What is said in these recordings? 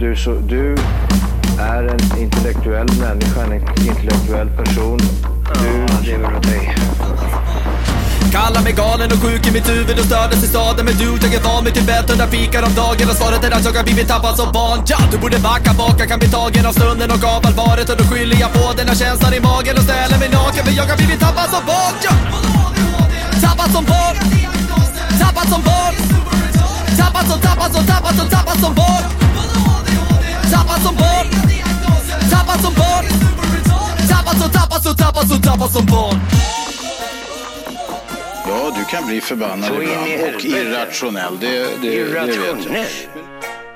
du, så, du är en intellektuell människa, en intellektuell person. Du lever av dig. Kallar mig galen och sjuk i mitt huvud och stördes i staden Men du, jag är van vid Tibet och där fikar om dagen Och svaret är att jag har blivit tappad som barn ja, Du borde backa bak, jag kan bli tagen av stunden och av allvaret Och då skyller jag på den här känslan i magen och ställer mig naken För jag har blivit tappad som barn ja. Tappad som barn Tappad som barn Tappad som, tappad som, tappad som, tappad som barn Tappad som barn Tappad som barn Tappad som, tappad som, tappad som, tappad som barn Ja, du kan bli förbannad Så in i ibland och helvete. irrationell. Det, det, det vet jag. Irrationell.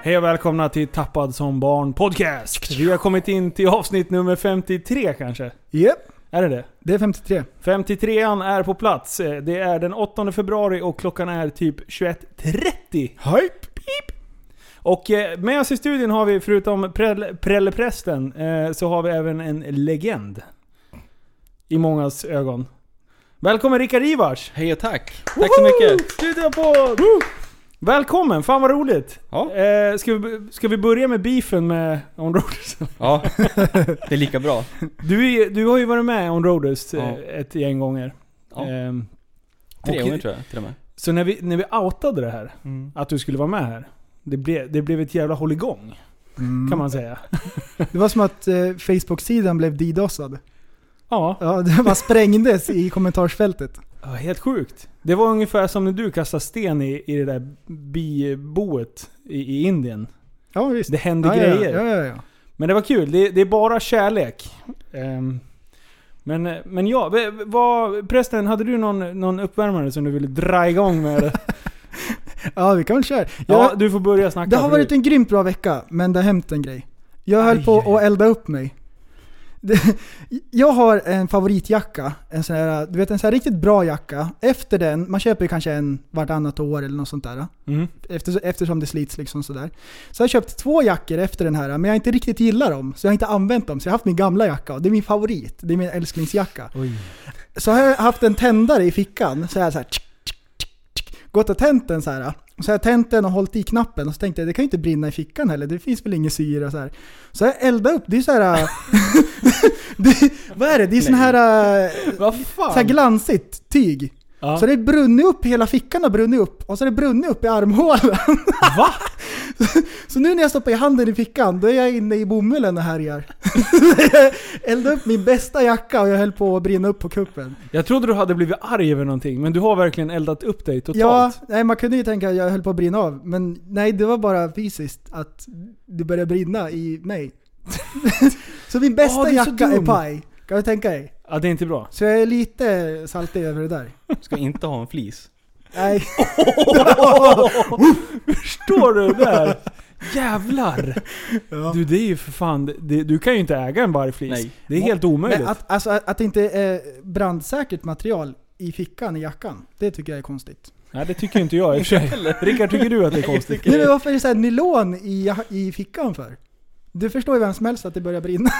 Hej och välkomna till Tappad som barn podcast. Vi har kommit in till avsnitt nummer 53 kanske. Japp, Är det det? det är 53. 53an är på plats. Eh, Det är den 8 februari och klockan är typ 21.30. Hype! Och eh, med oss i studion har vi, förutom Prell- prälleprästen, eh, så har vi även en legend. I mångas ögon. Välkommen Rickard Ivars! Hej och tack! Tack så mycket! Studiopod! Välkommen, fan vad roligt! Ja. Eh, ska, vi, ska vi börja med beefen med Onroaders? Ja, det är lika bra. Du, är- du har ju varit med i Onroaders eh, Ja. ett gäng gånger. Ja. Ehm, Tre och- gånger tror jag till och med. Så när vi, när vi outade det här, att du skulle vara med här. Det, blev det blev ett jävla hålligång Mm. kan man säga. Det var som att eh, Facebook-sidan blev DDoSad. Ja, Ja, det bara sprängdes i kommentarsfältet. Ja, helt sjukt. Det var ungefär som när du kastade sten i, i det där biboet i, i Indien. Ja, visst. Det hände ja, grejer. Ja, ja, ja. ja. Men det var kul. Det, det är bara kärlek. Ehm, men, men ja, v- v- vad, prästen, hade du någon, någon uppvärmare som du ville dra igång med? ja vi kan väl köra. ja, Jag, du får börja snacka. det har för varit du- en grymt bra vecka, men det har hänt en grej. Jag höll Aj, aj, på att elda upp mig. Det, jag har en favoritjacka. En sån här, du vet en sån här riktigt bra jacka. Efter den, man köper ju kanske en vartannat år eller något sånt där. Mm. Efter, eftersom det slits liksom sådär. Så jag har köpt två jackor efter den här, men jag har inte riktigt gillat dem. Så jag har inte använt dem. Så jag har haft min gamla jacka och det är min favorit. Det är min älsklingsjacka. Så har jag haft en tändare i fickan. Så jag så här, tsk, tsk, tsk, tsk, gått och tänt den så här. Och så har jag tänt den och hållit i knappen och så tänkte jag det kan ju inte brinna i fickan heller, det finns väl ingen syre och så här. Så jag eldade upp, det är så här. det, vad är det? Det är sån här, äh, Vad så här fan? glansigt tyg. Ja. Så det är brunnit upp, hela fickan har brunnit upp och så har det brunnit upp i armhålan. Va? Så nu när jag stoppar i handen i fickan, då är jag inne i bomullen och härjar. jag eldade upp min bästa jacka och jag höll på att brinna upp på kuppen. Jag trodde du hade blivit arg över någonting, men du har verkligen eldat upp dig totalt. Ja, nej, man kunde ju tänka att jag höll på att brinna av, men nej det var bara fysiskt att det började brinna i mig. så min bästa Ah, det är så jacka är dum. paj. Kan du tänka dig? ja, det är inte bra. Så jag är lite saltig över det där. Ska inte ha en flis. Nej. Förstår du det där? Jävlar! Du, det är ju för fan... Det, du kan ju inte äga en vargflis. Nej. Det är helt omöjligt. Men att, alltså, att att det inte är brandsäkert material i fickan i jackan, det tycker jag är konstigt. Nej, det tycker inte jag i och för sig. Rickard, tycker du att det är konstigt? Nej, men varför är det så här nylon i, ja- i fickan för? Du förstår ju vem som helst att det börjar brinna.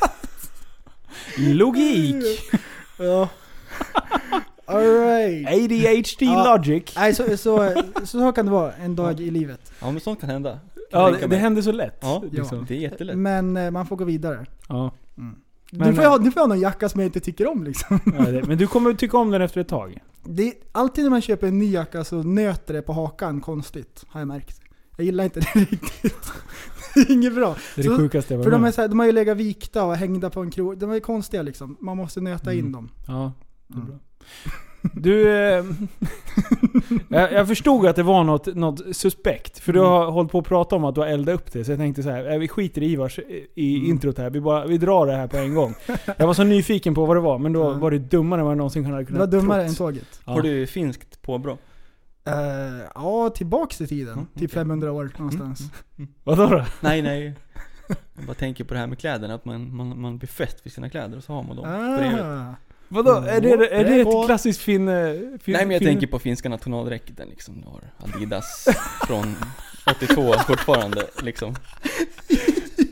Logik! Ja. Alright. ADHD Ja. logic. Nej, så, så, så, så kan det vara en dag i livet. Ja men sånt kan hända. Kan Ja, jag det, tänka det mig. händer så lätt. Ja, liksom. det är jättelätt. Men eh, man får gå vidare. Ja. Mm. Men- eh, Nu får, jag, ha- nu får jag ha någon jacka som jag inte tycker om liksom. Ja, det- Men du kommer tycka om den efter ett tag. Det är, alltid när man köper en ny jacka så nöter det på hakan konstigt, har jag märkt. Jag gillar inte det riktigt. Det är inget bra. Det är Så- det sjukaste jag För varit de, är med så här, de har ju legat vikta och hängda på en krog. De är ju konstiga liksom. Man måste nöta in dem. Ja, det är Mm. bra. Du... eh, jag, jag förstod att det var något, något suspekt. För du har hållit på att prata om att du har eldat upp det. Så jag tänkte så här, eh, vi skiter i Ivars eh, i introt här. Vi, bara, vi drar det här på en gång. Jag var så nyfiken på vad det var, men då Ja. var det dummare än vad jag någonsin hade Det kunnat var dummare trott. än tåget. Ja. Har du finskt påbrå? Eh, ja, tillbaks i tiden. Mm, Typ okej. 500 år någonstans. Vadå då? Nej nej. Jag bara tänker på det här med kläderna, att man, man, man blir fäst vid sina kläder och så har man dem bredvid. Ah. Vadå? Är det, är det På- ett klassiskt fin... eh, fin Nej men jag fin- tänker på finska nationaldräkten liksom. Du har Adidas från 82 fortfarande liksom.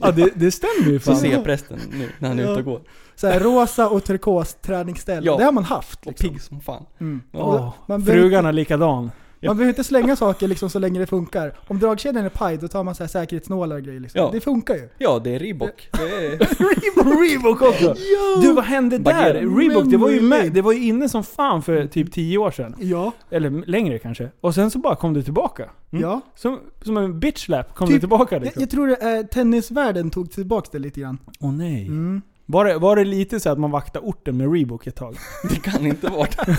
Ja det, det stämmer ju Så fan. ser jag prästen nu när han är ute och går. Så här, rosa och turkos träningsställ. Ja. Det har man haft Och liksom. pigg som fan. Mm. Åh, Man behöver- frugan är likadan. Man behöver inte slänga saker liksom så länge det funkar. Om dragkedjan är paj, då tar man så här säkerhetsnålar och grejer. Liksom. Ja. Det funkar ju. Ja, det är Reebok. Det är... Reebok också! Du vad hände där? Bagheera. Reebok, det var, ju Memory med, det var ju inne som fan för typ 10 år sedan. Ja, Eller längre kanske. Och sen så bara kom du tillbaka. ja. Som, som en bitch slap kom Typ, du tillbaka Jag, liksom. jag tror eh, tennisvärlden tog tillbaka det lite grann. Åh nej. Mm. Var, det, var det lite så att man vaktade orten med Reebok ett tag? Det kan inte vara det.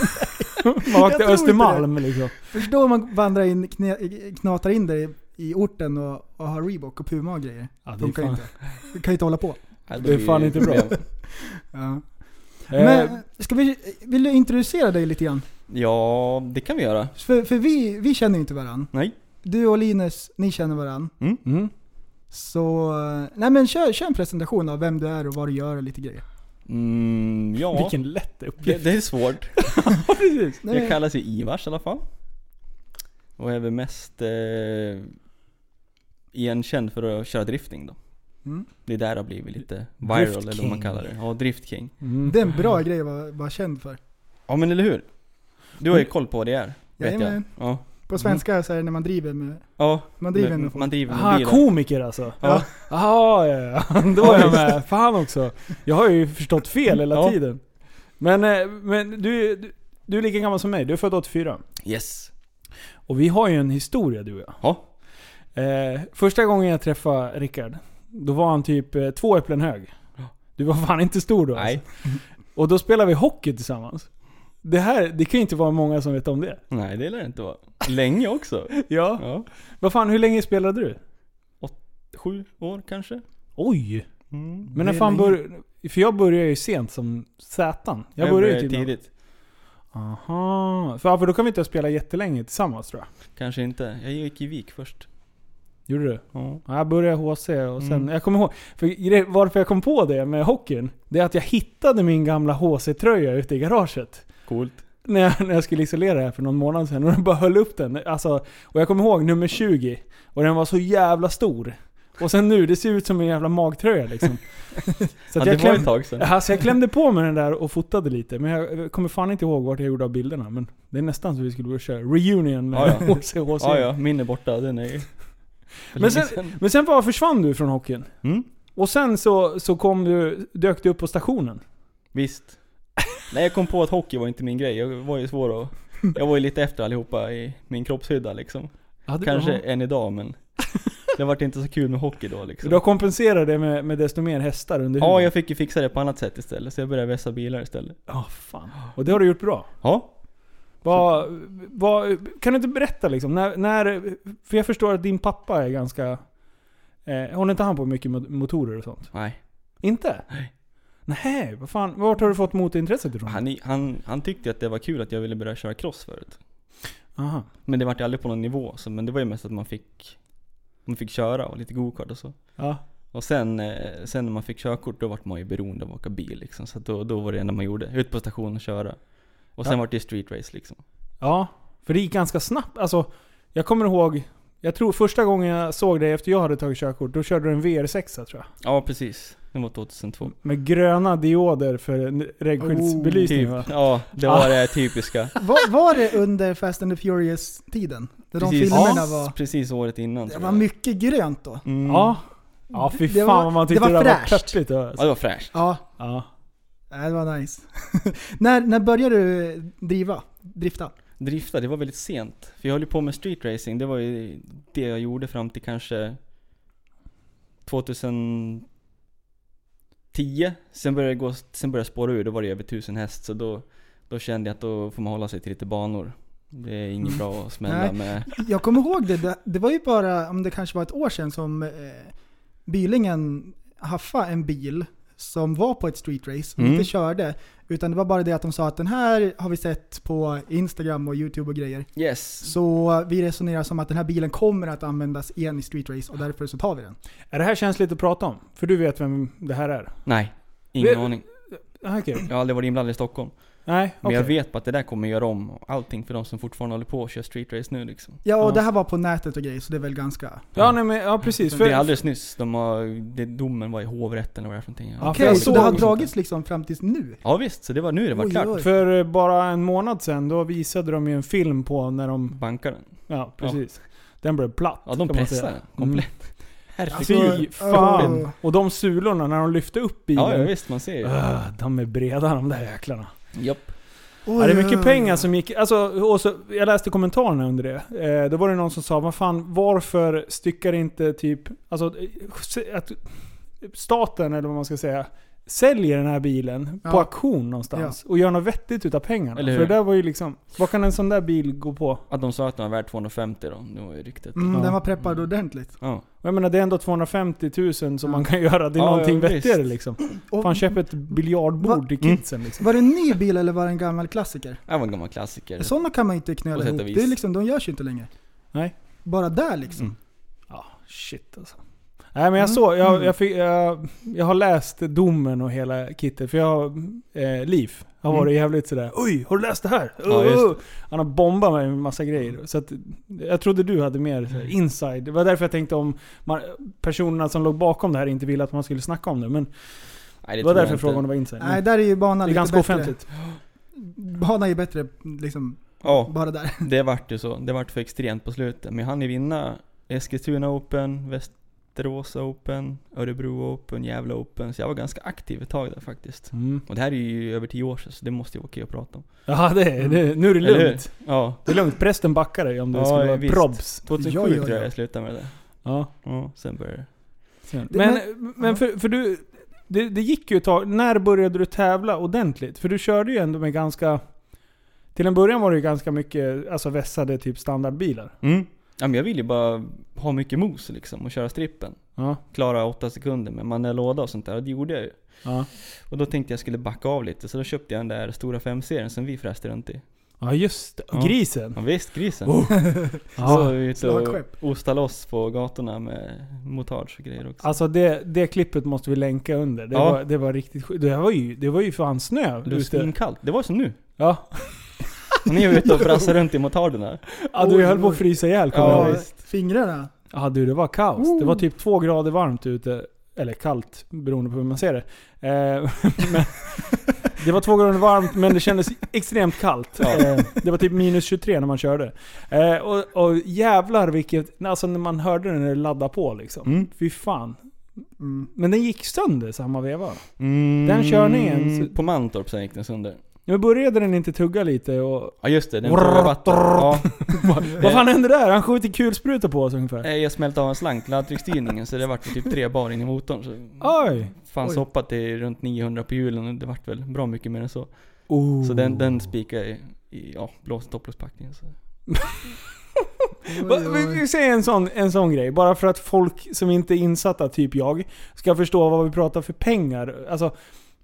Man tror vaktade inte Östermalm liksom. Förstå om man vandrar in, knä, knatar in där i, i orten och, och har Reebok och Puma och grejer. Ja, det är Funkar ju fan- inte. Vi kan ju inte hålla på. Nej, Det är fan ju inte bra. problem. Ja. Eh, Men ska vi, vill du introducera dig lite grann? Ja, det kan vi göra. För, för vi, vi känner ju inte varann. Nej. Du och Linus, ni känner varann. mm. Så, eh, nej men kör, kör en presentation av vem du är och vad du gör och lite grejer. Mm, ja. Vilken lätt Det, uppgift. det är svårt. Ja, precis. Nej, Jag kallas ju Ivars i alla fall. Och jag är väl mest eh, igen känd för att köra drifting då. Mm. Det är där det har blivit lite viral eller vad Driftking. man kallar det. Ja, driftking. Mm. Eh, Det är en bra grej att vara, vara känd för. Ja men eller hur? Du Mm. har ju koll på vad det är. Vet Jajamän. jag. Ja. På svenska så är det när man driver med... ja. Man driver Men- med folk. Man driver med Aha, bilar. komiker alltså? Ja. Jaha, ja, ja. Då är jag med. Fan också. Jag har ju förstått fel hela Ja. tiden. Men, eh, men du, du, du är lika gammal som mig. Du är född 84. Yes. Och vi har ju en historia du och jag. Ja. Eh, första gången jag träffade Rickard, då var han typ eh, två äpplen hög. Du var fan inte stor då Nej. Alltså. Och då spelade vi hockey tillsammans. Det här, det kan ju inte vara många som vet om det. Nej det lär det inte vara. Länge också. Ja. Ja. Vad fan, hur länge spelade du? Sju år kanske? Oj! Mm. Men när Det är fan länge. började... För jag började ju sent som Zätan. Jag började ju tidigt. tidigt. Aha. För, ja, för då kan vi inte spela jättelänge tillsammans tror jag. Kanske inte. Jag gick i Vik först. Gjorde du? Ja. Ja, jag började HC och sen... Mm. Jag kommer ihåg... För gre- varför jag kom på det med hockeyn, det är att jag hittade min gamla HC-tröja ute i garaget. Coolt. när jag, när jag skulle isolera det här för någon månad sedan och de bara höll upp den. Alltså, och jag kommer ihåg nummer 20 och den var så jävla stor. Och sen nu, det ser ut som en jävla magtröja liksom. Så Ja, att jag, det var ett kläm, tag sedan. alltså jag klämde på mig den där och fotade lite. Men jag eh, kommer fan inte ihåg vart jag gjorde av bilderna. Men det är nästan så vi skulle börja köra reunion med Ja, ja. HC, HC. Ja, ja, min är borta. Den är ju... för Men länge sen, men sen bara försvann du från hockeyn. Mm. Och sen så, så kom du, dök du upp på stationen. Visst. Nej, jag kom på att hockey var inte min grej. Jag var ju svår att... Jag var ju lite efter allihopa i min kroppshydda liksom. Kanske än idag, men... Det vart inte så kul med hockey Så då du har liksom. kompenserat det med, med desto mer hästar under Ja, huden. jag fick ju fixa det på annat sätt istället, så jag började vässa bilar istället. Ja, fan. Och det har du gjort bra. Ja. Vad, vad, kan du inte berätta liksom? När, när, för jag förstår att din pappa är ganska... Eh, håller inte han på mycket mot motorer och sånt? Nej. Inte? Nej. Nej, vad fan. Vart har du fått motorintresset ifrån? Han, i- han, han tyckte att det var kul att jag ville börja köra cross förut. Aha. Men det vart ju aldrig på någon nivå, så, men det var ju mest att man fick... Man fick köra och lite gokart och så. Ja. Och sen, eh, sen när man fick körkort då vart man ju beroende av att åka bil liksom. Så att då, då var det enda man gjorde. Ut på stationen och köra. Och sen Ja. vart det street race liksom. ja. För det gick ganska snabbt. Alltså, jag kommer ihåg... Jag tror första gången jag såg dig efter jag hade tagit körkort, då körde du en VR6 tror jag. Ja precis. Det var 2002. Med gröna dioder för en regnskyddsbelysning Typ. va? Ja, det var det typiska. Var, var det under Fast and the Furious-tiden? Där de Precis, filmerna ja, var... precis året innan. Det tror var jag. mycket grönt då. Mm. Ja. Ja fy Det fan var- vad man det tyckte var det, där var fräscht. peppigt. ja, Alltså. det var fräscht. Ja, Ja. ja, det var nice. när, när började du driva? Drifta? Drifta, det var väldigt sent. För jag höll ju på med street racing. Det var ju det jag gjorde fram till kanske 2010. Sen började det gå, sen började jag spåra ur. Då var det över 1000 häst. Så då, då kände jag att då får man hålla sig till lite banor. Det är inget bra att smälla Nej. med. Jag kommer ihåg det, det, det var ju bara, om det kanske var ett år sedan, som eh, Bylingen haffade en bil som var på ett streetrace och Mm. inte körde. Utan det var bara det att de sa att den här har vi sett på Instagram och YouTube och Mm. grejer. Yes. Så vi resonerar som att den här bilen kommer att användas igen i streetrace och därför så tar vi den. Är det här känsligt att prata om? För du vet vem det här är? Nej, ingen Vi- aning. Ah, okej. Jag har aldrig varit inblandad i Stockholm. Nej, Men okej. jag vet bara att det där kommer göra om allting för de som fortfarande håller på och kör streetrace nu liksom. Ja, och Ja. det här var på nätet och grejer, så det är väl ganska... Ja, nej, men, ja precis. det är alldeles nyss, de har, det, domen var i hovrätten eller vad det är för någonting. Ja, Ja. för Okej, jag så det har såg- dragits liksom fram tills nu? ja visst, så det var nu det var Oj, klart. oj. För eh, bara en månad sedan, då visade de ju en film på när de... Bankar den. Ja, precis. Den blev platt. Ja de kan man pressar säga. den komplett. Herregud. Alltså, Fy fan. ja. Och de sulorna, när de lyfte upp bilen. Ja, ja visst, man ser ju. Ah, de är breda de där jäklarna. Japp. ja, det är Oj, mycket oj, pengar oj. som gick... Alltså, och så, jag läste kommentarerna under det. Eh, då var det någon som sa, vad fan, varför styckar inte typ... Alltså, eh, att staten, eller vad man ska säga, säljer den här bilen på Ja. auktion någonstans. Och gör något vettigt utav pengarna. Eller För det hur? där var ju liksom... Vad kan en sån där bil gå på? Att de sa att den var värd 250 då, det var ju ryktet. Mm, Ja. Den var preppad ordentligt. Ja. Och Jag menar det är ändå 250 000 som man kan göra till Ja, någonting ja, visst. vettigare liksom. Och, Fan köp ett biljardbord Va? till kidsen liksom. var det en ny bil eller var det en gammal klassiker? Det var en gammal klassiker. Sådana kan man inte knöla På sätt och ihop. vis. Det är liksom, de görs ju inte längre. Nej. Bara där liksom. Ja, shit alltså. Nej Mm. men jag såg, jag, jag, fick, jag, jag har läst domen och hela kittet. För jag har, eh, Liv har varit jävligt sådär Oj, har du läst det här? Mm. Ja, just det. Uh, uh." Han har bombat mig med massa grejer. Så att, jag trodde du hade mer så Mm. här, inside. Det var därför jag tänkte om man, personerna som låg bakom det här inte ville att man skulle snacka om det. Men det, var Nej, det tror jag därför inte. frågan var inside. Mm. Nej, Men där är ju banan det är lite ganska bättre. offentligt. Banan är ju bättre liksom, Ja, bara där. det vart ju så. Det vart för extremt på slutet. Men han är vinna Eskilstuna Open, Västerås Open, Örebro Open, Gävle Open. Så jag var ganska aktiv ett tag där faktiskt. Mm. Och det här är ju över 10 år sedan, så det måste ju vara okej att prata om. Ja, det, är- det, nu är det Eller hur? lugnt. Ja. Det är lugnt. Prästen backar dig om det Ja, skulle ja, vara visst. probs. 2007 Oj, oj, oj. tror jag jag slutade med det där. Ja. Ja, sen började det. Men, Det- men- ja. men för, för du... Det, det gick ju ett tag. När började du tävla ordentligt? För du körde ju ändå med ganska... Till en början var det ju ganska mycket alltså vässade typ standardbilar. Mm. Ja, men jag vill ju bara ha mycket mos liksom och köra strippen. Ja. Klara 8 sekunder med manuell låda och sånt där. Och det gjorde jag ju. Ja, Och då tänkte jag skulle backa av lite, så då köpte jag den där stora 5-serien som vi fräste runt i. ja just det. Och Ja. grisen. Ja, visst, grisen. Oh. Så var Ja. vi ute och Slagskepp. ostade loss på gatorna med motage och grejer också. Alltså det, det klippet måste vi länka under. Det, Ja. var, det var riktigt sjukt. Det var ju, det var ju fan snö det var ute. svinkallt. Det var som nu. Ja. Och ni var ute och brassade runt i motarderna. ja, du Oj, höll på att oj. frysa ihjäl kommer jag Ja, ihåg. visst. Fingrarna. Ja du, det var kaos. Det var typ två grader varmt ute. Eller kallt, beroende på hur man ser det. Eh, men, det var två grader varmt men det kändes extremt kallt. Eh, det var typ minus 23 när man körde. Eh, och, och jävlar vilket... Alltså när man hörde den när det laddade på liksom. Mm. Fy fan. Mm. Men den gick sönder samma veva. Mm. Den körningen, så- På Mantorp sen gick den sönder. Nu började den inte tugga lite och... Ja just det, den tog vatten. Ja. Vad fan hände där? Han skjuter kulsprutor på oss ungefär. Nej, eh, Jag smälte av en slang till laddtrycksstyrningen så det vart typ tre bar in i motorn. Så Oj! fanns Oj. hoppat till runt 900 på hjulen och det vart väl bra mycket mer än så. Oh. Så den, den spikade i, i ja, blåst topplockspackningen. Så. Va- Vi vi säger en sån, en sån grej, bara för att folk som inte är insatta, typ jag, ska förstå vad vi pratar för pengar. Alltså,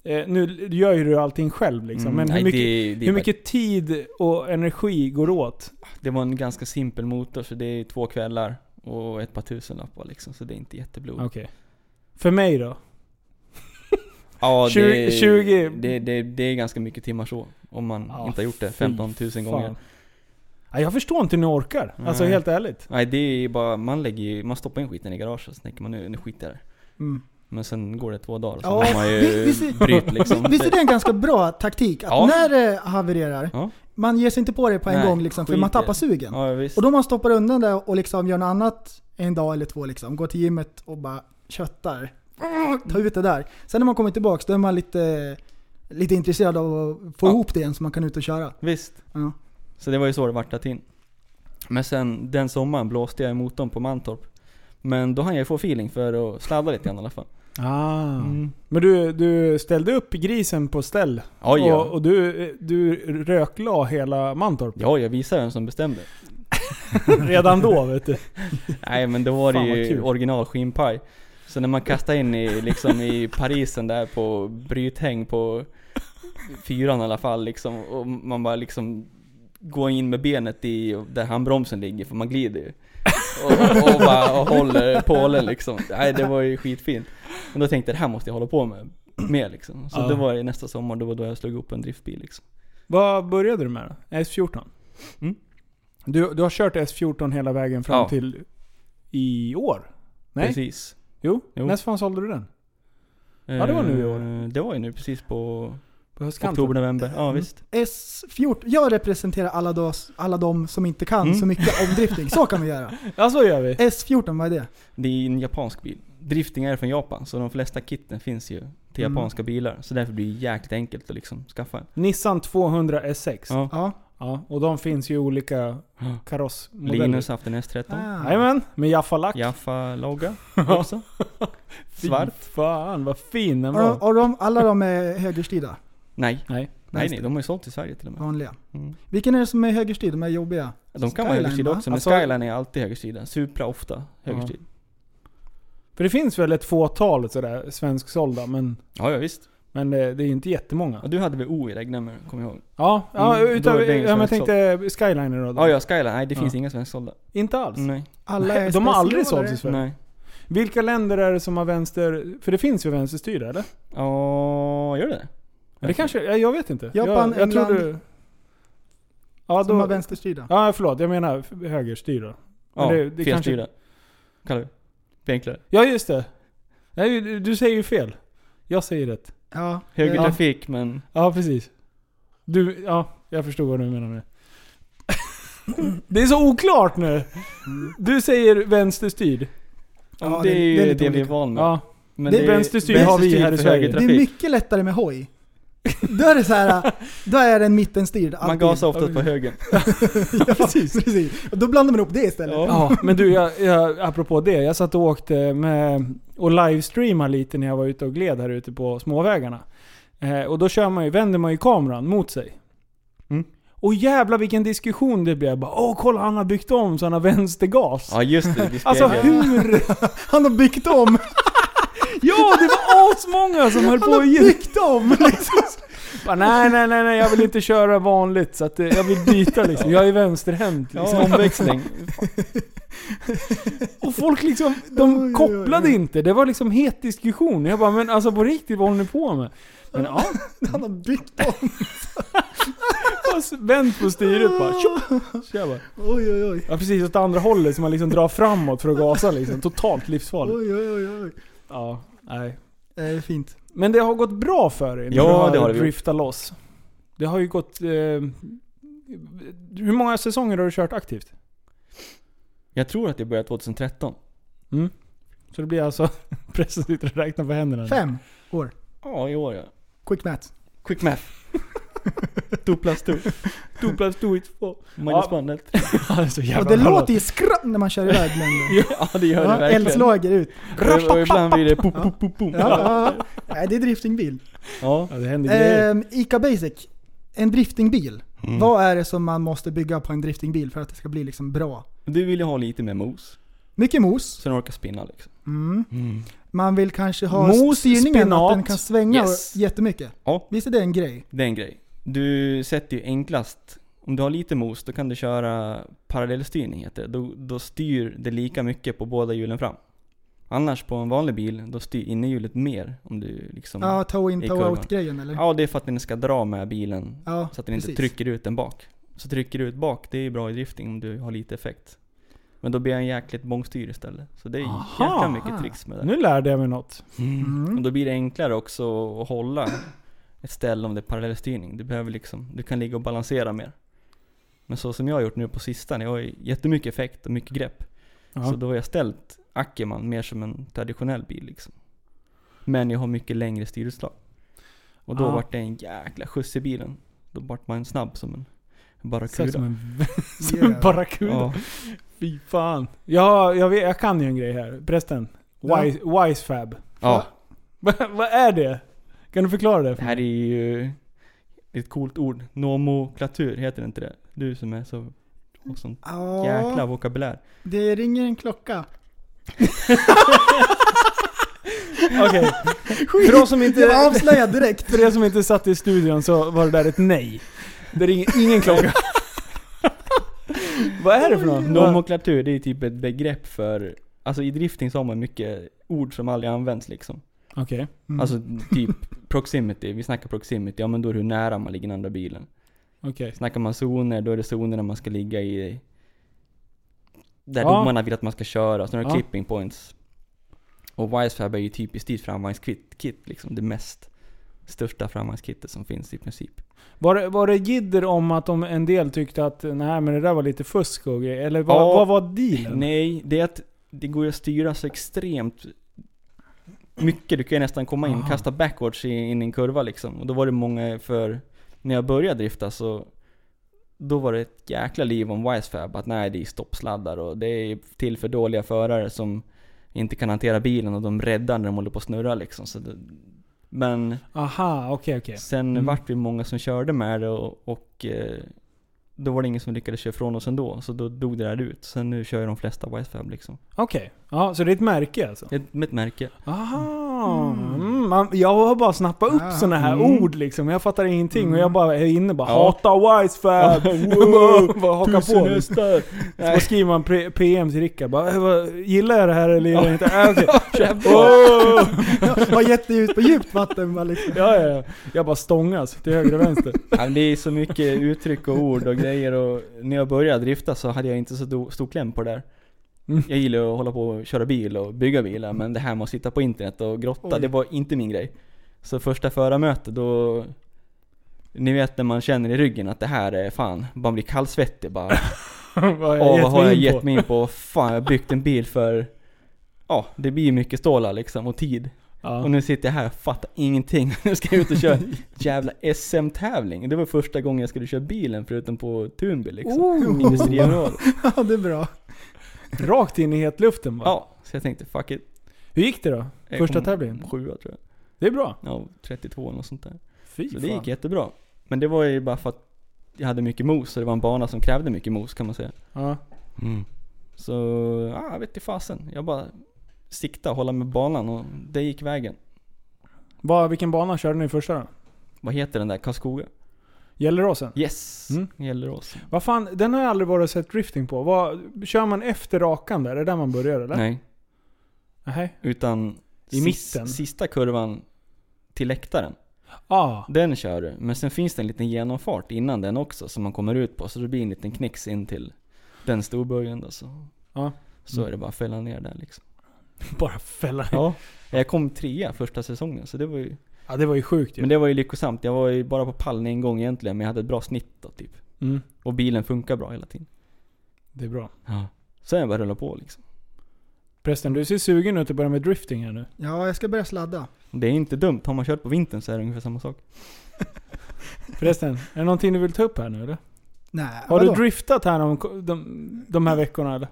eh, nu gör ju du allting själv liksom, Mm, men hur nej, mycket, det, det, är hur bara- mycket tid och energi går åt? det var en ganska simpel motor så det är två kvällar och ett par tusenlappar liksom. Så det är inte jätteblod. Okej. För mig då? Ja, Tjugo- det, tjugo- det, det, det är ganska mycket timmar så. Om man Ja, inte har gjort det fy 15 000 gånger. Fan. Ja, jag förstår inte hur ni orkar. Alltså Nej. helt ärligt. Nej det är bara, man lägger ju, man stoppar in skiten i garaget så tänker man nu, nu skiter jag i det. Mm. Men sen går det två dagar och sen Ja, har man vi- ju visst- bryt liksom. Visst är det en ganska bra taktik? Att Ja. när det havererar, Ja. man ger sig inte på det på en Nej, gång liksom, för skit man i tappar det. sugen. Ja visst. Och då man stoppar undan det och liksom gör något annat en dag eller två liksom. Går till gymmet och bara köttar. Ta ut det där. Sen när man kommer tillbaks då är man lite, lite intresserad av att få Ja. ihop det igen så man kan ut och köra. Visst. Ja. Så det var ju så det vart där in. Men sen den sommaren blåste jag i motorn på Mantorp. Men då hann jag ju få feeling för att sladda lite grann i alla fall. Ah. Mm. Men du, du ställde upp grisen på ställ Ja, och, ja. och du, du rökla hela Mantorp. Ja, jag visar vem som bestämde. Redan då vet du. Nej men då var det Fan, vad ju kul. original skinnpaj. Så när man kastar in i, liksom, i Parisen där på brythäng på fyran i alla fall liksom, och man bara liksom går in med benet i där handbromsen ligger för man glider ju. Och, och bara och håller pålen liksom. Nej det var ju skitfint. Men då tänkte jag det här måste jag hålla på med. med liksom. Så Ja. det var i nästa sommar, det var då jag slog upp en driftbil liksom. Vad började du med då? S14? Mm. Du, du har kört S14 hela vägen fram Ja. till i år? Nej? Precis. Jo? Jo. När fan sålde du den? Ja, det var nu i år. Eh, Det var ju nu precis på På höstkanten? oktober, november. Mm. Ja visst. S14. Jag representerar alla, dos, alla de som inte kan Mm. så mycket om drifting. Så kan vi göra. Ja, så gör vi. S14, vad är det? Det är en japansk bil. Drifting är från Japan, så de flesta kitten finns ju till Mm. japanska bilar. Så därför blir det jäkligt enkelt att liksom skaffa en. Nissan 200 S6. Ja. Ja. Ja. och de finns ju i olika Ja. karossmodeller. Linus har haft en S13. Ah. Jajamän, med Jaffa-lack. Jaffa-logga Ja. också. Fy Svart. Fan vad fin den Och, de- var. och de, alla de är högerstyrda? Nej. Nej. Nej, Vänster. nej, de har ju sålt i Sverige till och med. Vanliga. Mm. Vilken är det som är högerstyrd? De är jobbiga. De kan vara Skyline, högersida va? också, men Alltså- Skyline är alltid högersida. Supra ofta högersida. För det finns väl ett fåtal sådär svensksålda, men, Ja, ja visst. men det, det är ju inte jättemånga. Ja, du hade väl O i regnummer, kommer jag ihåg? Ja, ja Mm, utav, då är det ja men jag svensksåld. tänkte Skyliner då. Ja, ja, Skyline. Nej, det Ja. Alltså, finns inga svensksålda. Inte alls? Nej. Alla är Mm. De har aldrig specialare. sålts i Sverige. Nej. Vilka länder är det som har vänster... För det finns ju vänsterstyrda eller? Ja, gör det? Ja, det kanske... ja, Jag vet inte. Japan, jag, jag England. trodde- Ja, Som har då... vänsterstyrda. Ja, förlåt. Jag menar högerstyrda. Men Ja, det- det felstyrda. Kallar vi det. Det är enklare. Ja, just det. Nej, du- du säger ju fel. Jag säger rätt. Ja. Högre eh, trafik, men... Ja, precis. Du, ja, jag förstod vad du menar nu. Det är så oklart nu. Du säger vänsterstyrd. Ja, Ja, det, det- är ju det är det, lite vi är olika. van med. Ja. Men Det- är vänsterstyrd har vi här i för Sverige. högre Det är trafik. mycket lättare med hoj. Då är det så här, då är den mittenstyrd. Man alltid. gasar oftast på högen. Ja, precis. precis. Och då blandar man ihop det istället. Ja. Ja, men du, jag, jag, apropå det. Jag satt och åkte med, och livestreamade lite när jag var ute och gled här ute på småvägarna. Eh, och då kör man ju, vänder man ju kameran mot sig. Mm. Och jävla vilken diskussion det blev. Jag Bara, Åh, kolla han har byggt om så han har vänstergas. Ja just det, det Alltså speglar. hur? Han har byggt om. Ja, det var asmånga som höll på Han och har ge... byggt om! Liksom. Bara, Nej, nej, nej, nej, jag vill inte köra vanligt så att eh, jag vill byta liksom. Jag är vänsterhänt liksom. Ja, omväxling. Och folk liksom, Oj, oj, de oj. kopplade inte. Det var liksom het diskussion. Jag bara, men alltså på riktigt, vad håller ni på med? Men ja, Han har byggt om. fast vänd på styret bara. Tjopp! Så jag bara. Oj, oj, oj. Ja precis, åt andra hållet som man liksom drar framåt för att gasa liksom. Totalt livsfarligt. Oj, oj, oj, oj. Ja, nej. Eh, fint. Men det har gått bra för dig när Ja, du har, det har det gjort. driftat loss. Det har ju gått... Eh, hur många säsonger har du kört aktivt? Jag tror att det började 2013. Så det blir alltså... Pressen sitter och räknar på händerna. nu. Fem. Ja, i år ja. Quick math. Quick math. Two plus two. Two plus two is four. Minus Ja. one. ett. Ja, det är så jävla Och det bra låt. låter ju skratt när man kör iväg med den. Ja, det gör det Ja, verkligen. Eldslager ut. Och- Och ibland blir det pop, pop, pop, pop. Ja, ja. Nej, det är driftingbil. Ja. Ja, det händer grejer. Eh, Ica Basic. En driftingbil. Mm. Vad är det som man måste bygga på en driftingbil för att det ska bli liksom bra? Du vill ju ha lite mer mos. Mycket mos. Så den orkar spinna liksom. Mm. Man vill kanske ha Mos, styrningen spenat. att den kan svänga Yes. jättemycket. Ja. Visst är det en grej? Det är en grej. Du sätter ju enklast, om du har lite mos, då kan du köra parallellstyrning heter det. Då, då styr det lika mycket på båda hjulen fram. Annars på en vanlig bil, då styr innerhjulet mer om du liksom... Ja, toe in, I toe kurvan. out grejen eller? Ja, det är för att den ska dra med bilen. Ja, Så att den inte precis. trycker ut den bak. Så trycker du ut bak, det är ju bra i drifting om du har lite effekt. Men då blir den jäkligt bångstyr istället. Så det är Aha. jäkla mycket tricks Eh, med det. Nu lärde jag mig något. Mm. Och då blir det enklare också att hålla ett ställe om det är parallellstyrning. Du behöver liksom, du kan ligga och balansera mer. Men så som jag har gjort nu på sistone, jag har ju jättemycket effekt och mycket grepp. Ja. Så då har jag ställt Ackerman mer som en traditionell bil liksom. Men jag har mycket längre styrutslag. Och då Ja. vart det en jäkla skjuts i bilen. Då vart man snabb som en Exakt som barracuda. en, som en Yeah. barracuda. Ja, Fy fan. Ja, jag, vet, jag kan ju en grej här. Prästen. Wise, Wisefab. ja. Vad vad är det? Kan du förklara det? Det för här är ju det är ett coolt ord. Nomoklatur, heter det inte det? Du som är så... Och sån Ja, jäkla vokabulär. det ringer en klocka. mig? Okej. För oss som Det var inte... avslöjad direkt. För er som inte satt i studion så var det där ett nej. Det ringer ingen klocka. Vad är det för något? Nomenklatur, det är typ ett begrepp för... Alltså i drifting så har man mycket ord som aldrig används liksom. Okej. Mm. Alltså typ proximity, vi snackar proximity, ja men då är det hur nära man ligger den andra bilen. Okej. Snackar man zoner, då är det zonerna man ska ligga i. Där Ja. domarna vill att man ska köra, sådana Ja. ja. clipping points. Och Wisefab är ju typiskt ditt framvagnskit, kit, liksom det mest största framvagnskittet som finns i princip. Var, det- var det jidder om att de, en del tyckte att nej men det där var lite fusk och grejer? Eller vad, Ja. vad var dealen? Nej, det är att det går ju att styra så extremt mycket. Du kan ju nästan komma in, Aha. kasta backwards i- in i en kurva liksom. Och då var det många för, när jag började drifta så då var det ett jäkla liv om Wisefab. Att nej, det är stoppsladdar och det är till för dåliga förare som inte kan hantera bilen och de räddar när de håller på att snurra liksom. Så det, men Aha, okej okej. sen Mm. vart vi många som körde med det och, och eh, då var det ingen som lyckades köra ifrån oss ändå. Så då dog det där ut. Sen nu kör ju de flesta Wisefab liksom. Okej. Ja, så det är ett märke alltså? Ett, med ett märke. Aha. Mm. Man, jag har bara snappat upp Ah. sådana här Mm. ord liksom. Jag fattar ingenting och jag bara är inne bara Ja. Hata Wisefab! Wow. bara haka på. liksom. hästar! Så skriver man pre- PM till Rickard bara "Eh, vad- Gillar jag det här eller gillar jag inte? Äh, okej. Åh. Ja, Har gett dig ut på djupt vatten bara liksom. ja, ja, ja. Jag bara stångas till höger och vänster. Ja, men det är så mycket uttryck och ord och grejer och när jag började drifta så hade jag inte så do- stor kläm på det där. Mm. Jag gillar att hålla på och köra bil och bygga bilar men det här med att sitta på internet och grotta, Oj. det var inte min grej. Så första förarmöte då... Ni vet när man känner i ryggen att det här är fan, man blir kallsvettig bara. vad Åh, har jag vad har jag gett mig in gett på? mig in på? Fan, jag har byggt en bil för... Ja, det blir ju mycket stålar liksom och tid. Ja. Och nu sitter jag här och fattar ingenting. Nu ska jag ut och köra jävla SM-tävling. Det var första gången jag skulle köra bilen förutom på Tunby liksom. Oh! Industriområdet. Ja, det är bra. Rakt in i hetluften bara. Ja, så jag tänkte fuck it. Hur gick det då? Jag Första kom tävlingen? Sjua tror jag. Det är bra. Ja, 32 eller något sånt där. Fy Så det fan. gick jättebra. Men det var ju bara för att jag hade mycket mos och det var en bana som krävde mycket mos kan man säga. Ja. Så, ja, jag vet inte fasen. Jag bara siktade, hålla med banan och det gick vägen. Vad- vilken bana körde ni första då? Vad heter den där? Karlskoga? Gälleråsen? Yes! Mm. Gellerås. Vad fan, den har jag aldrig varit och sett drifting på. Vad, kör man efter rakan där? Är det där man börjar eller? Nej, Nej. Utan I mitten? sista kurvan till läktaren, Ah, den kör du. Men sen finns det en liten genomfart innan den också som man kommer ut på. Så det blir en liten knix in till den storburgen då. Så, Ja. så är det bara att fälla ner där liksom. bara fälla ja. Ja. Jag kom trea första säsongen så det var ju, ja, det var ju sjukt ju. men det var ju lyckosamt. Jag var ju bara på pallen en gång egentligen men jag hade ett bra snitt då typ. Mm, Och bilen funkar bra hela tiden. det är bra. Ja. Sen jag bara rulla på liksom. Prästen, du ser sugen ut att börja med drifting här nu. Ja, jag ska börja sladda. Det är inte dumt, har man kört på vintern så är det ungefär samma sak. Förresten, är det någonting du vill ta upp här nu eller? Nej, Har vadå? du driftat här de, de, de här veckorna eller?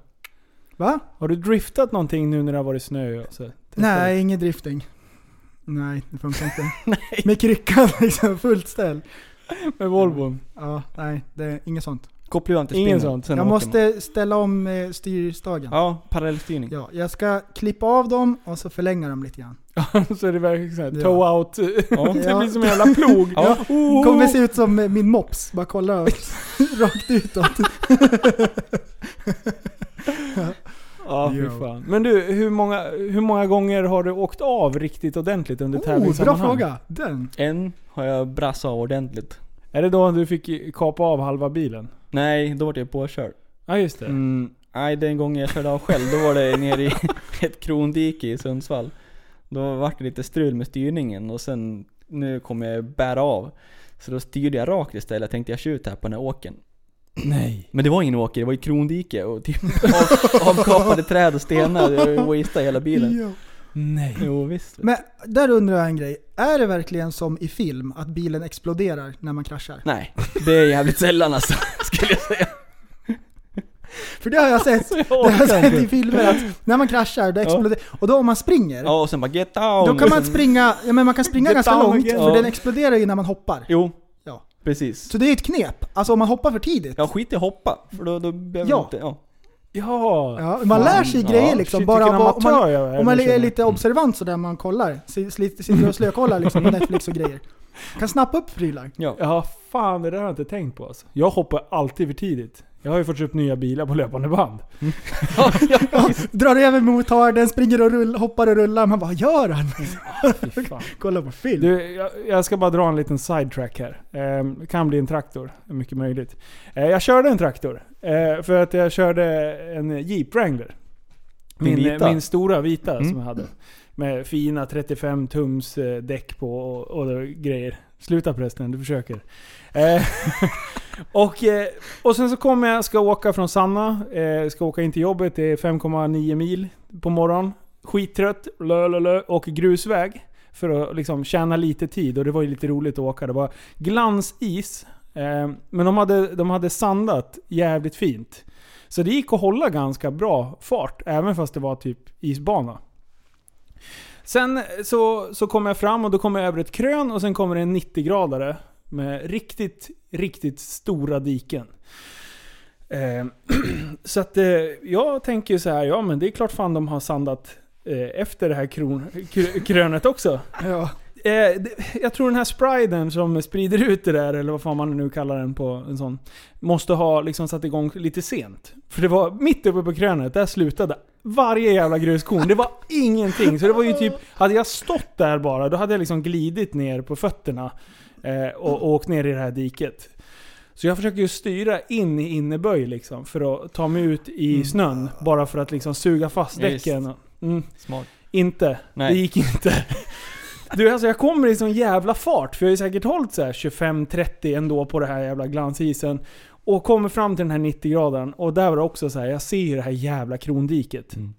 Va? Har du driftat någonting nu när det har varit snö? och Så, Testa Nej, ingen drifting. Nej, det funkar inte. Med kryckan liksom, fullt ställ. det. Med Volvon. Ja, nej, det är inget sånt. Kopplar ju alltid Ingen spinnen, sånt. sen jag åker man. måste ställa om eh, styrstagen. Ja. Ja, parallellstyrning. jag ska klippa av dem och så förlänga dem lite grann. så är det verkligen såhär, Ja. toe out. det Ja. blir som en jävla plog. Ja. Oh, Kommer se ut som eh, min mops, bara kolla rakt utåt. Ja, fy Ja. fan. Men du, hur många, hur många gånger har du åkt av riktigt ordentligt under Oh, bra tävlingssammanhang? fråga! Den. En har jag brassat av ordentligt. Är det då du fick kapa av halva bilen? Nej, då vart jag påkörd. Ja, just det. Mm, nej, den gången jag körde av själv, då var det nere i ett krondike i Sundsvall. Då vart det lite strul med styrningen och sen nu kommer jag bära av. Så då styrde jag rakt istället. Jag tänkte jag kör ut här på den här åken. Nej. Men det var ingen åker, det var ju krondike och typ av, avkapade träd och stenar. Jag wasteade hela bilen. Ja. Nej. Jo, visst. Men där undrar jag en grej. Är det verkligen som i film, att bilen exploderar när man kraschar? Nej, det är jävligt sällan alltså, skulle jag säga. För det har jag sett, det har jag sett i filmer att när man kraschar, då exploderar Och då om man springer, Ja, och sen bara get down. då kan man och sen- springa, ja, men man kan springa Get ganska down långt, again. för Ja. den exploderar ju när man hoppar. Jo, Ja. precis. Så det är ett knep, alltså om man hoppar för tidigt. Ja, skit i hoppa. För då, då behöver Ja. du inte... Ja. Ja. Ja, man lär sig Ja, grejer liksom, Shit, bara vilken av att- om man, amatör jag är. om man nu känner är jag. lite observant sådär man kollar, Si- sli- sitter och slökollar liksom på Netflix och grejer. Kan snappa upp prylar. ja. Ja, fan det där har jag inte tänkt på alltså. Jag hoppar alltid för tidigt. Jag har ju fått köpt nya bilar på löpande band. Ja, drar över motarden, springer och rull, hoppar och rullar. Man bara, gör han? Fy fan. Kollar på film. Du, jag, jag ska bara dra en liten sidetrack här. Ehm, Det kan bli en traktor, är mycket möjligt. Eh, jag körde en traktor, eh, för att jag körde en Jeep Wrangler. Din Min, vita? Mm. min stora vita som jag hade. Med fina 35 tums eh, däck på och, och grejer. Sluta prästen, du försöker. Eh, och, eh, och sen så kommer jag, ska åka från Sanna, eh, ska åka in till jobbet, det är 5,9 mil på morgonen. Skittrött, lö, lö, lö, och grusväg. För att liksom tjäna lite tid och det var ju lite roligt att åka. Det var glansis. Eh, men de hade, de hade sandat jävligt fint. Så det gick att hålla ganska bra fart, även fast det var typ isbana. Sen så, så kommer jag fram och då kommer jag över ett krön och sen kommer det en 90-gradare. Med riktigt, riktigt stora diken. Eh, så att eh, jag tänker ju så här, ja men det är klart fan de har sandat eh, efter det här kron, kr- krönet också. Ja. Eh, det- jag tror den här spriden som sprider ut det där, eller vad fan man nu kallar den på en sån, måste ha liksom satt igång lite sent. För det var mitt uppe på krönet, där slutade varje jävla gruskorn. Det var ingenting. Så det var ju typ, hade jag stått där bara, då hade jag liksom glidit ner på fötterna eh, och, och åkt ner i det här diket. Så jag försöker ju styra in i inneböj liksom, för att ta mig ut i snön. Bara för att liksom suga fast Mm. Ja, just. däcken. Mm. Smart. Inte. Nej. Det gick inte. Du, alltså jag kommer i sån jävla fart, för jag har ju säkert hållit så här 25-30 ändå på det här jävla glansisen. Och kommer fram till den här 90-graden, och där var det också så här, jag ser ju det här jävla krondiket. Mm.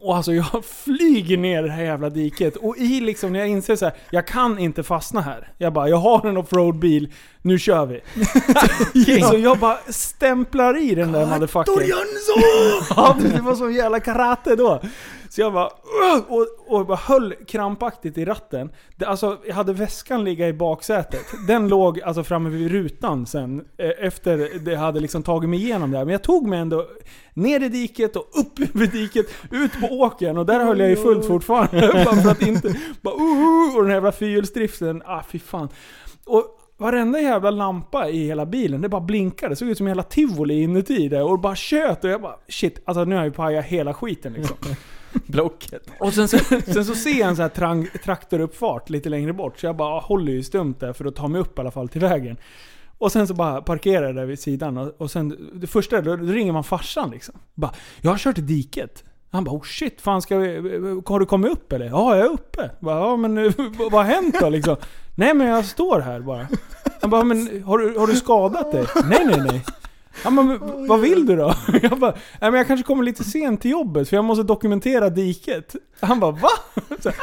Och alltså jag flyger ner i det här jävla diket, och i liksom när jag inser så här, jag kan inte fastna här. Jag bara, jag har en offroad-bil, nu kör vi. Så jag bara stämplar i den där motherfuckern. Ja, men det var som jävla karate då. Så jag bara... "Ugh!" Och, och bara höll krampaktigt i ratten. Det, alltså, jag hade väskan ligga i baksätet. Den låg alltså framme vid rutan sen. Eh, efter det jag hade liksom tagit mig igenom det här. Men jag tog mig ändå ner i diket och upp över diket, ut på åkern. Och där höll jag ju fullt fortfarande. bara för att inte... Bara, "Uh, uh!" och den här jävla fyrhjulsdriften. Ah, fy fan. Och varenda jävla lampa i hela bilen, det bara blinkade. Det såg ut som hela tivoli inuti det. Och det bara tjöt. Och jag bara shit, alltså nu har jag ju pajat hela skiten liksom. Blocket. Och sen så, sen så ser jag en sån här trang, traktoruppfart lite längre bort. Så jag bara "Ah, håller ju stumt där för att ta mig upp i alla fall till vägen. Och sen så bara parkerar jag där vid sidan. Och, och sen, det första, då, då ringer man farsan liksom. Bara, jag har kört i diket. Han bara oh shit, fan ska vi, har du kommit upp eller? Ja, jag är uppe. Bara, ja men nu, vad har hänt då liksom? Nej men jag står här bara. Han bara, men har du, har du skadat dig? Nej nej nej. Han bara, men, vad vill du då? Jag bara, nej men jag kanske kommer lite sent till jobbet för jag måste dokumentera diket. Han bara, va? Så här.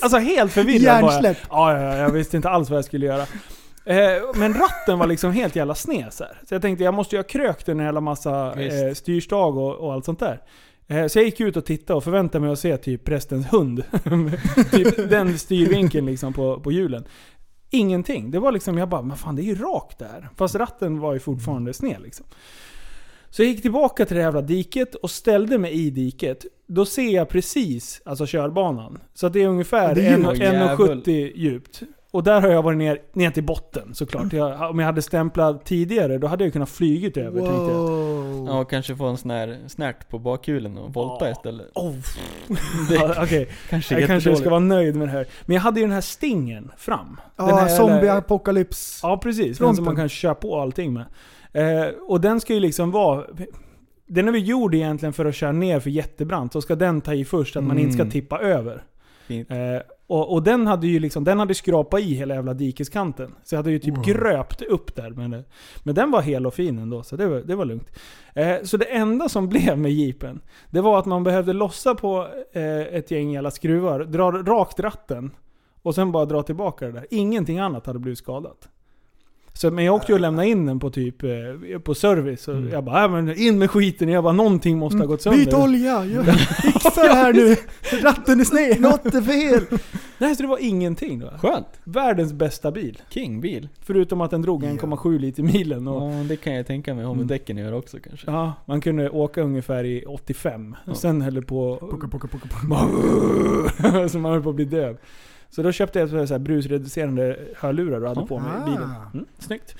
Alltså helt förvirrad var jag. Hjärnsläpp. Ja, ja, ja, jag visste inte alls vad jag skulle göra. Eh, Men ratten var liksom helt jävla sned så här. Så jag tänkte jag måste ju ha krökt en jävla massa Visst. eh, styrstag och, och allt sånt där. Eh, Så jag gick ut och tittade och förväntade mig att se typ prästens hund. typ den styrvinkeln liksom på, på hjulen. Ingenting. Det var liksom, jag bara, men fan det är ju rakt där. Fast ratten var ju Mm. fortfarande sned liksom. Så jag gick tillbaka till det jävla diket och ställde mig i diket. Då ser jag precis, alltså körbanan. Så att det är ungefär Det är en- djupt. Jävlar. 1,70 djupt. Och där har jag varit ner, ner till botten såklart. Jag, om jag hade stämplat tidigare, då hade jag kunnat flygit över tänkte jag. Wow. Ja, och kanske få en sån här snärt på bakhjulen och volta Ja. istället. Oh, Det ja, Okej, kanske är jag kanske jättedåligt. ska vara nöjd med det här. Men jag hade ju den här stingen fram. den Ja, här zombieapokalyps. Ja, precis. Den Fronten. som man kan köra på allting med. Eh, och den ska ju liksom vara... Den är väl gjord egentligen för att köra ner för jättebrant. Så ska den ta i först, att man inte ska Mm. tippa över. Fint. Eh, och, och den hade ju liksom, den hade skrapat i hela jävla dikeskanten. Så jag hade ju typ gröpt upp där. Men, det- men den var hel och fin ändå, så det var, det var lugnt. Eh, så det enda som blev med jeepen, det var att man behövde lossa på eh, ett gäng jävla skruvar, dra rakt ratten och sen bara dra tillbaka det där. Ingenting annat hade blivit skadat. Så, men jag åkte ju och lämnade in den på typ eh, på service. Och Jag bara, äh, men in med skiten. Jag bara, någonting måste ha gått sönder. Mm. Byt olja! Jag fixar det här nu! Ratten är sned! Något är fel! Nej, så det var ingenting. Då. Skönt! Världens bästa bil. Kingbil. Förutom att den drog Ja. 1,7 liter milen. Och, Ja, det kan jag tänka mig. Har med däcken att göra också kanske. ja, man kunde åka ungefär i 85. Ja. Och sen höll det på... Puka, puka, puka, puka. så man höll på att bli döv. Så då köpte jag så här- så här brusreducerande hörlurar och hade Ja. på mig i bilen. Ah. Mm, snyggt.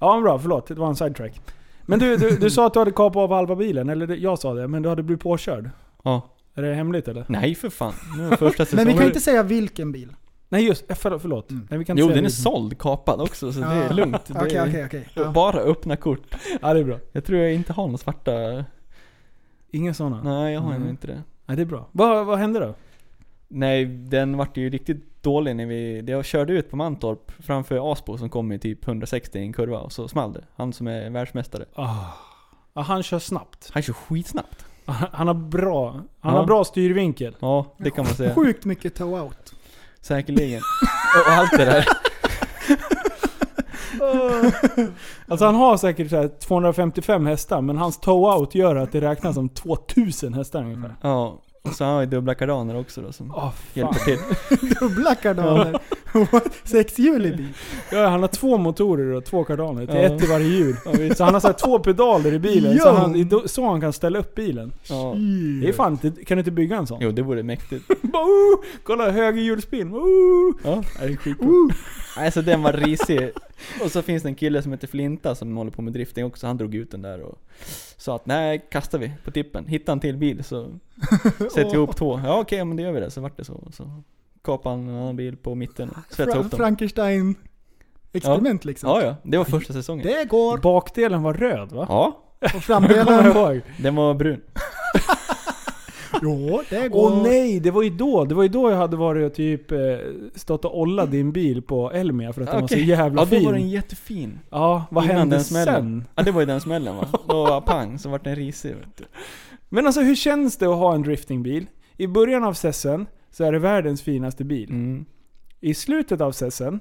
Ja, men bra. Förlåt. Det var en sidetrack. Men du, du, du sa att du hade kapat av halva bilen, eller det- jag sa det, men du hade blivit påkörd. Ja. Är det hemligt eller? Nej för fan. Nu är det första Men vi säsongen. kan inte säga vilken bil. Nej just eh, förlåt. förlåt. Nej, vi kan inte Jo säga den är det. såld, kapad också så det Ja. är lugnt. Det Okej, är- okej, okej. Ja. Bara öppna kort. Ja det är bra. Jag tror jag inte har några svarta... Inga sådana? Nej. Nej jag har Mm. ännu inte det. det är bra. Vad, vad hände då? Nej, den vart ju riktigt dålig när vi... Jag körde ut på Mantorp framför Aspo som kom i typ 160 i en kurva och så small det. Han som är världsmästare. Ah. Ja, han kör snabbt. Han kör skitsnabbt. Han han har bra, han Ja. har bra styrvinkel. Ja, det kan man säga. Sjukt mycket toe-out. Säkerligen. Och, och allt det där. Alltså han har säkert så här 255 hästar, men hans toe-out gör att det räknas som 2000 hästar ungefär. Ja. Och så har han ju dubbla kardaner också då som Ah, fan. hjälper till. Dubbla kardaner. Sexhjulig bil. Ja, han har två motorer och två kardaner. Till Ja. ett i varje hjul. så han har så här två pedaler i bilen. Jo. Så, han, så han kan ställa upp bilen. Ja. Det är fan inte, kan du inte bygga en sån? Jo, det vore mäktigt. Bara, oh, kolla högerhjulsspinn. Oh. Ja. Ja, det är skitbra. Nej, så den var risig. Och så finns det en kille som heter Flinta som håller på med drifting också. Han drog ut den där och sa att nej, kastar vi på tippen. Hittar en till bil så sätter vi ihop två. Ja okej, men det gör vi det. Så vart det så. Och Så kapade han en annan bil på mitten och svetsade Fra ihop dem. Frankenstein-experiment liksom. Ja, ja. Det var första säsongen. Det går. Bakdelen var röd va? Ja, Och Kommer framdelen. jag ihåg. den var brun. Jo, det går. Åh nej, det var ju då. Det var ju då jag hade varit och typ eh, stått och ollat din bil på Elmia för att den var så Okej. jävla Ja, då fin. var den jättefin. Ja, vad Innan hände den smällen. sen? Ja, det var ju den smällen va? Då var pang, så vart den risig. Vet du. Men alltså hur känns det att ha en driftingbil? I början av sessen så är det världens finaste bil. Mm. I slutet av sessen,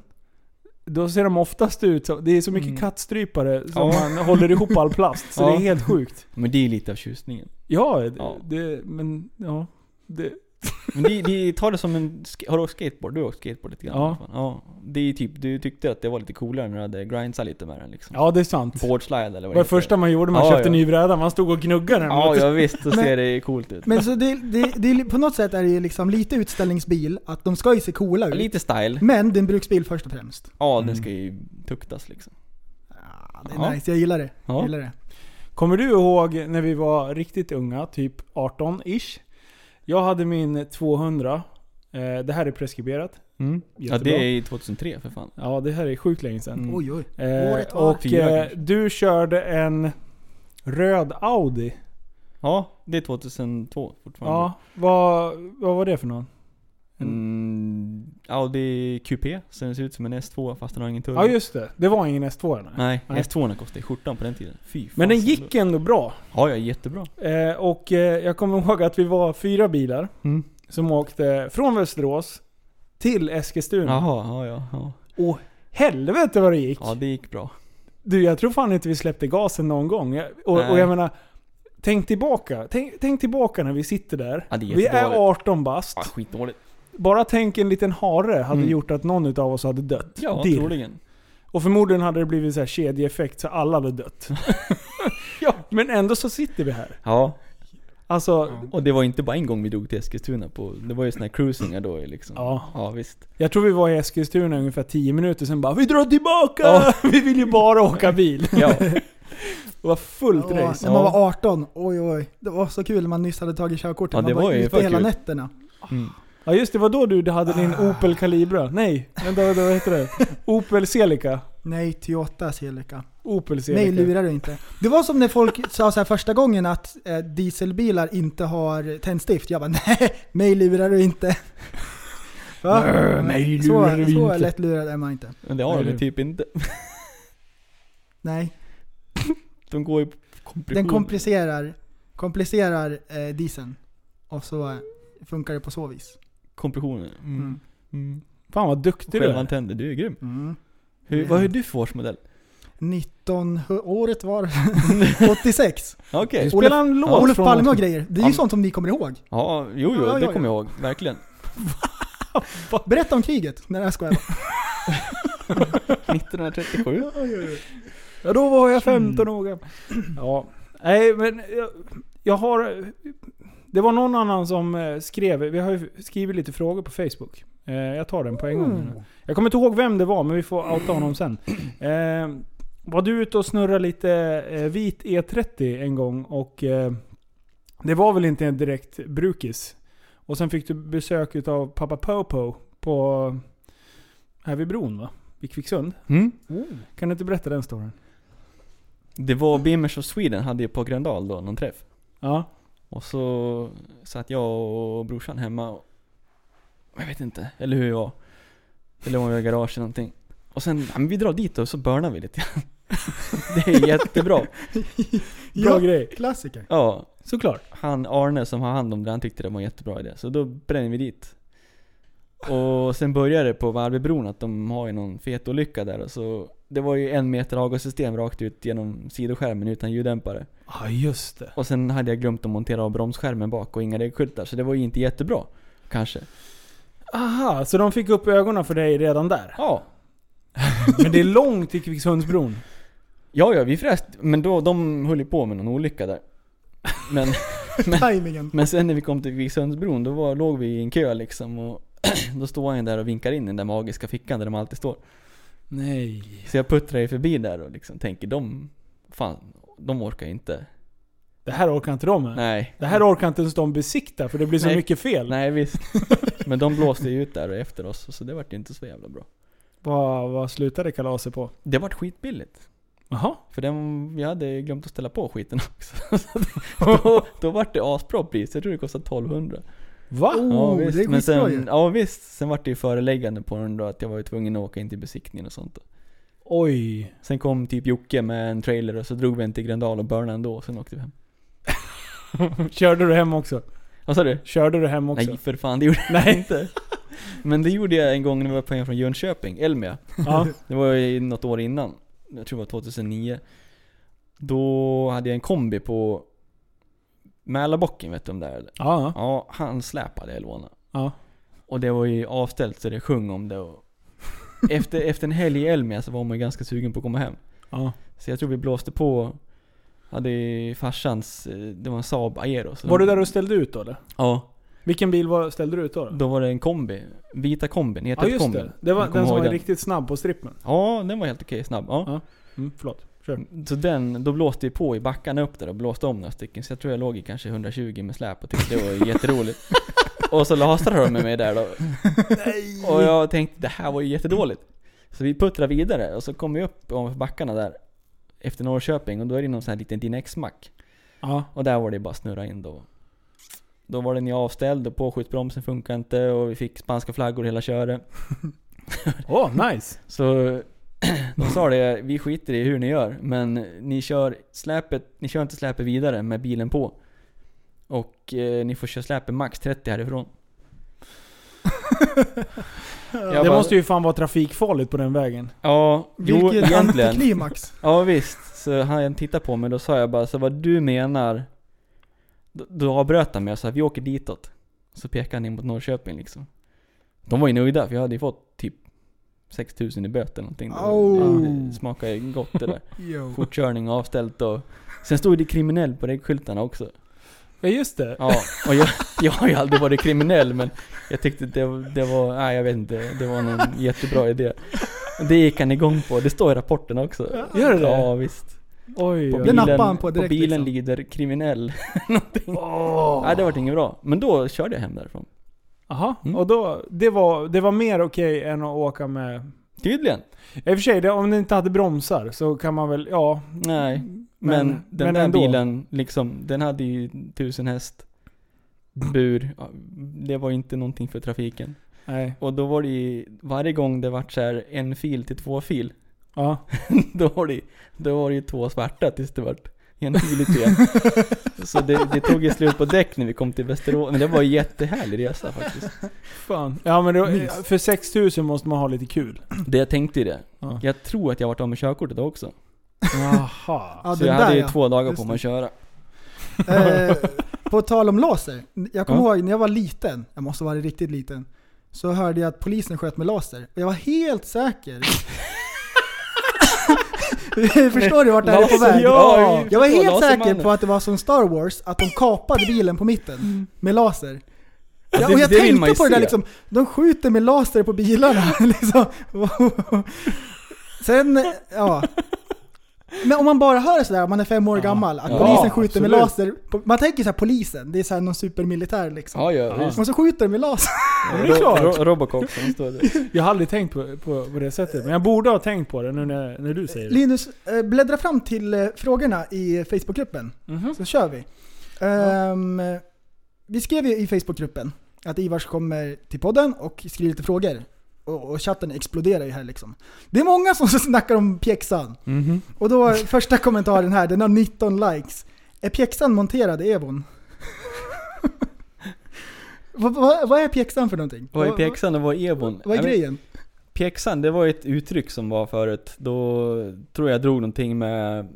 då ser de oftast ut som... Det är så mycket Mm. kattstrypare som Ja. man håller ihop all plast. Så Ja. det är helt sjukt. Men det är lite av tjusningen. Ja, det, Ja. Det, men ja. Det, Men det, det, ta det som en... sk- Har du åkt skateboard? Du har åkt skateboard lite grann Ja. i alla fall. ja. Det är typ, du tyckte att det var lite coolare när du hade grindsat lite med den liksom. ja, det är sant. Boardslide eller Det vad var det heter. första man gjorde, man Ja, köpte ja. en ny bräda, man stod och gnuggade den. Ja, mot- ja visst, då Men- ser det coolt ut. Men så det, det, det, är- på något sätt är det ju liksom lite utställningsbil, att de ska ju se coola ut. Lite style. Men det är en bruksbil först och främst. Ja, Mm. den ska ju tuktas liksom. Ah, det är Ja. nice, jag gillar det. Ja. Jag gillar det. Kommer du ihåg när vi var riktigt unga, typ 18-ish? Jag hade min 200. Eh, det här är preskriberat. Mm. Ja, det är ju 2003 för fan. Ja, det här är sjukt länge sedan. Mm. Oj, oj. Året Eh, var och fyra, eh, kanske. du körde en röd Audi. Ja, det är 2002 fortfarande. Ja, vad, vad var det för någon? Mm, Audi QP, så den ser ut som en S2 fast den har ingen turbo. Ja just det, det var ingen S2 nej. Nej, Nej. s 2 kostade ju skjortan på den tiden. Fy Men den fasen. gick ändå bra. Ja, ja, jättebra. Eh, och eh, jag kommer ihåg att vi var fyra bilar Mm. som åkte från Västerås till Eskilstuna. Jaha, ja, ja, ja. Och helvete vad det gick! Ja, det gick bra. Du, jag tror fan inte vi släppte gasen någon gång. Jag- Och, och Nej. jag menar, tänk tillbaka. Tänk, tänk tillbaka när vi sitter där. Ja, det är vi är jättedåligt. 18 bast. Ah, skitdåligt. Bara Bara tänk en liten hare hade Mm. gjort att någon utav oss hade dött. ja, Dirr. troligen. Och förmodligen hade det blivit så här kedjeeffekt så alla hade dött. ja. Men ändå så sitter vi här. Ja, Alltså, och det var inte bara en gång vi drog till Eskilstuna på. Det var ju såna här cruisingar då liksom. Ja. Ja, visst. jag tror vi var i Eskilstuna ungefär 10 minuter sen bara Vi drar tillbaka! Ja. Vi vill ju bara åka bil. Ja. Det var fullt Åh, race. när man var 18, oj oj. Det var så kul när man nyss hade tagit körkortet. Ja, det man var ju ute faktiskt hela kul. nätterna. Mm. Ja just det, var då du hade din Ah. Opel Calibra? Nej, vänta, vänta vad heter det? Opel Celica? Nej, Toyota Celica. Opel Nej, Celica. lurar du inte. Det var som när folk sa så här första gången att eh, dieselbilar inte har tändstift. Jag bara nej, mig lurar du inte. Va? mig så, lurar du så inte. lätt lurad är man inte. Men det har Nej, de ju det- typ inte. Nej, De går ju på kompression. den komplicerar, komplicerar eh, dieseln. Och så eh, funkar det på så vis. Kompressionen. Mm. Mm. Mm. Fan vad duktig du är. Självantänder, du är grym. Mm. Hur, Mm. Vad är du för årsmodell? 19, hur- året var 86. Ja, Okej. Du spelar en låt Olof från- Palme och grejer. Det är ju Ja. sånt som ni kommer ihåg. Ja, jo, jo, Ja, ja, det ja. kommer jag ihåg. Verkligen. Berätta om kriget. Nej jag skojar bara. 1937. Ja, då var jag 15 år gammal. Ja. Nej, men jag, jag har... Det var någon annan som eh, skrev, vi har ju skrivit lite frågor på Facebook. Eh, Jag tar den på en gång. Jag kommer inte ihåg vem det var, men vi får outa honom sen. Eh, var du ute och snurrade lite eh, vit E30 en gång och eh, det var väl inte en direkt brukis? Och sen fick du besök utav pappa Popo på... Här vid bron va? Vid Kvicksund? Mm. Kan du inte berätta den storyn? Det var Beamers of Sweden hade ju på Gröndal då någon träff. Ja. Och så satt jag och brorsan hemma och Jag vet inte, eller hur jag var. Eller om jag var i garaget eller någonting. Och sen, ja, men vi drar dit och så burnar vi lite grann. Det är jättebra. Bra Ja. grej. Klassiker. Ja, Såklart. han Arne som har hand om det, han tyckte det var en jättebra idé. Så då bränner vi dit. Och sen började det på Vallbybron att de har ju någon fet olycka där. och Så det var ju en meter avgassystem rakt ut genom sidoskärmen utan ljuddämpare. Ja, just det. Och sen hade jag glömt att montera av bromsskärmen bak och inga regskyltar. Så det var ju inte jättebra. Kanske. Aha, så de fick upp ögonen för dig redan där? Ja. Men det är långt till Kvicksundsbron. Ja, ja, vi fräst. Men då, de höll ju på med någon olycka där. Men, Men- Timingen. men sen när vi kom till Kvicksundsbron, då var, låg vi i en kö liksom. Och då står han ju där och vinkar in i den där magiska fickan där de alltid står. Nej. Så jag puttrar ju förbi där och liksom tänker de, fan, de orkar inte. Det här orkar inte de med. Nej. Det här orkar inte ens de besikta för det blir så Nej. mycket fel. Nej visst. Men de blåste ju ut där och efter oss, så det vart ju inte så jävla bra. Vad, vad slutade kalaset på? Det vart skitbilligt. Jaha? För den, jag hade glömt att ställa på skiten också. Så då, då vart det asbra pris, jag tror det kostade 1200. Va? Oh, det är Men skitbra sen, ju. ja visst, sen vart det ju föreläggande på den då att jag var ju tvungen att åka in till besiktningen och sånt. Oj. Sen kom typ Jocke med en trailer och så drog vi in till Gröndal och burnade ändå och sen åkte vi hem. Körde du hem också? Vad sa du? Körde du hem också? Nej för fan, det gjorde jag inte. Men det gjorde jag en gång när vi var på en från Jönköping, Elmia. Ja. Det var ju något år innan. Jag tror det var 2009. Då hade jag en kombi på Mälarbocken, vet du om det är eller? ja. Ja, han släpade jag lånade. Ja. Och det var ju avställt så det sjöng om det och... efter, efter en helg i Elmia så var man ju ganska sugen på att komma hem. ja. Så jag tror vi blåste på... Hade ju farsans... eh, Det var en Saab Aero. så Var du den- där och ställde ut då eller? Ja. Vilken bil var, ställde du ut då? då? Då var det en kombi. Vita kombin, Ja heter just kombin. det. Det var Jag kommer den som ihåg var riktigt snabb på strippen. Ja, den var helt okej snabb. Ja. Mm, förlåt. Kör. Så den, då blåste vi på i backarna upp där och blåste om några stycken. Så jag tror jag låg i kanske 120 med släp och tyckte det var jätteroligt. och så lasrade de med mig där då. Och jag tänkte det här var ju jättedåligt. Så vi puttrade vidare och så kom vi upp ovanför backarna där. Efter Norrköping och då är det någon sån här liten Dinex-mack. Ja. Och där var det bara att snurra in då. Då var den ju avställd och påskjutsbromsen funkade inte och vi fick spanska flaggor hela köret. Åh, nice. Så de sa det, vi skiter i hur ni gör, men ni kör, släpet, ni kör inte släpet vidare med bilen på. Och eh, ni får köra släpet max 30 härifrån. Jag det bara, måste ju fan vara trafikfarligt på den vägen. Ja, jo Vilket egentligen. antiklimax. Ja visst. Så han tittade på mig, då sa jag bara så vad du menar. Då, då avbröt han mig och sa vi åker ditåt. Så pekade han in mot Norrköping liksom. De var ju nöjda för jag hade ju fått typ 6000 i böter eller någonting. Oh. Det, det smakade ju gott det där. Yo. fortkörning och avställt och... Sen stod det kriminell på regskyltarna också. Ja just det. Ja, och jag, jag har ju aldrig varit kriminell men jag tyckte det, det var, nej jag vet inte, det var någon jättebra idé. Det gick han igång på, det står i rapporten också. Gör det det? Ja visst. Oj, På oj, Det oj. nappade han på direkt, bilen liksom. lider kriminell. Någonting. Nej det vart inget bra. Men då körde jag hem därifrån. Aha. Mm. Och då, det var, det var mer okej än att åka med... Tydligen. I och för sig, det, om den inte hade bromsar så kan man väl, ja. Nej. Men, Men- den men där ändå. bilen, liksom, den hade ju tusen häst. Bur. Ja, Det var ju inte någonting för trafiken. Nej. Och då var det ju, varje gång det vart så här en fil till två fil, Ja. då var det, då var det ju två svarta tills det vart en fil till en. Så det, det tog ju slut på däck när vi kom till Västerås, men det var en jättehärlig resa faktiskt. Fan. Ja men då, för 6000 måste man ha lite kul. Det jag tänkte ju det. Ja. Jag tror att jag varit av med körkortet då också. Jaha. Ja, så den jag hade där ju ja. två dagar Just på mig att köra. Eh, på tal om laser. Jag kommer Ja. ihåg när jag var liten, jag måste vara riktigt liten, så hörde jag att polisen sköt med laser. Och jag var helt säker. Förstår du vart det här är på väg? Alltså, Ja, Jag var förstår, helt säker Lasermannen. på att det var som Star Wars, att de kapade bilen på mitten med laser. Ja, Ja, det- och jag det vill man ju tänkte på det där se. liksom, de skjuter med laser på bilarna. Liksom. Sen, ja. Men om man bara hör sådär, om man är fem år gammal, att Ja, polisen skjuter med absolut. laser. på- Man tänker såhär polisen, det är såhär någon supermilitär liksom. Ja, ja, Och så skjuter de med laser. det är klart. Ro- Robocop som står där. Jag har aldrig tänkt på, på, på det sättet, men jag borde ha tänkt på det nu när, när du säger det. Linus, eh, bläddra fram till eh, frågorna i Facebookgruppen. Mhm. Så kör vi. Ehm, Vi skrev ju i Facebookgruppen att Ivars kommer till podden och skriver lite frågor. Och, och chatten exploderar ju här liksom. Det är många som snackar om pjäxan. Mhm. Och då första kommentaren här, den har 19 likes. Är pjäxan monterad i Evon? vad, vad, vad är pjäxan för någonting? Vad är pjäxan och vad är ebon? Vad Ja, är men grejen? Pjäxan, det var ju ett uttryck som var förut. Då tror jag drog någonting med...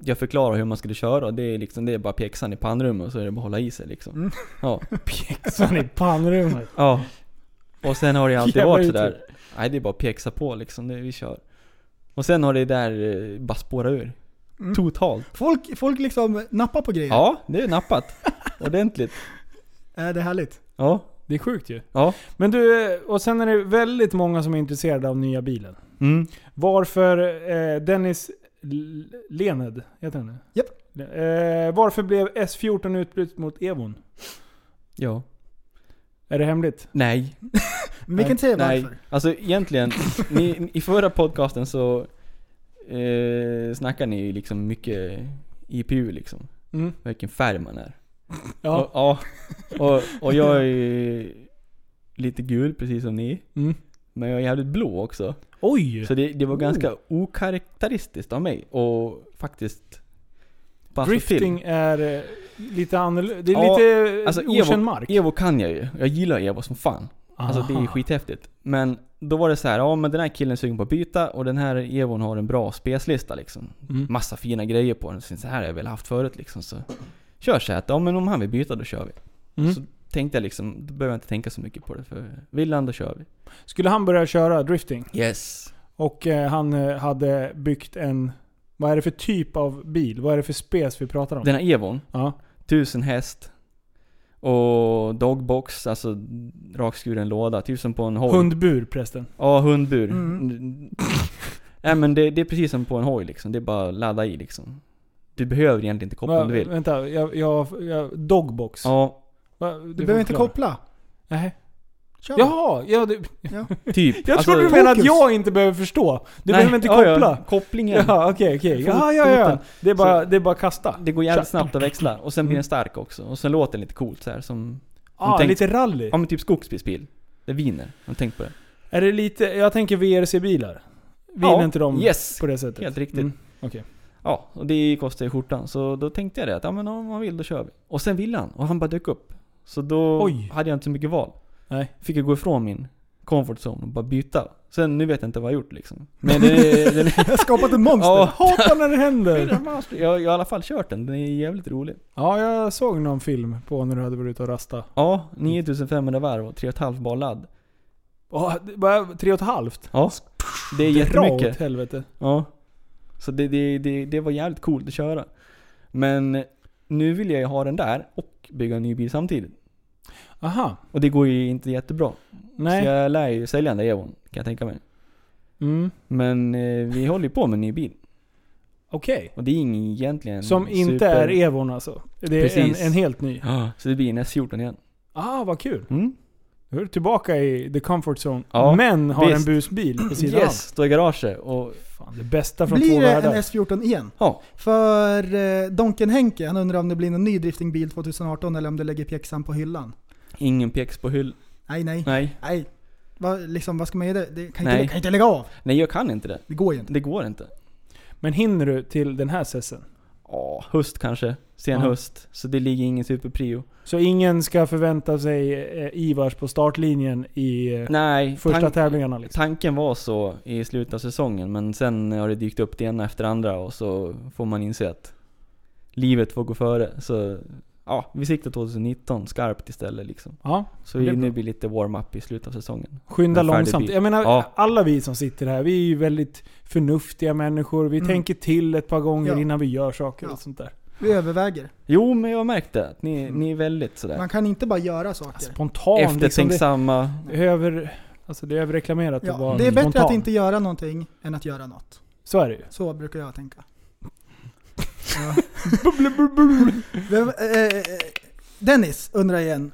Jag förklarar hur man skulle köra. Det är liksom, det är bara pjäxan i pannrummet och så är det bara att hålla i sig liksom. Mm. Ja. Pjäxan i pannrummet. ja. Och sen har det alltid Jävla varit uttryck. sådär. Nej, det är bara att pjäxa på liksom. Det, vi kör. Och sen har det där eh, bara spårat ur. Mm. Totalt. Folk, folk liksom nappar på grejer. Ja, det är nappat. Ordentligt. Är det är härligt? Ja. Det är sjukt ju. Ja. Men du, och sen är det väldigt många som är intresserade av nya bilen. Mm. Varför eh, Dennis L- Lened, heter han det? Japp. Eh, varför blev S14 utbytt mot Evon? Ja. Är det hemligt? Nej. Men vi kan inte säga Nej, varför. alltså egentligen, ni, i förra podcasten så eh, snackade ni ju liksom mycket IPU liksom. Mm. Vilken färg man är. Ja. Och, ja, och, och jag är ju lite gul precis som ni. Mm. Men jag är jävligt blå också. Oj! Så det, det var ganska okaraktäristiskt av mig och faktiskt passa Drifting är eh, lite annorlunda. Det är Alltså, Ja, lite eh, alltså, okänd mark. Evo kan jag ju. Jag gillar Evo som fan. Alltså det är ju Aha. skithäftigt. Men då var det så här, ja men den här killen är sugen på att byta och den här Evon har en bra speslista liksom. Mm. Massa fina grejer på den. Så så här har jag väl haft förut liksom. Så kör så här, att, ja men om han vill byta då kör vi. Mm. Så tänkte jag liksom, då behöver jag inte tänka så mycket på det för vill han då kör vi. Skulle han börja köra drifting Yes. och eh, han eh, hade byggt en... Vad är det för typ av bil? Vad är det för spec vi pratar om? Den här Evon, Ja. 1000 häst. Och dogbox, alltså rakskuren låda. Tusen på en hoj. Hundbur prästen. Ja, hundbur. Mm. Mm. Nej men det, det är precis som på en hoj liksom. Det är bara att ladda i liksom. Du behöver egentligen inte koppla om du vill. Vänta, jag, jag, jag, dogbox. Ja, Va, du Du får behöver inte förklara. koppla. Nej. Kör. Jaha, ja, du, typ. jag Alltså, trodde du menade att fokus. jag inte behöver förstå. Du nej, behöver inte ja, koppla. Ja, kopplingen. Ja, okej, okej. Fot- Ja, ja, ja. foten. Det är bara, det är bara kasta. Det går jävligt Kör. snabbt att växla. Och sen blir Mm. den stark också. Och sen låter den lite coolt så här som... Ah, tänkt- lite rally. Ja men typ skogsbilsbil. Det viner. Har du tänkt på det? Är det lite, jag tänker VRC-bilar. Vinner Ja, inte de yes. på det sättet? Helt riktigt. Mm, okej. Ja, och det kostar ju skjortan. Så då tänkte jag det att ja, men om han vill då kör vi. Och sen ville han. Och han bara dök upp. Så då Oj. hade jag inte så mycket val. Nej. Fick jag gå ifrån min comfort zone och bara byta. Sen nu vet jag inte vad jag gjort liksom. Men det, den, Jag har skapat ett monster. Ja. Hatar när det händer! jag, jag har i alla fall kört den. Den är jävligt rolig. Ja, jag såg någon film på när du hade varit ute och rasta. Ja, 9500 varv och 3,5 bar ladd. Oh, bara tre och ett halvt? Ja, det är Dra åt jättemycket. helvete. Ja. Så det, det, det, det var jävligt coolt att köra. Men nu vill jag ju ha den där och bygga en ny bil samtidigt. Aha. Och det går ju inte jättebra. Nej. Så jag lär ju sälja den där Evon, kan jag tänka mig. Mm. Men eh, vi håller ju på med en ny bil. Okej. Och det är ingen egentligen Som inte är super- Evon alltså? Det är en, Precis. en helt ny? Ja, Så det blir en S14 igen. Ah, vad kul. Mm. Nu är du tillbaka i the comfort zone. Ja, men har visst. en busbil på sidan Yes, står i garaget och... av. Fan, det bästa från två Blir det en världar. S14 igen? Ja. För eh, Donken Henke, han undrar om det blir någon ny driftingbil 2018 eller om du lägger pjäxan på hyllan. Ingen pjäx på hyll... Nej, nej, nej. Nej. Va, liksom, vad ska man göra? Det kan Nej. inte, kan inte lägga av. Nej, jag kan inte det. Det går ju inte. Det går inte. Men hinner du till den här sessen? Ja, höst kanske. Sen Ja. höst. Så det ligger ingen superprio. Så ingen ska förvänta sig eh, Ivars på startlinjen i eh, Nej, första tan- tävlingarna liksom. tanken var så i slutet av säsongen. Men sen har det dykt upp det ena efter andra och så får man inse att livet får gå före. Så ja, vi siktar 2019 skarpt istället liksom. Ja, Så Det är vi, bra. nu blir lite warm-up i slutet av säsongen. skynda En färdig långsamt. bil. Jag menar, Ja. alla vi som sitter här, vi är ju väldigt förnuftiga människor. Vi Mm. tänker till ett par gånger Ja. innan vi gör saker Ja. och sånt där. Vi överväger. Jo, men jag har märkt det. Att ni, ni är väldigt sådär Mm. Man kan inte bara göra Alltså, Alltså, saker. Spontant liksom. Det, eftertänksamma. över, alltså det är överreklamerat att Ja, vara det är bättre spontan. att inte göra någonting än att göra något. Så är det ju. Så brukar jag tänka. Ja. Vem- eh, eh, Dennis undrar igen.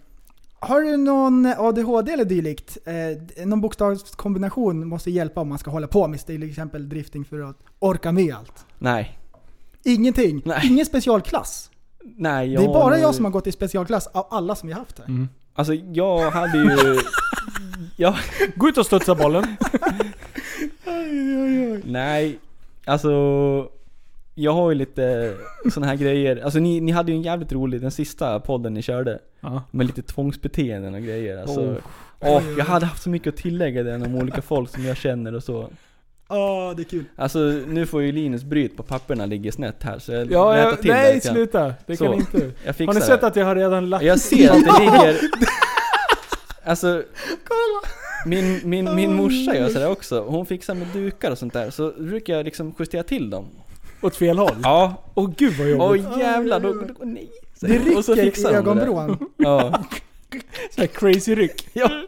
Har du någon ADHD eller dylikt? Eh, någon bokstavskombination måste hjälpa om man ska hålla på med till exempel drifting för att orka med allt. Nej. Ingenting. Nej. Ingen specialklass. Nej, det är bara jag nu- som har gått i specialklass av alla som vi har haft här. Alltså jag hade ju... jag, Gå ut och studsa bollen. nej, alltså... Jag har ju lite såna här grejer. Alltså ni, ni hade ju en jävligt rolig, den sista podden ni körde. Ja. Med lite tvångsbeteenden och grejer. Alltså, Oh. Åh, jag hade haft så mycket att tillägga den om olika folk som jag känner och så. Åh, det är kul. Alltså nu får ju Linus bryt på papperna ligger snett här så jag Ja, rättar jag, till det nej lite grann. sluta. Det Så. kan inte. Jag fixar Har ni det. sett att jag har redan lagt... Jag ser att det ligger... Alltså... Min, min, min morsa gör sådär också. Hon fixar med dukar och sånt där. Så brukar jag liksom justera till dem. Åt fel håll? Ja. Åh gud vad Åh jobbigt. jävlar, då, då, nej. Det säger hon. Och så rycker fixar i hon det där. ögonvrån. Ja. Så här crazy ryck. ja.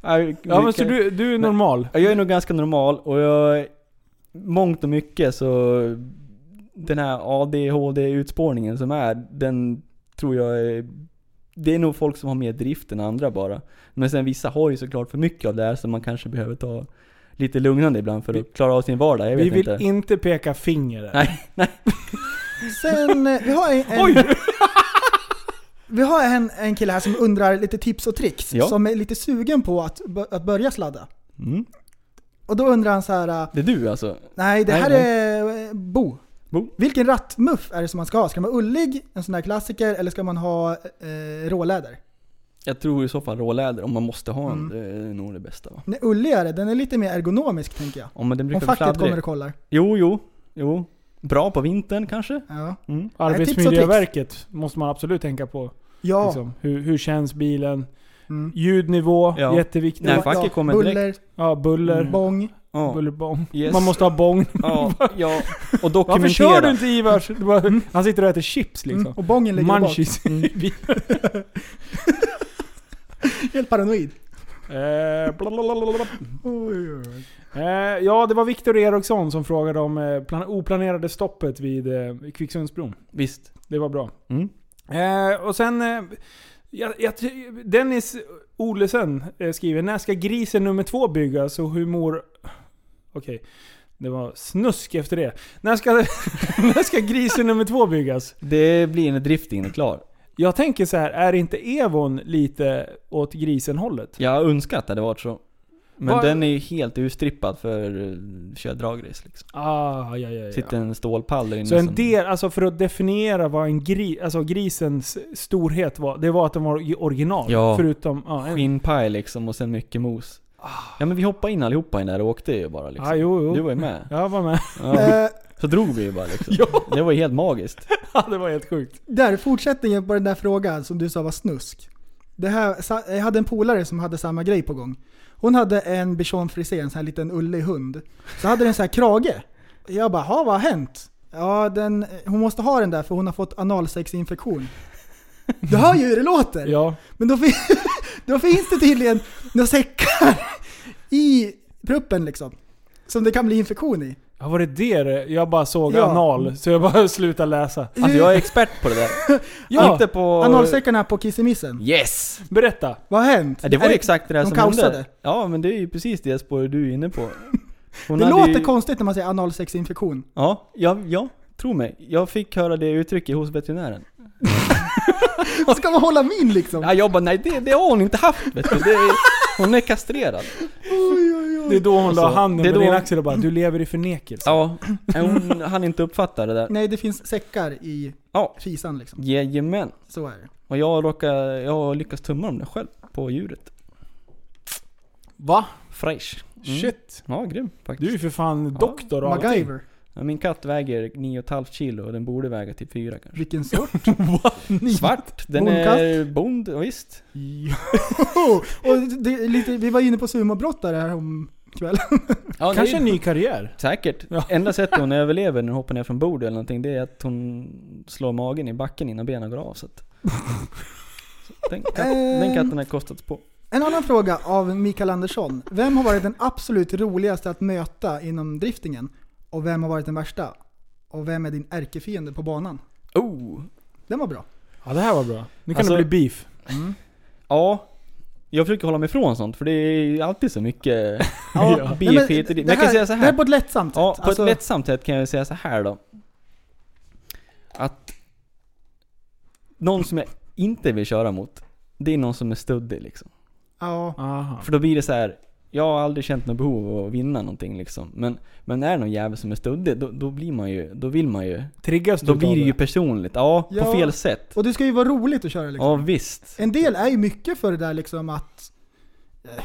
Nej, Ja men vi så kan- du, du är normal? Ja, Jag är nog ganska normal och jag... Mångt och mycket så... Den här ADHD-utspårningen som är, den tror jag är... Det är nog folk som har mer drift än andra bara. Men sen vissa har ju såklart för mycket av det här så man kanske behöver ta lite lugnande ibland för att klara av sin vardag. Jag vet Vi vill inte. inte peka finger där. Nej, nej. Sen, eh, vi har en, en, typ Oj! Vi har en, en kille här som undrar lite tips och tricks, Ja. som är lite sugen på att, bö- att börja sladda. Mm. Och då undrar han så här. eh, Det är du alltså? nej det Nej, här nej. är eh, Bo. Bo. Vilken rattmuff är det som man ska ha? Ska man ha ullig, en sån där klassiker, eller ska man ha eh, råläder? Jag tror i så fall råläder, om man måste ha Mm. en, det är nog det bästa va? Den är ulligare, den är lite mer ergonomisk tänker jag. Ja men den Om brukar bli facket kommer fladdrig. och kollar. Jo, jo, jo. Bra på vintern kanske? Ja. Mm. Arbetsmiljöverket måste man absolut tänka på. ja. Liksom. Hur, hur känns bilen? Mm. Ljudnivå, Ja. jätteviktigt. Nej, facket kommer Buller, Ja, buller. bång. Ja. Bullerbång. Yes. Man måste ha bång. Ja, ja. Och Varför kör du dokumentera. inte Ivars? Det Mm. bara, han sitter och äter chips liksom. Mm. Och bången ligger bak. Munchies. Helt paranoid. Eh, blablabla. Oj, oj, oj. Eh, ja, det var Viktor Eriksson som frågade om eh, plan- oplanerade stoppet vid eh, Kvicksundsbron. Visst. Det var bra. Mm. Eh, och sen... Eh, jag, jag, ty- Dennis Olesen eh, skriver När ska grisen nummer två byggas och hur mår... Okej. Det var snusk efter det. När ska, när ska grisen nummer två byggas? Det blir när driftingen är klar. Jag tänker så här, är inte Evon lite åt grisen-hållet? Jag önskar att det hade varit så. Men Vad- den är ju helt urstrippad för eh, köra dragrace liksom. Ah, ja, ja, ja. Sitter en stålpall där inne Så en som- del, alltså för att definiera vad en gri, alltså grisens storhet var, det var att den var i original. Ja. Förutom... Ja, en, Skinnpaj liksom och sen mycket mos. Ja men vi hoppade in allihopa in där och åkte ju bara liksom. ja, Ah. jo, jo. Du var ju med. Jag var med. Ja. Eh, Så drog vi ju bara liksom. Det var ju helt magiskt. Ja, det var helt sjukt. Där, fortsättningen på den där frågan som du sa var snusk. Det här, sa- jag hade en polare som hade samma grej på gång. Hon hade en bichon frisé, en sån här liten ullig hund. Så hade den så här krage. Jag bara, "Ha, vad har hänt? Ja, den, hon måste ha den där för hon har fått analsexinfektion. Du hör ju hur det låter! Ja. Men då, fin- då finns det tydligen några säckar i pruppen liksom. Som det kan bli infektion i. Ja, var det det det? Jag bara såg Ja. anal, så jag bara slutade läsa. Alltså jag är expert på det där. Ja, Inte på... Analsäckarna på kissemissen. Yes! berätta. Vad har hänt? Ja, det var Är ju exakt det där de som kaosade. hände. Ja men det är ju precis det spår du är inne på. Hon Det hade låter ju- konstigt när man säger analsexinfektion. Ja, ja, ja, tro mig. Jag fick höra det uttrycket hos veterinären. Ska man hålla min liksom? Ja, jag bara, nej det, det har hon inte haft vet du. Det är, hon är kastrerad. Det är då hon la Alltså, handen det är på då- din axel och bara du lever i förnekelse. Ja, hon hann inte uppfatta det där. Nej, det finns säckar i Ja, fisan liksom. jajamän. Så är det. Och jag, råkar, jag har lyckats tumma om det själv på djuret. Va? Fresh. Shit. Mm. Ja, grym Du är ju faktiskt. för fan Ja. doktor och allting. MacGyver. Ja, min katt väger 9,5 kilo och den borde väga typ 4 kanske. Vilken sort? Svart. Den är bond, ja, visst. Och det, är lite, vi var inne på sumobrottare här om kvällen. Ja, Kanske en det är, ny karriär. Säkert. Ja. Enda sättet hon överlever när hon hoppar ner från bordet eller någonting, det är att hon slår Eh. magen i backen innan benen går av. Så att den, kat- den katten har kostats på. En annan fråga av Mikael Andersson. Vem har varit den absolut roligaste att möta inom driftingen? Och vem har varit den värsta? Och vem är din ärkefiende på banan? Oh. Den var bra. Ja det här var bra. Nu kan Alltså- det bli beef. Ja. Jag försöker hålla mig ifrån sånt, för det är alltid så mycket Ja. beef Nej, men hit och dit. Men det jag kan här- säga så Det här här. är på ett lättsamt Ja, sätt. på Alltså, ett lättsamt sätt kan jag säga så här då. Att någon som jag inte vill köra mot, det är någon som är stöddig liksom. ja. Aha. För då blir det så här. jag har aldrig känt något behov av att vinna någonting liksom. Men, men är det någon jävel som är stöddig, då, då blir man ju, då vill man ju. Triggas Då du blir av det ju personligt. Ja, Ja. på fel sätt. Och det ska ju vara roligt att köra liksom. Ja visst. En del är ju mycket för det där liksom att... eh,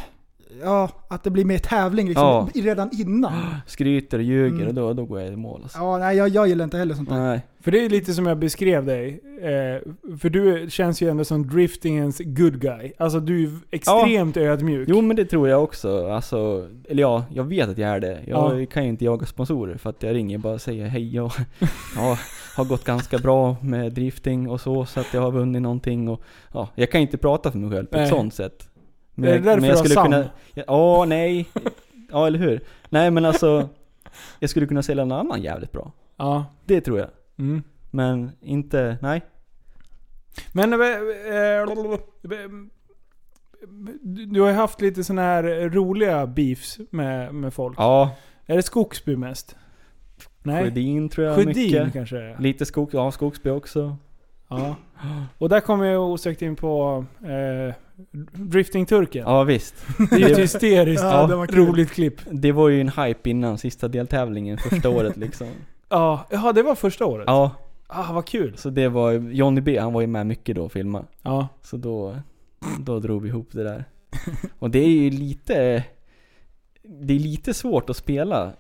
Ja, att det blir mer tävling liksom Ja. i- redan innan. Skryter och ljuger Mm. och då, då går jag i mål alltså. Ja, nej jag, jag gillar inte heller sånt där. Nej. För det är lite som jag beskrev dig. Eh, för du känns ju ändå som driftingens good guy. Alltså du är ju extremt ödmjuk. Jo men det tror jag också. Alltså, eller ja, jag vet att jag är det. Jag kan ju inte jaga sponsorer för att jag ringer bara och säger hej jag, ja, har gått ganska bra med drifting och så, så att jag har vunnit någonting och ja, jag kan ju inte prata för mig själv på Nej. ett sånt sätt. Det är därför du har Sam. Ja, åh, nej. Ja, eller hur? Nej men alltså, jag skulle kunna sälja någon annan jävligt bra. Ja. Det tror jag. Mm. Men inte, nej. Men... eh, eh, du- du har ju haft lite såna här roliga beefs med, med folk. Ja, Är det Skogsby mest? Nej? Sjödin tror jag Sjödin mycket. kanske det är. Lite skog, ja, Skogsby också. Ja. Och där kommer jag osökt in på eh, Drifting-turken. Ja visst. Det är ju ett hysteriskt Ja, det var kul. roligt klipp. Det var ju en hype innan sista deltävlingen första året liksom. Ja, jaha, det var första året? Ja, Ah, vad kul. så det var ju- Johnny B han var ju med mycket då och filma. Ja. Så då, då drog vi ihop det där. Och det är ju lite, det är lite svårt att spela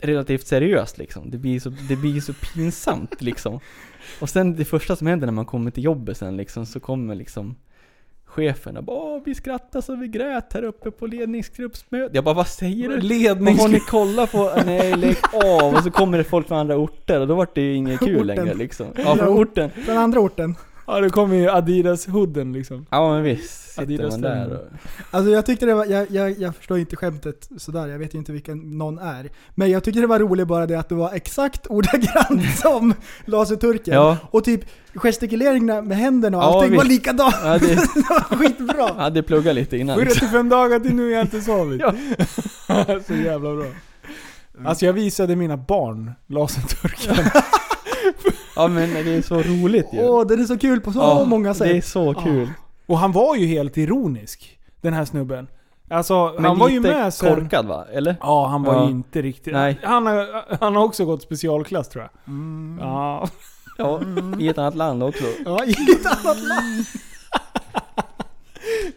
relativt seriöst liksom. Det blir så, det blir så pinsamt liksom. Och sen det första som händer när man kommer till jobbet sen liksom, så kommer liksom chefen och bara "Åh, vi skrattar så vi grät här uppe på ledningsgruppsmötet. Jag bara vad säger du? Vad Lednings... har ni kollat på? Nej lägg av! Och så kommer det folk från andra orter och då vart det ju inget kul Orten. längre liksom. Ja, från orten. Den andra orten. Ja, det kommer ju Adidas-hooden liksom. Ja men visst, sitter Adidas man där stämmer. och... Alltså jag tyckte det var, jag, jag, jag förstår inte skämtet sådär, jag vet ju inte vilken någon är. Men jag tyckte det var roligt bara det att det var exakt ordagrant som laserturken. Ja. Och typ gestikuleringarna med händerna och Ja, allting var visst. likadant. Jag hade, Det var skitbra. jag hade pluggat lite innan. 45 dagar till nu har jag inte sovit. Ja. Så jävla bra. Alltså jag visade mina barn laserturken. Ja men det är så roligt ju. Åh, den är så kul på så Ja, många Det är sätt. så kul. Och han var ju helt ironisk, den här snubben. Alltså, Men han var ju lite med sen... korkad va? Eller? Ja, han var Ja. ju inte riktigt... Nej. Han, har, han har också gått specialklass tror jag. Mm. Ja. Ja, Mm. i ett annat land också. Ja, i ett annat land.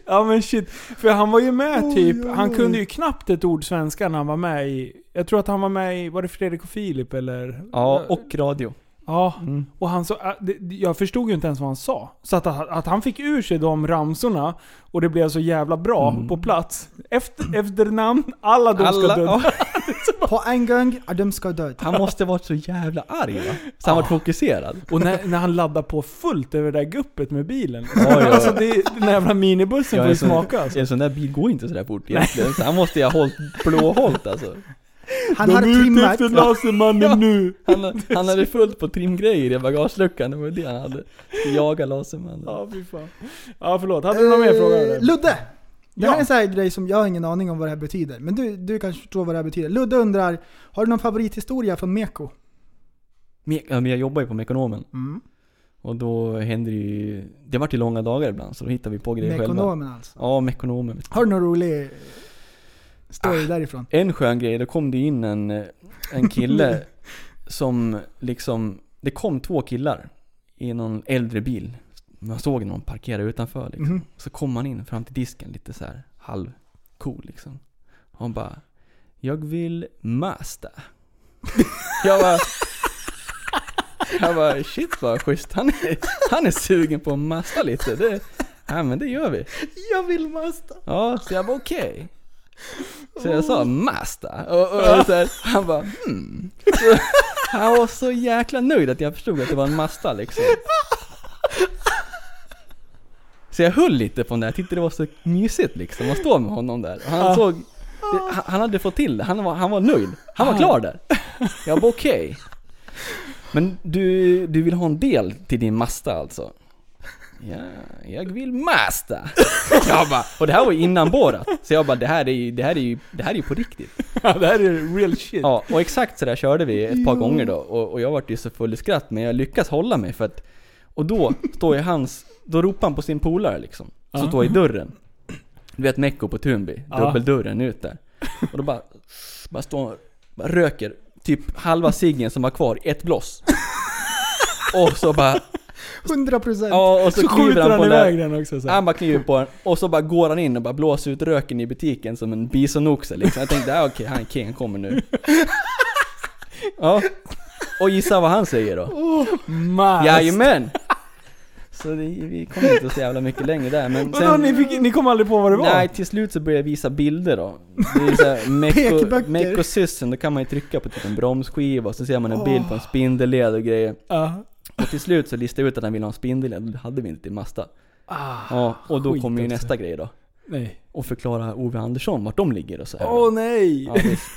ja men shit. För han var ju med Oj, typ... oj, Han oj. kunde ju knappt ett ord svenska när han var med i... Jag tror att han var med i... Var det Fredrik och Filip eller? Ja, och radio. Ja. Mm. Och han så, äh, det- det- jag förstod ju inte ens vad han sa. Så att, att han fick ur sig de ramsorna och det blev så jävla bra på plats. Efter, efternamn, alla de ska Mm. Alla, döda. ja, På en gång, ja, de ska döda. han måste varit så jävla arg va? Så han var fokuserad. Och när, när han laddar på fullt över det där guppet med bilen. ja, ja. Alltså det, den där jävla minibussen Ja, får ju en sån- smaka alltså. En sån där bil går inte sådär fort egentligen. Så han måste ju ha hållit blåhållt alltså. Han hade trimmat. lasermannen nu! Han, han hade fullt på trimgrejer i bagageluckan, det var det han hade. Jaga lasermannen. Ja, fy fan. Ja, förlåt. Hade du någon mer fråga? Eh, eller? Ludde! Det här Ja. är en sån här grej som jag har ingen aning om vad det här betyder. Men du, du kanske förstår vad det här betyder. Ludde undrar, har du någon favorithistoria från Meko? Me- ja, men jag jobbar ju på Mekonomen. Och då händer det ju... Det vart ju långa dagar ibland, så då hittar vi på grejer själva. Mekonomen alltså. Ja, Mekonomen. vet du. Har du någon rolig story Ah. därifrån? En skön grej, då kom det in en, eh, en kille som liksom... Det kom två killar i någon äldre bil. Man såg någon parkera utanför liksom. Mhm. Så kom han in fram till disken lite så här halv cool liksom. Och han bara Jag vill Mazda. jag bara Jag bara shit vad schysst. Han är, han är sugen på att Mazda lite. Det, ja men det gör vi. Jag vill Mazda! Ja, så jag bara okej. Så jag Oh. sa Mazda. Och, och, så här, han bara hmm. Så, han var så jäkla nöjd att jag förstod att det var en Mazda liksom. Så jag höll lite på den där, jag tyckte det var så mysigt liksom att stå med honom där. Och han såg, det, han- han hade fått till det, han var, han var nöjd. Han var klar där. Jag var okej. Men du, du vill ha en del till din Masta alltså? Ja, jag vill Masta! Jag bara, och det här var ju innan Borat. Så jag bara, det här är ju, det här är ju, det här är ju på riktigt. Ja, det här är real shit. Ja, och exakt sådär körde vi ett par gånger då och, och jag vart ju så full i skratt men jag lyckas hålla mig för att Och då står ju hans, då ropar han på sin polare liksom Som står i dörren Du vet Mecko på Tunby, Ja. dubbeldörren ut där Och då bara, bara står han och bara röker typ halva ciggen som var kvar, ett bloss Och så bara, 100%. ja och så, Så kliver skjuter han han på den där iväg den också så. här. han bara kliver på den och så bara går han in och bara blåser ut röken i butiken som en bisonoxe liksom. Jag tänkte, ah, okej, han är king, han kommer nu. Ja. Och gissa vad han säger Oh. då? Mas. Jajamän! Så det, vi kom inte så jävla mycket längre där men Vadå, ni, sen... fick, ni kom aldrig på vad det var? Nej, till slut så började jag visa bilder då. Det är så här, Mecko- Pekböcker. Meckosyssen, då kan man ju trycka på typ en bromsskiva och så ser man en bild på en spindelled och grejer. Ja. Och till slut så listade jag ut att han ville ha en spindelled, och det hade vi inte i Masta. ja, och då skit kommer ju alltså. nästa grej då Nej. och förklara Ove Andersson vart de ligger och så här. Åh nej! ja, visst.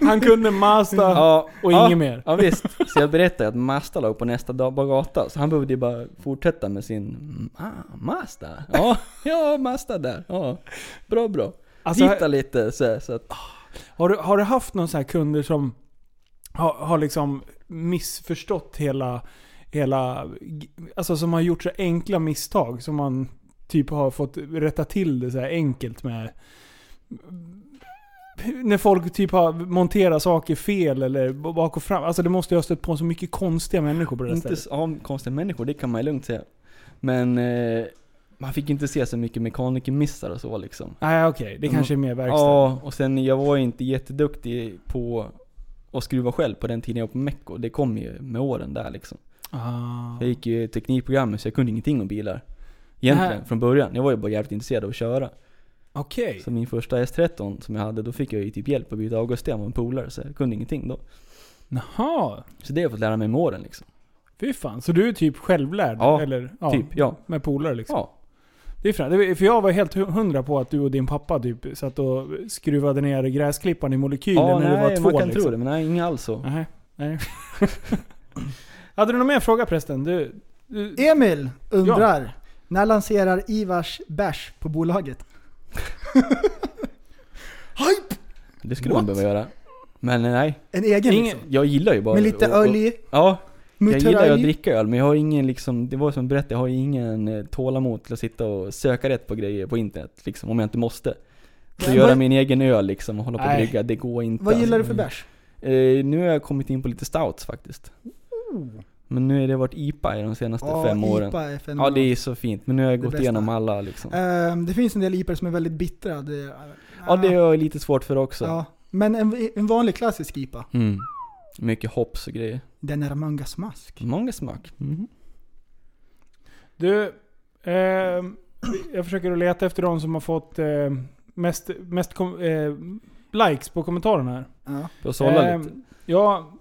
Han kunde Mazda ja, och ja, inget mer. Ja, visst. Så jag berättade att Mazda låg på nästa dag på gata, så han behövde ju bara fortsätta med sin ah, Mazda. Ja, ja Mazda där. Ja, bra bra. Alltså, Titta lite så, här, så att, Har du, har du haft någon sån här kunder som har, har liksom missförstått hela, hela... Alltså som har gjort så enkla misstag som man typ har fått rätta till det så här enkelt med... När folk typ har monterat saker fel eller bak och fram. Alltså det måste ju ha stött på så mycket konstiga människor på det där inte stället. så, ja, konstiga människor, det kan man ju lugnt säga. Men eh, man fick inte se så mycket mekanikermissar och så liksom. Nej okej, det kanske är mer verkstad. Ja, och sen jag var ju inte jätteduktig på att skruva själv på den tiden jag var på Mecko. Det kom ju med åren där liksom. Ah. Jag gick ju teknikprogrammet så jag kunde ingenting om bilar. Egentligen, Nej. från början. Jag var ju bara jävligt intresserad av att köra. Okej. Så min första S13 som jag hade, då fick jag ju typ hjälp att byta avgassystem av en polare, så jag kunde ingenting då. Jaha. Så det har jag fått lära mig med åren liksom. Fy fan. Så du är typ självlärd? Ja, eller, ja Typ, ja. Med polare liksom? Ja. Det är fränt. Det var- För jag var helt hu- hundra på att du och din pappa typ satt och skruvade ner gräsklippan i molekyler ja när du var två man kan liksom. tro det, men nej, inget alls så. Nej, nej. Hade du någon mer fråga prästen? Du, du, Emil undrar, när lanserar Ivars Bash på bolaget? Hype! Det skulle man behöva göra. Men nej, En egen Ingen- liksom. jag gillar ju bara... Med lite och- och- öl i, Ja, Jag gillar ju att mutteröl i. dricka öl, men jag har ingen liksom, det var som jag berättade, jag har ju ingen eh, tålamod till att sitta och söka rätt på grejer på internet liksom, om jag inte måste. Så Men göra vad- min egen öl liksom och hålla på och Nej. brygga, det går inte. Vad alltså. gillar du för bärs? Eh, nu har jag kommit in på lite stouts faktiskt. Men nu har det varit IPA i de senaste Oh. Ja, fem åren. IPA är Ja, fenomenalt. det är så fint, men nu har jag Det gått bästa. igenom alla liksom. Ehm, det finns en del IPA som är väldigt bittra. Det, Ja, det är jag lite svårt för också. ja. Men en, en vanlig klassisk IPA, Mm. Mycket hops och grejer. den är manga smask. Många smak. Mhm. du ehm, jag försöker att leta efter de som har fått eh, mest, mest kom, eh, likes på kommentarerna här. Ja. För att sålla Ehm, lite. Ja.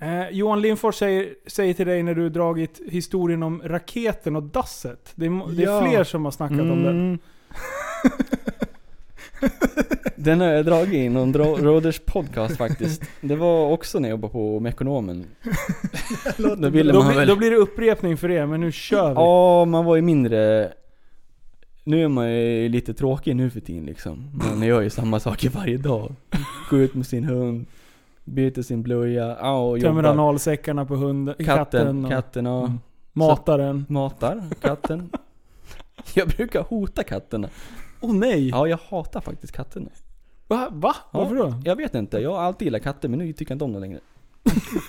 Eh, Johan Lindfors säger, säger till dig när du dragit historien om raketen och dasset. Det är, mo- det är Ja. fler som har snackat om den. Mm. Den har jag dragit i någon Dra- Roders podcast faktiskt. Det var också när jag jobbade på Mekonomen. Då ville Då, man blir- väl... då blir det upprepning för er, men nu kör vi. Ja, man var ju mindre... Nu är man ju lite tråkig nu för tiden liksom. Man gör ju samma saker varje dag. Går ut med sin hund, byter sin blöja, ja och Tömmer jobbar. analsäckarna på hunden, katten, Katten, och katten och Mm. matar den. matar katten. Jag brukar hota katterna. Åh nej! Ja, jag hatar faktiskt katterna. Va? Va? Ja. Varför då? Jag vet inte, jag har alltid gillat katter men nu tycker jag inte om dem längre.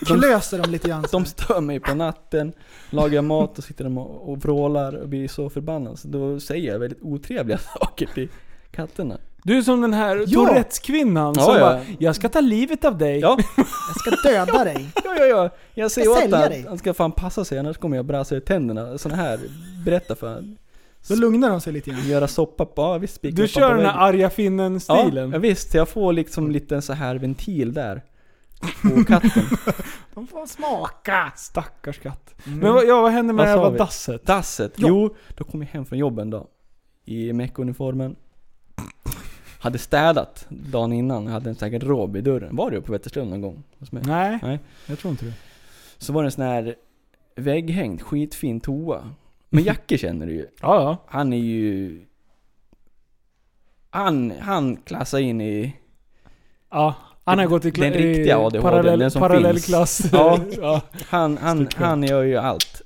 Klöser dem lite grann. De stör mig på natten, lagar mat och sitter de och och vrålar och blir så förbannad. Så då säger jag väldigt otrevliga saker till katterna. Du är som den här Ja. Tourettes-kvinnan Ja, som ja. bara 'Jag ska ta livet av dig' Ja, Jag ska döda dig. ja, ja. ja. Jag säger Jag åt säljer honom dig. att han ska fan passa sig annars kommer jag brassa ut tänderna. Såna här, berätta för honom. Då lugnar de sig lite grann. Göra soppa på, ja visst spikar Du soppa på kör den väggen. här arga finnen-stilen. Ja, ja, visst. Jag får liksom lite en så här ventil där. Och katten. De får smaka! Stackars katt. Men vad, ja, vad hände med Mm. Vad det sa jävla vi? dasset? Dasset. Ja. Jo, då kom jag hem från jobbet en dag. I mekuniformen. Hade städat dagen innan, jag hade en sån här garderob i dörren. Var du på Vätterslund någon gång hos mig? Nej, Nej. jag tror inte det. Så var det en sån här vägghängd, skitfin toa. Men Jacke känner du ju. Ja, ja. Han är ju... Han, han klassar in i... ja han har gått i, kla- Den riktiga i ADHD, parallell, den som parallellklass. finns. Ja. ja. Han, han, Stort han gör ju allt.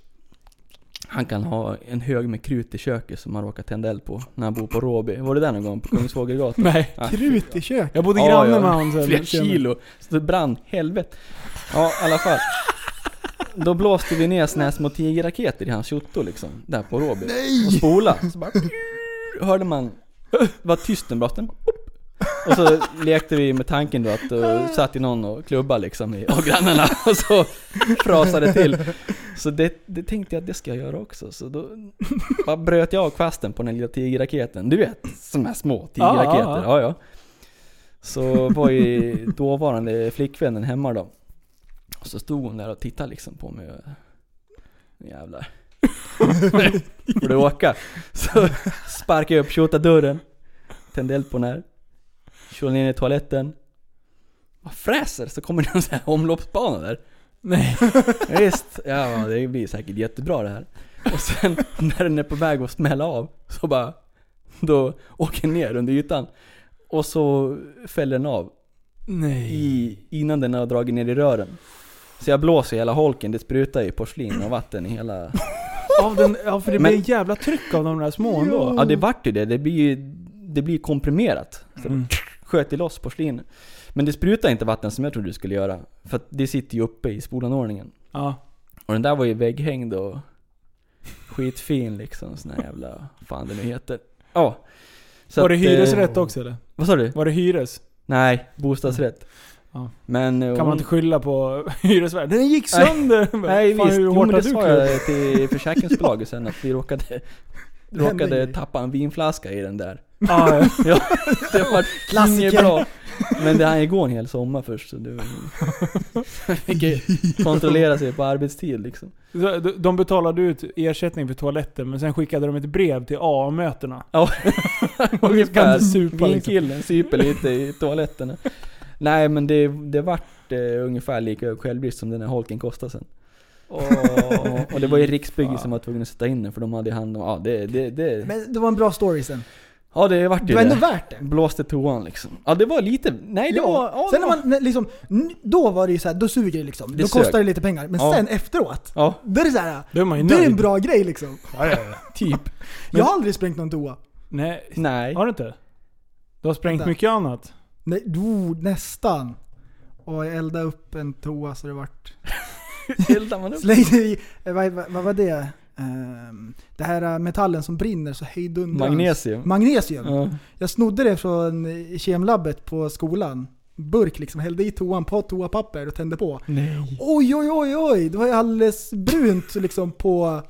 Han kan ha en hög med krut i köket som han råkar tända eld på när han bor på Råby. Var det där någon gång? På Kungsvågergatan? Nej. Ja. Krut i köket. Jag bodde Ja, granne ja. med honom sen. Flera kilo. Så det brann. Helvete. Ja, i alla fall. Då blåste vi ner såna här små tigerraketer i hans tjotto liksom. Där på Råby. Och spola. Så bara... Hörde man... Var tyst en bra stund. Och så lekte vi med tanken då att uh, satt i någon och klubba liksom i av grannarna och så frasade till. Så det, det tänkte jag att det ska jag göra också. Så då bara bröt jag av kvasten på den lilla tigerraketen. Du vet, sådana här små tigerraketer. Ja, Ja, ja. Så var ju dåvarande flickvännen hemma då. Och så stod hon där och tittade liksom på mig. och- Nu Jävlar. Får du åka? Så sparkade jag upp tjotadörren. Tände eld på den här. Kjolade ner i toaletten. Vad fräser? Så kommer det en sån här omloppsbana där. Nej. Ja, Visst, ja det blir säkert jättebra det här. Och sen när den är på väg att smälla av så bara, då åker den ner under ytan. Och så fäller den av Nej. i, innan den har dragit ner i rören. Så jag blåser i hela holken, det sprutar ju porslin och vatten i hela... Av den, ja, för det Men- blir en jävla tryck av de där små ändå. Ja det vart ju det, det blir ju det blir komprimerat. Så Mm. sköt i loss porslin. Men det sprutar inte vatten som jag trodde det skulle göra. För att det sitter ju uppe i spolanordningen. Ja. Och den där var ju vägghängd och skitfin liksom, sån här jävla, fan det nu heter. Ja. Så Var det att, hyresrätt också eller? Eh, vad sa du? Var det hyres? Nej, bostadsrätt. Ja. Men... eh, Kan man hon- inte skylla på hyresvärden? Den gick Nej. sönder! Nej Fan, visst, hur jo, hårt men har det du sa klubbat? jag till försäkringsbolaget sen att vi råkade, råkade grejer. tappa en vinflaska i den där. Ja, ja. Ja, det var Klassiker. inget bra. Men det hann ju gå en hel sommar först så du fick ju kontrollera sig på arbetstid liksom. Så de- De betalade ut ersättning för toaletten men sen skickade de ett brev till AA-mötena. Ja, kan ungefär. inte supa, liksom. Vinkillen super lite i toaletten. Nej men det, det vart eh, ungefär lika hög självrisk som den här holken kostade sen. Och det var ju Riksbygge som var tvungna att sätta in den för de hade hand om, ja det, det, det, Men det var en bra story sen. ja det vart Det ju var ändå det. värt det. Blåste toan liksom. Ja det var lite, nej det var, ja, sen det när var- man när liksom, n- då var det ju såhär, då suger det liksom. Det då sög. kostar det lite pengar. Men Ja. sen efteråt, Ja, då är det såhär, Då är man ju då är det en nöjd. bra grej liksom. Ja, ja, ja. typ. Jag har aldrig sprängt någon toa. Nej. Nej. Har du inte? Du har sprängt Vänta. mycket annat. Nej, do, nästan. Och jag eldade upp en toa så det vart... Eldar man upp? Slängde i, eh, vad, vad, vad var det? Ehm, det här eh, metallen som brinner så hejdundrar Magnesium. Magnesium. Ja. Jag snodde det från eh, kemlabbet på skolan. Burk liksom, hällde i toan på toapapper och tände på. Nej. Oj, oj, oj, oj! Det var ju alldeles brunt liksom på...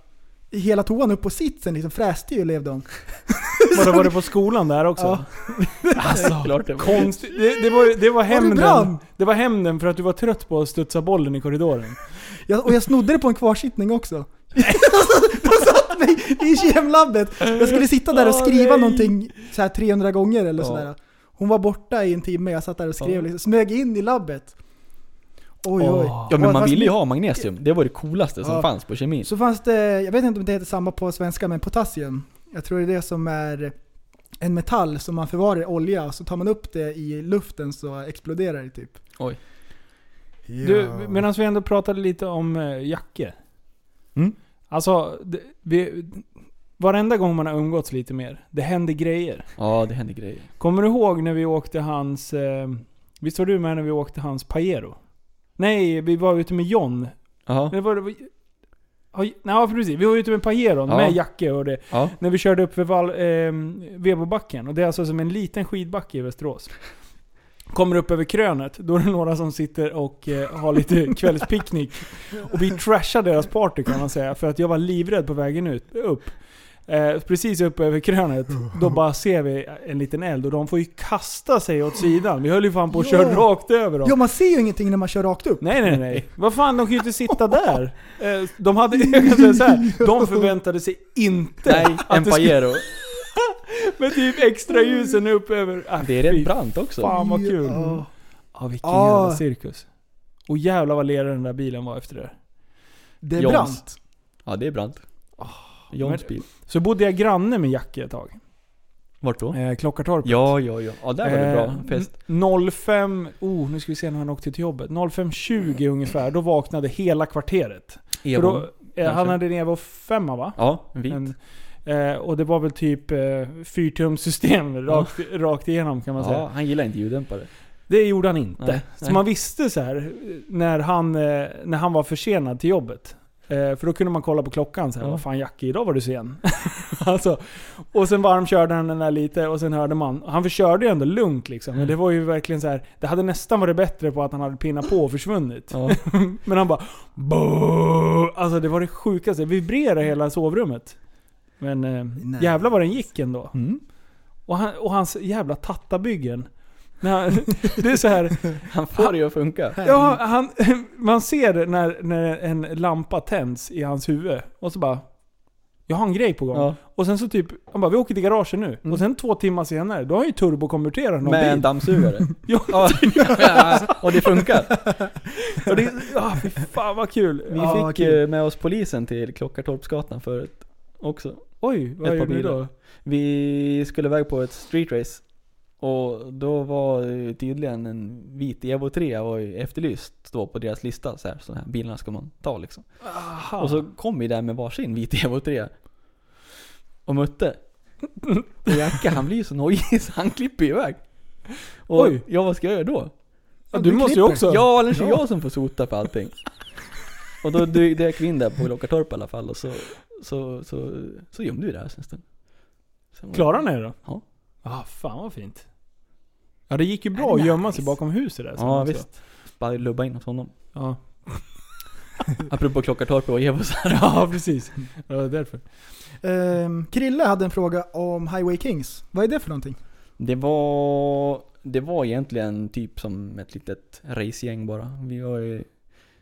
i Hela toan upp på sitsen liksom fräste ju levde de. Var det, var det på skolan där också? Ja. Alltså, Klart det var. konstigt. Det, det var, det var hämnden. brann? Det var hämnden för att du var trött på att studsa bollen i korridoren. Jag, och jag snodde det på en kvarsittning också. De satt mig i kemlabbet. Jag skulle sitta där och skriva Åh, nej. någonting så här 300 gånger eller Ja. sådär. Hon var borta i en timme, jag satt där och skrev Ja. liksom, smög in i labbet. Oj, oj. Åh. Ja men man Fast- ville ju ha magnesium, det var det coolaste som Ja. fanns på kemin. Så fanns det, jag vet inte om det heter samma på svenska, men potassium. Jag tror det är det som är en metall som man förvarar i olja, så tar man upp det i luften så exploderar det typ. Oj. Du, medan vi ändå pratade lite om eh, Jacke. Mm. Alltså, det, vi, varenda gång man har umgåtts lite mer, det händer grejer. Ja det hände grejer. Kommer du ihåg när vi åkte hans... Eh, visst var du med när vi åkte hans Pajero? Nej, vi var ute med John. Ja. Eller var det... Ja, nej, precis. Vi var ute med Pajeron Ja. med Jacke och det. ja. När vi körde upp för Val, eh, Vebobacken. Och det är alltså som en liten skidbacke i Västerås. Kommer upp över krönet, då är det några som sitter och eh, har lite kvällspicknick. Och vi trashar deras party kan man säga, för att jag var livrädd på vägen ut, upp. Eh, precis uppe över krönet, då bara ser vi en liten eld och de får ju kasta sig åt sidan. Vi höll ju fan på att Ja. köra rakt över dem. Ja, man ser ju ingenting när man kör rakt upp. Nej nej nej. Vad fan, de kan ju inte sitta där. Eh, De hade ögonen så här. De förväntade sig inte Nej, en att det skulle... Pajero. Med typ extra ljusen upp över... Ah, Det är rätt fy brant också. Fan vad kul. Mm. Ja. Ja vilken Ja. jävla cirkus. Och jävlar vad lerig den där bilen var efter det. Det är Joms. brant. Ja, det är brant. Johns bil. Så bodde jag granne med Jackie ett tag. Vart då? Eh, Klockartorpet. Ja, ja, ja. Ja, där var det bra fest. bra. 05... Oh, nu ska vi se när han åkte till jobbet. 05.20 ungefär, då vaknade hela kvarteret. För Evon. då, Mm, eh, han kanske. hade en Evo 5 va? Ja, en vit. En, eh, och det var väl typ eh, fyrtumssystem rakt, rakt igenom kan man Ja, säga. han gillar inte ljuddämpare. Det gjorde han inte. Nej, så nej. man visste så här eh, när han, eh, när han var försenad till jobbet. Eh, för då kunde man kolla på klockan så här, Ja. vad fan Jackie, idag var du sen. alltså, och sen varmkörde han den där lite och sen hörde man. Han körde ju ändå lugnt liksom. Mm. Men det var ju verkligen så här. det hade nästan varit bättre på att han hade pinnat på och försvunnit. Ja. Men han bara "Boo!" Alltså det var det sjukaste. Vibrerade hela sovrummet. Men eh, Nej. jävlar vad den gick ändå. Mm. Och, han, och hans jävla tattabyggen. När han- Det är så här, Han får det ju att funka. ja, Mm. han, man ser det när, när en lampa tänds i hans huvud. Och så bara Jag har en grej på gång. Ja. Mm. Och sen så typ, han bara vi åker till garaget nu. Och sen två timmar senare, då har han ju turbokonverterat någon Med en bil. dammsugare. Ja. ja. ja, och det funkar. Och det, ah, fy fan vad kul. Vi Ja, fick kul. eh, med oss polisen till Klockartorpsgatan förut också. Oj, vad ett par gjorde ni bilar. då? Vi skulle iväg på ett streetrace. Och då var eh, tydligen en vit Evo 3 var ju efterlyst då på deras lista. Så här, såna här bilarna ska man ta liksom. Aha. Och så kom vi där med varsin vit Evo 3. Och Mutte. Och Jacka han blir ju så nojig så han klipper iväg. Och Oj. ja, vad ska jag göra då? ja, du, du måste ju klipper. också. Ja, annars är jag som får sota för allting. Och då dy- dök vi in där på Lockartorp i alla fall och så, så, så, så gömde vi det här sen en stund. Sen var- Klarade ni det då? Ja. Ah, fan vad fint. Ja det gick ju bra Ja, det är att gömma nice. sig bakom huset där. sen Ja, också. visst. Bara lubba in hos honom. Ja. Apropå Klockartorp och Evo så här. ja, precis. Det var därför. Ehm, Krille hade en fråga om Highway Kings. Vad är det för någonting? Det var, det var egentligen typ som ett litet racegäng bara. Vi var ju,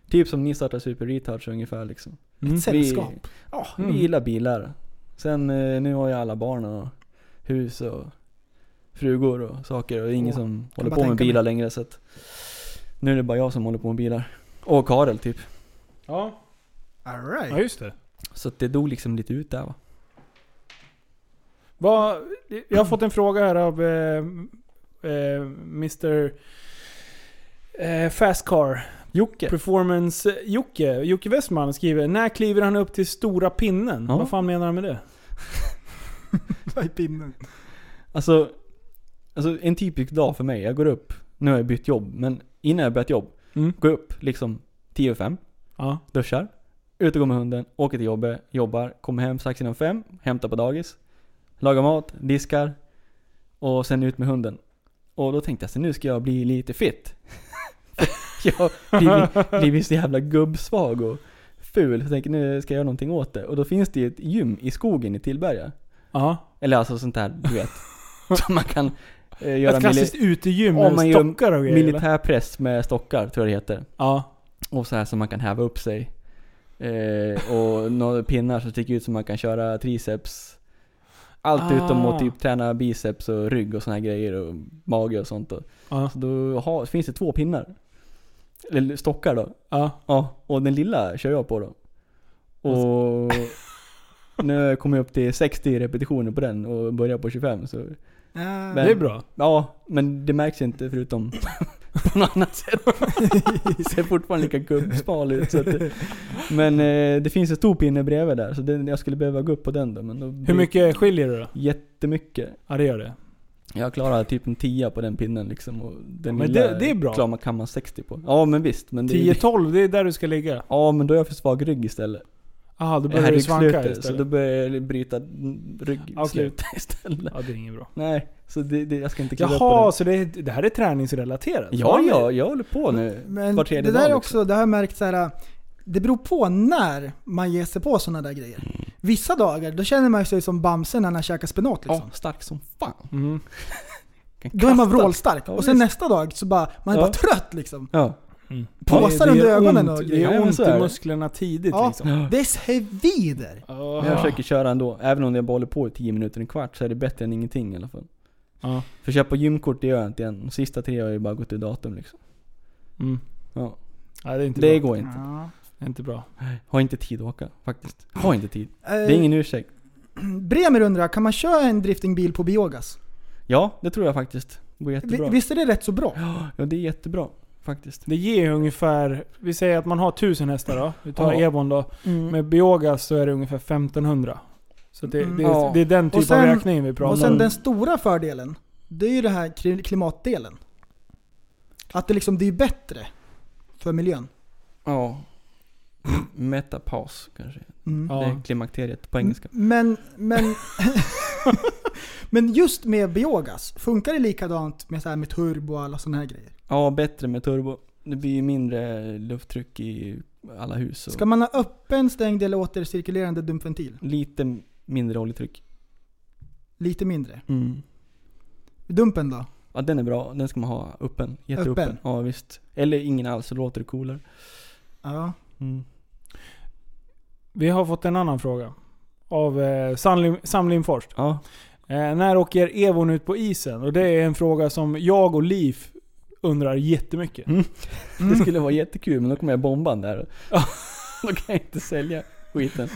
typ som ni startade Super Retards ungefär liksom. Mm. Ett sällskap. Ja, Mm. vi gillar bilar. Sen eh, nu har ju alla barn och hus och frugor och saker och det är ingen Åh, som håller bara på med tänka mig. bilar längre så att nu är det bara jag som håller på med bilar. Och Karel typ. Ja. All ja, right. just det. Så att det dog liksom lite ut där va. Vad- jag har fått en fråga här av eh, eh, Mr. Eh, Fast Car Jocke. Performance eh, Jocke. Jocke Westman skriver När kliver han upp till stora pinnen? Ja. Vad fan menar han med det? Vad är pinnen? Alltså, alltså en typisk dag för mig. Jag går upp, nu har jag bytt jobb, men innan jag bytt jobb. Mm. Går upp liksom 10 över fem, Ja. duschar, ut och går med hunden, åker till jobbet, jobbar, kommer hem strax innan fem, hämtar på dagis, lagar mat, diskar och sen ut med hunden. Och då tänkte jag så nu ska jag bli lite fit. jag har blivit- blivit så jävla gubbsvag och ful. Så jag tänkte nu ska jag göra någonting åt det. Och då finns det ju ett gym i skogen i Tillberga. ja. Eller alltså sånt här, du vet. som man kan eh, göra Ett klassiskt mili- utegym Om man med gör stockar och grejer. eller? militärpress med stockar, tror jag det heter. Ja. Och så här som man kan häva upp sig. Eh, och några pinnar som sticker ut som man kan köra triceps. Allt Ah. utom att typ träna biceps och rygg och såna här grejer och mage och sånt. Och, Ja. så då har, finns det två pinnar. Eller stockar då. ja. Ja, och den lilla kör jag på då. Och Alltså. nu kommer jag upp till 60 repetitioner på den och börjar på 25 så Ah, Men- Det är bra. Ja, men det märks inte förutom på något annat sätt. Det ser fortfarande lika gubbsmal ut. Så att det, men eh, det finns en stor pinne bredvid där, så den, jag skulle behöva gå upp på den då. Men då Hur blir- mycket skiljer det då? Jättemycket. Ja det gör det. Jag klarar typ en 10 på den pinnen liksom. Och den Men lilla det- det är bra. Klarar man, kan man 60 på. Ja men visst. Men det, 10-12, det är där du ska ligga. Ja men då är jag för svag rygg istället. Jaha, då Jag har börjar du svanka ryggslutet, Så då istället. börjar jag bryta Ja, okej. ryggslutet istället. Ja det är inget bra. Nej, så det, det, jag ska inte kliva upp på Jaha, den. så det, är- det här är träningsrelaterat? Ja, ja, jag håller på nu. Men Var det tredje där dag är liksom. eh, också, det har jag märkt så här. Det beror på när man ger sig på sådana där grejer. Vissa dagar, då känner man sig som Bamse när han käkar spenat liksom. Ja, stark som fan. Mm. Kan Då är man kasta. vrålstark. Ja, och sen visst. nästa dag så bara, man är Ja. bara trött liksom. Ja. Det- Påsar det under gör ögonen ont, och Det grejer. Ja, gör men ont så är i det. musklerna tidigt Ja. liksom. Det svider! Men jag försöker köra ändå. Även om jag bara håller på i 10 minuter, en kvart, så är det bättre än ingenting i alla fall. Ja. För köpa gymkort, det gör jag inte än. De sista tre har jag ju bara gått i datum liksom. Mm. Ja. Nej, det är inte Det bra. går inte. Det är inte bra. Har inte tid att åka, faktiskt. Har inte tid. Det är Eh, ingen ursäkt. Bremer undrar, kan man köra en driftingbil på biogas? Ja, det tror jag faktiskt. Det går Vi- jättebra. Visst är det rätt så bra? Ja, det är jättebra. Faktiskt. Det ger ungefär, vi säger att man har 1000 hästar då. Vi tar Ja. Ebon då. Mm. Med biogas så är det ungefär 1500. Så det, Mm. det, Ja. det är den typ sen- av räkning vi pratar Och sen om. den stora fördelen, det är ju det här kli- klimatdelen. Att det liksom, det är ju bättre för miljön. Ja. Metapaus kanske. Mm. Det Ja. är klimakteriet på engelska. Men, men, men just med biogas, funkar det likadant med, så här med turbo och alla sådana här grejer? Ja, bättre med turbo. Det blir ju mindre lufttryck i alla hus. Och Ska man ha öppen, stängd eller återcirkulerande dumpventil? Lite mindre oljetryck. Lite mindre. Mm. Dumpen då? Ja, den är bra. Den ska man ha öppen. Jätteöppen. Öppen? Ja, visst. Eller ingen alls, så låter det coolare. Ja. Mm. Vi har fått en annan fråga. Av eh, Sam, Sam Lindfors. Ja. Eh, när åker Evon ut på isen? Och det är en fråga som jag och Liv undrar jättemycket. Mm. Det skulle vara jättekul, men då kommer jag bomba den där. då kan jag inte sälja skiten.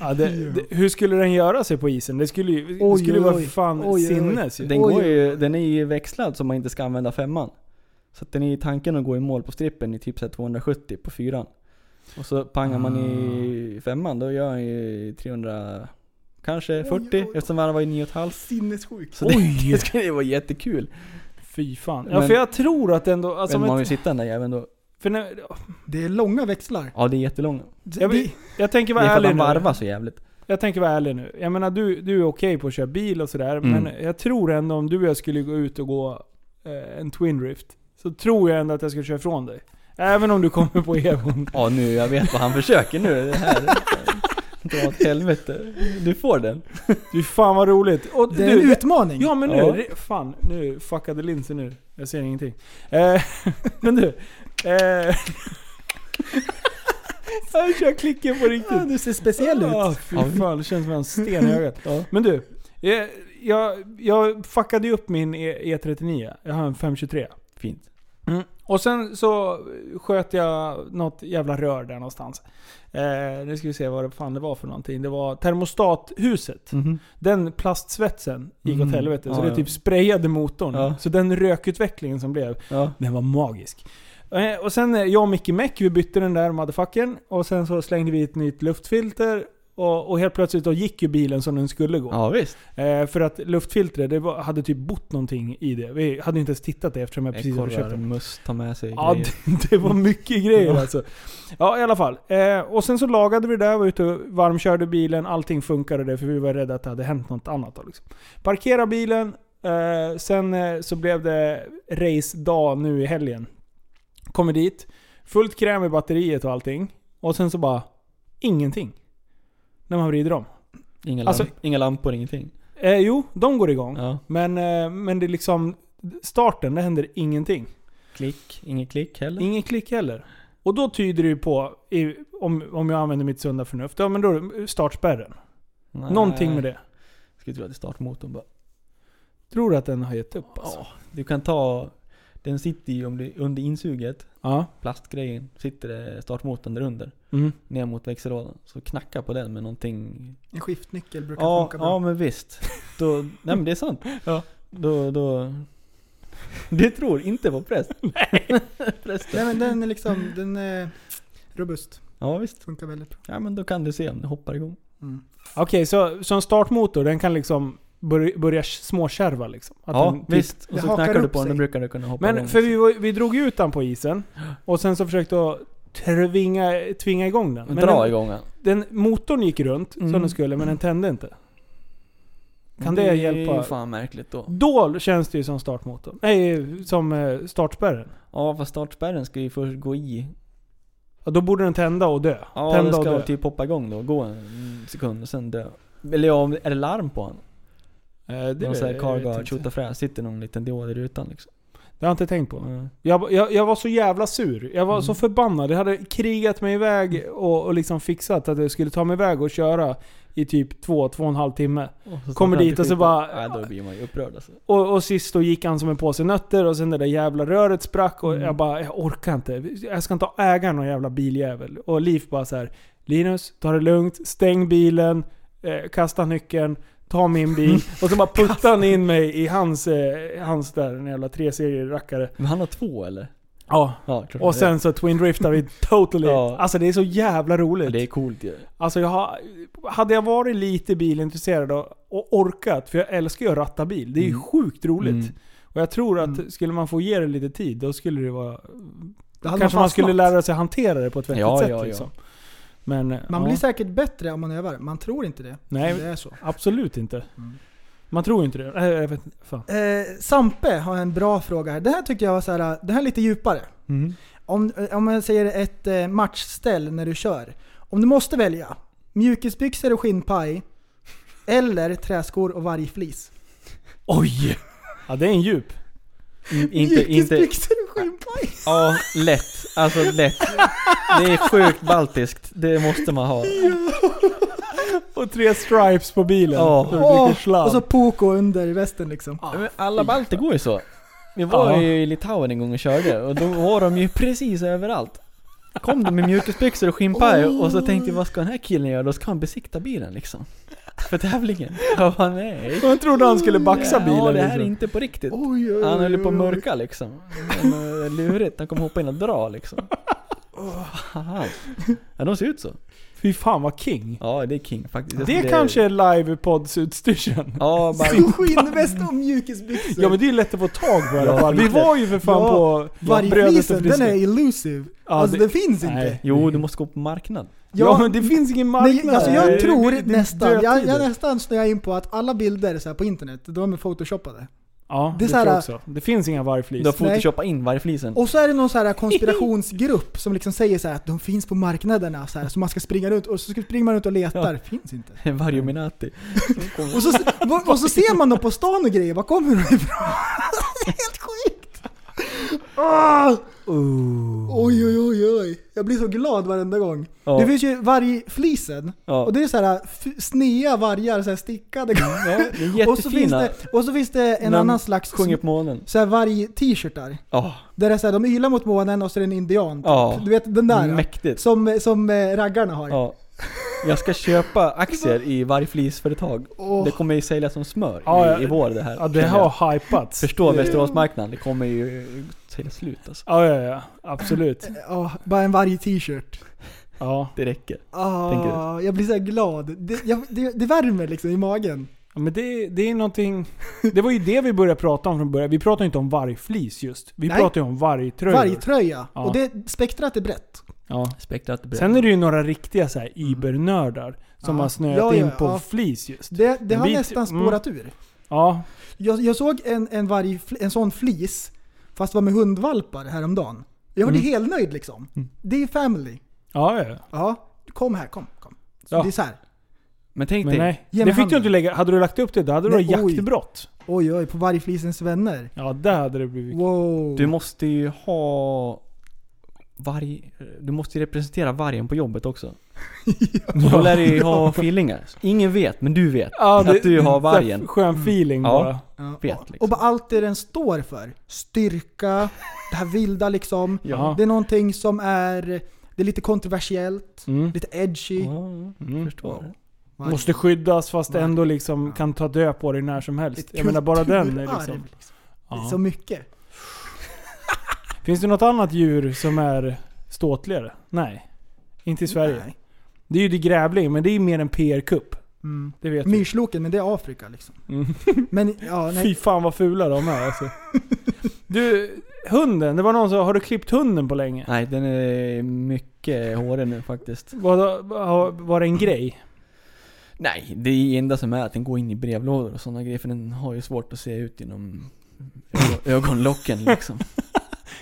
Ja, det, det, hur skulle den göra sig på isen? Det skulle ju det Oj, skulle oj, vara oj. fan Oj, oj, oj. sinnes ju. Den, Oj. går ju, den är ju växlad så man inte ska använda femman. Så att den är ju tanken att gå i mål på strippen i typ så här 270 på fyran. Och så pangar man i femman, då gör han ju 300, kanske 40 oj, oj. eftersom han var i 9,5. Sinnessjukt. Så det, Oj! det skulle ju vara jättekul. Fy fan. Ja, Men- för jag tror att ändå... Alltså, men man men, vill sitta den där jäveln då. för när, Det är långa växlar. Ja det är jättelång. jag, Det- vill, jag tänker Det vara är för att ärlig han nu. varvar så jävligt. Jag tänker vara ärlig nu. Jag menar du, du är okej på att köra bil och sådär. Mm. Men jag tror ändå om du och jag skulle gå ut och gå eh, en Twin Rift. Så tror jag ändå att jag skulle köra ifrån dig. Även om du kommer på Evon. Ja nu, jag vet vad han försöker nu. Det här dra åt helvete. Du får den. Du fan vad roligt. Och Det är en du, utmaning. ja men nu, Ja. re- fan nu fuckade linsen nu. Jag ser ingenting. Eh, men du. Eh, jag kör klicken på riktigt. Ja, du ser speciell Ah, ut. fy Ja, vi- fan, det känns som en sten i ögat. Men du, jag, jag, jag fuckade ju upp min e, E39. Jag har en 523. Fint. Och sen så sköt jag något jävla rör där någonstans. Eh, nu ska vi se vad det fan det var för någonting. Det var termostathuset. Mhm. Den plastsvetsen gick åt Mm. helvete. Så Ja, det ja. typ sprayade motorn. Ja. Så den rökutvecklingen som blev, Ja. den var magisk. Eh, Och sen eh, jag och Micke Mäck, vi bytte den där motherfuckern. Och sen så slängde vi ett nytt luftfilter. Och, och helt plötsligt då gick ju bilen som den skulle gå. ja visst. Eh, för att luftfiltret, det var, hade typ bott någonting i det. Vi hade inte ens tittat det eftersom jag precis hade köpt den. Muss ta med sig Ja, grejer. det, det var mycket grejer alltså. Ja, i alla fall. Eh, och sen så lagade vi det där, var ute och varmkörde bilen, allting funkade det för vi var rädda att det hade hänt något annat. Då, liksom. Parkera bilen, eh, sen eh, så blev det race-dag nu i helgen. Kommer dit, fullt kräm i batteriet och allting. Och sen så bara, ingenting. När man vrider om. Inga, lamp, Alltså- inga lampor, ingenting. Eh, jo, de går igång. Ja. Men, eh, men det är liksom, starten, det händer ingenting. Klick, inget klick heller. Ingen klick heller. Och då tyder det ju på, i, om, om jag använder mitt sunda förnuft, ja men då är det startspärren. Nej. Någonting med det. Skulle tro att det är startmotorn bara. Tror du att den har gett upp alltså? Ja, du kan ta... Den sitter ju om du- under insuget, Ja. plastgrejen, sitter det startmotorn där under. Mm. Ner mot växellådan. Så knacka på den med någonting En skiftnyckel brukar Ja, funka bra. ja men visst. Då, nej men det är sant. Ja. Då, då... Du tror inte på press? Nej men den är liksom, den är robust. Ja visst. Funkar väldigt bra. Ja men då kan du se om det hoppar igång. Mm. Okej, så, så en startmotor den kan liksom börja, börja småkärva liksom? Att ja den typ- visst. Det Och så hakar knackar du upp på den, då sig. brukar du kunna hoppa igång. Men för vi, var- vi drog ju ut den på isen och sen så försökte jag tvinga, tvinga igång den. Dra den, igång den. den. Motorn gick runt Mm. som den skulle men den tände inte. Kan det är ju hjälpa? fan märkligt då. Då känns det ju som startmotorn. Nej, som eh, startspärren. Ja fast startspärren ska ju först gå i. Ja, då borde den tända och dö. Ja, tända den och ska dö. typ poppa igång då, gå en sekund och sen dö. Eller ja, om- är det larm på han? Eh, det, typ Någon sån här jag carguard, vet inte. tjotafräs, sitter någon liten diod i rutan liksom. Det har jag inte tänkt på. Mm. Jag, jag, jag var så jävla sur. Jag var så förbannad. Jag hade krigat mig iväg och, och liksom fixat att jag skulle ta mig iväg och köra i typ två, två och en halv timme. Och så Kommer startar han dit och så skiten. bara- Nej, då blir man ju upprörd alltså. Och, och sist då gick han som en påse nötter och sen det där jävla röret sprack och jag bara, jag orkar inte. Jag ska inte äga någon jävla biljävel. Och Liv bara så här, Linus, ta det lugnt, stäng bilen, eh, kasta nyckeln, ta min bil. och så bara puttar han in mig i hans, eh, hans där, en jävla treserier rackare. Men han har två eller? Ja. Ja, klart Och han har sen så Twin Driftar vi totally. Ja. Alltså det är så jävla det. roligt. Det är coolt ju. Alltså jag har, hade jag varit lite bilintresserad och, och orkat, för jag älskar ju att ratta bil. Det är ju Mm. sjukt roligt. Mm. Och jag tror att skulle man få ge det lite tid, då skulle det vara... Då kanske hade man, fastnat. skulle lära sig hantera det på ett vettigt Ja, sätt ja, ja. liksom. Men eh, Man ja, blir säkert bättre om man övar. Man tror inte det. Nej. Men Det är så. absolut inte. Mm. Man tror ju inte det. Nej, jag vet inte. Fan. Eh, Sampe har en bra fråga här. Det här tyckte jag var så här, det här är lite djupare. Mm. Om, eh, om jag säger ett eh, matchställ när du kör. Om du måste välja mjukisbyxor och skinnpaj eller träskor och vargflis. Oj! Ja, det är en djup. Mm, Inte, inte, Mjukisbyxor och skinnpaj? ja lätt. Alltså lätt. Det är sjukt baltiskt. Det måste man ha. Och tre stripes på bilen. Ja. För mycket Åh, sladd. och så poko under västen liksom. Men alla balter går ju så. Vi var Ja. ju i Litauen en gång och körde och då var de ju precis överallt. Kom de med mjukisbyxor och skinnpaj och så tänkte jag vad ska den här killen göra? Då ska han besikta bilen liksom. För tävlingen. Jag bara nej. Man trodde han skulle baxa bilen Ja, det här är liksom. inte på riktigt. Oj, oj, Han höll ju på att oj, oj. mörka liksom. Men, eh, Lurigt, han kommer hoppa in och dra liksom. Fan. Ja, de ser ut så. Fy fan vad king. Ja, det är king faktiskt. Det, kanske är livepods-utstyrseln. Ja, bara... Skinnväst och mjukisbyxor. Ja men det är lätt att få tag på i alla Ja, fall. Vi verkligen. var ju för fan Ja, på brödet och Vargflisen, den friskan. är elusive. Ja, alltså det- det, finns Nej. inte. Jo, du måste gå på marknad. Ja, Jag- men det finns ingen marknad. Nej, alltså jag Det är- tror det är nästan, jag, jag dödtider. nästan snöar in på att alla bilder så här på internet, de är photoshoppade. Ja, det, det är så tror jag här- också. Det finns inga vargflis. Du har photoshoppat in vargflisen. Och så är det någon så här konspirationsgrupp som liksom säger så här att de finns på marknaderna, så, här, så man ska springa runt och så ska- springer man runt och letar. Finns inte. Vargominati. Och så, och så ser man dem på stan och grejer, var kommer de ifrån? Det är Helt sjukt! Ah! Oj, oj, oj, oj. Jag blir så glad varenda gång. Oh. Ja. Det finns ju vargflisen. Ja. Och det är så här f- snea vargar, så här stickade. Ja, det är och, så finns jättefina. det, och så finns det en När de annan slags Sjunger på månen. så här varg-t-shirtar. Ja, Där det är så här, de ylar mot månen och så är det en indian. typ. Ja. Du vet den där. mäktigt. Som, som eh, raggarna har. Ja. Jag ska köpa aktier i vargflisföretag. Åh. Det kommer ju säljas som smör Ja, ja. i, i vår det här. Ja, det har hypats. Förstå Västeråsmarknaden, det kommer ju sälja slut alltså. Ja, ja, ja. Absolut. Ja, bara en varg-t-shirt. Ja. Det räcker. Tänker Ah, jag blir så här glad. Det, jag, det, det värmer liksom i magen. Ja, men det, det är någonting... Det var ju det vi började prata om från början. Vi pratade inte om vargflis just. Vi Nej. pratade ju om vargtröjor. Vargtröja. Ja. Och det, spektrat är brett. Ja. Spektrat Sen är det ju några riktiga så här übernördar som Mm. Ja. har snöat Ja, ja, in på ja. flis just. Det, det har Vi- nästan mm. spårat ur. Ja. Jag, jag såg en, en, varg, en sån flis, fast var med hundvalpar häromdagen. Jag var Mm. helt nöjd liksom. Det är family. Ja, ja, ja. Ja, kom här, kom. kom. Så Ja. Det är så här. Men tänk Men dig, nej. Ge mig Det fick du handen. inte lägga... Hade du lagt upp det, då hade det Nej, varit oj. jaktbrott. Oj oj, på vargflisens vänner. Ja, där hade det blivit... Wow. du måste ju ha varg... Du måste ju representera vargen på jobbet också. Då lär du ju ha feelingar. Ingen vet, men du vet. att du har vargen. Mm. Skön feeling Ja. bara. Ja, vet, och- liksom. Och bara allt det den står för. Styrka, det här vilda liksom. Ja. Det är någonting som är, det är lite kontroversiellt, Mm. lite edgy. Ja, Mm. förstår. Varg. Måste skyddas fast Varg. ändå liksom Ja. kan ta död på dig när som helst. Ett Jag menar bara den är kulturarv, liksom... Det är Ja. så mycket. Finns det något annat djur som är ståtligare? Nej. Inte i Sverige. Nej. Det är ju det grävling, men det är ju mer en PR-kupp. Mm. Det vet vi. Myrsloken, men det är Afrika liksom. Mm. Men ja, Fy nej. fan vad fula de är alltså. Du, hunden. Det var någon som har du klippt hunden på länge? Nej, den är mycket hårig nu faktiskt. Var, var, var det en grej? Nej, det är det enda som är att den går in i brevlådor och sådana grejer för den har ju svårt att se ut genom ö- ögonlocken liksom.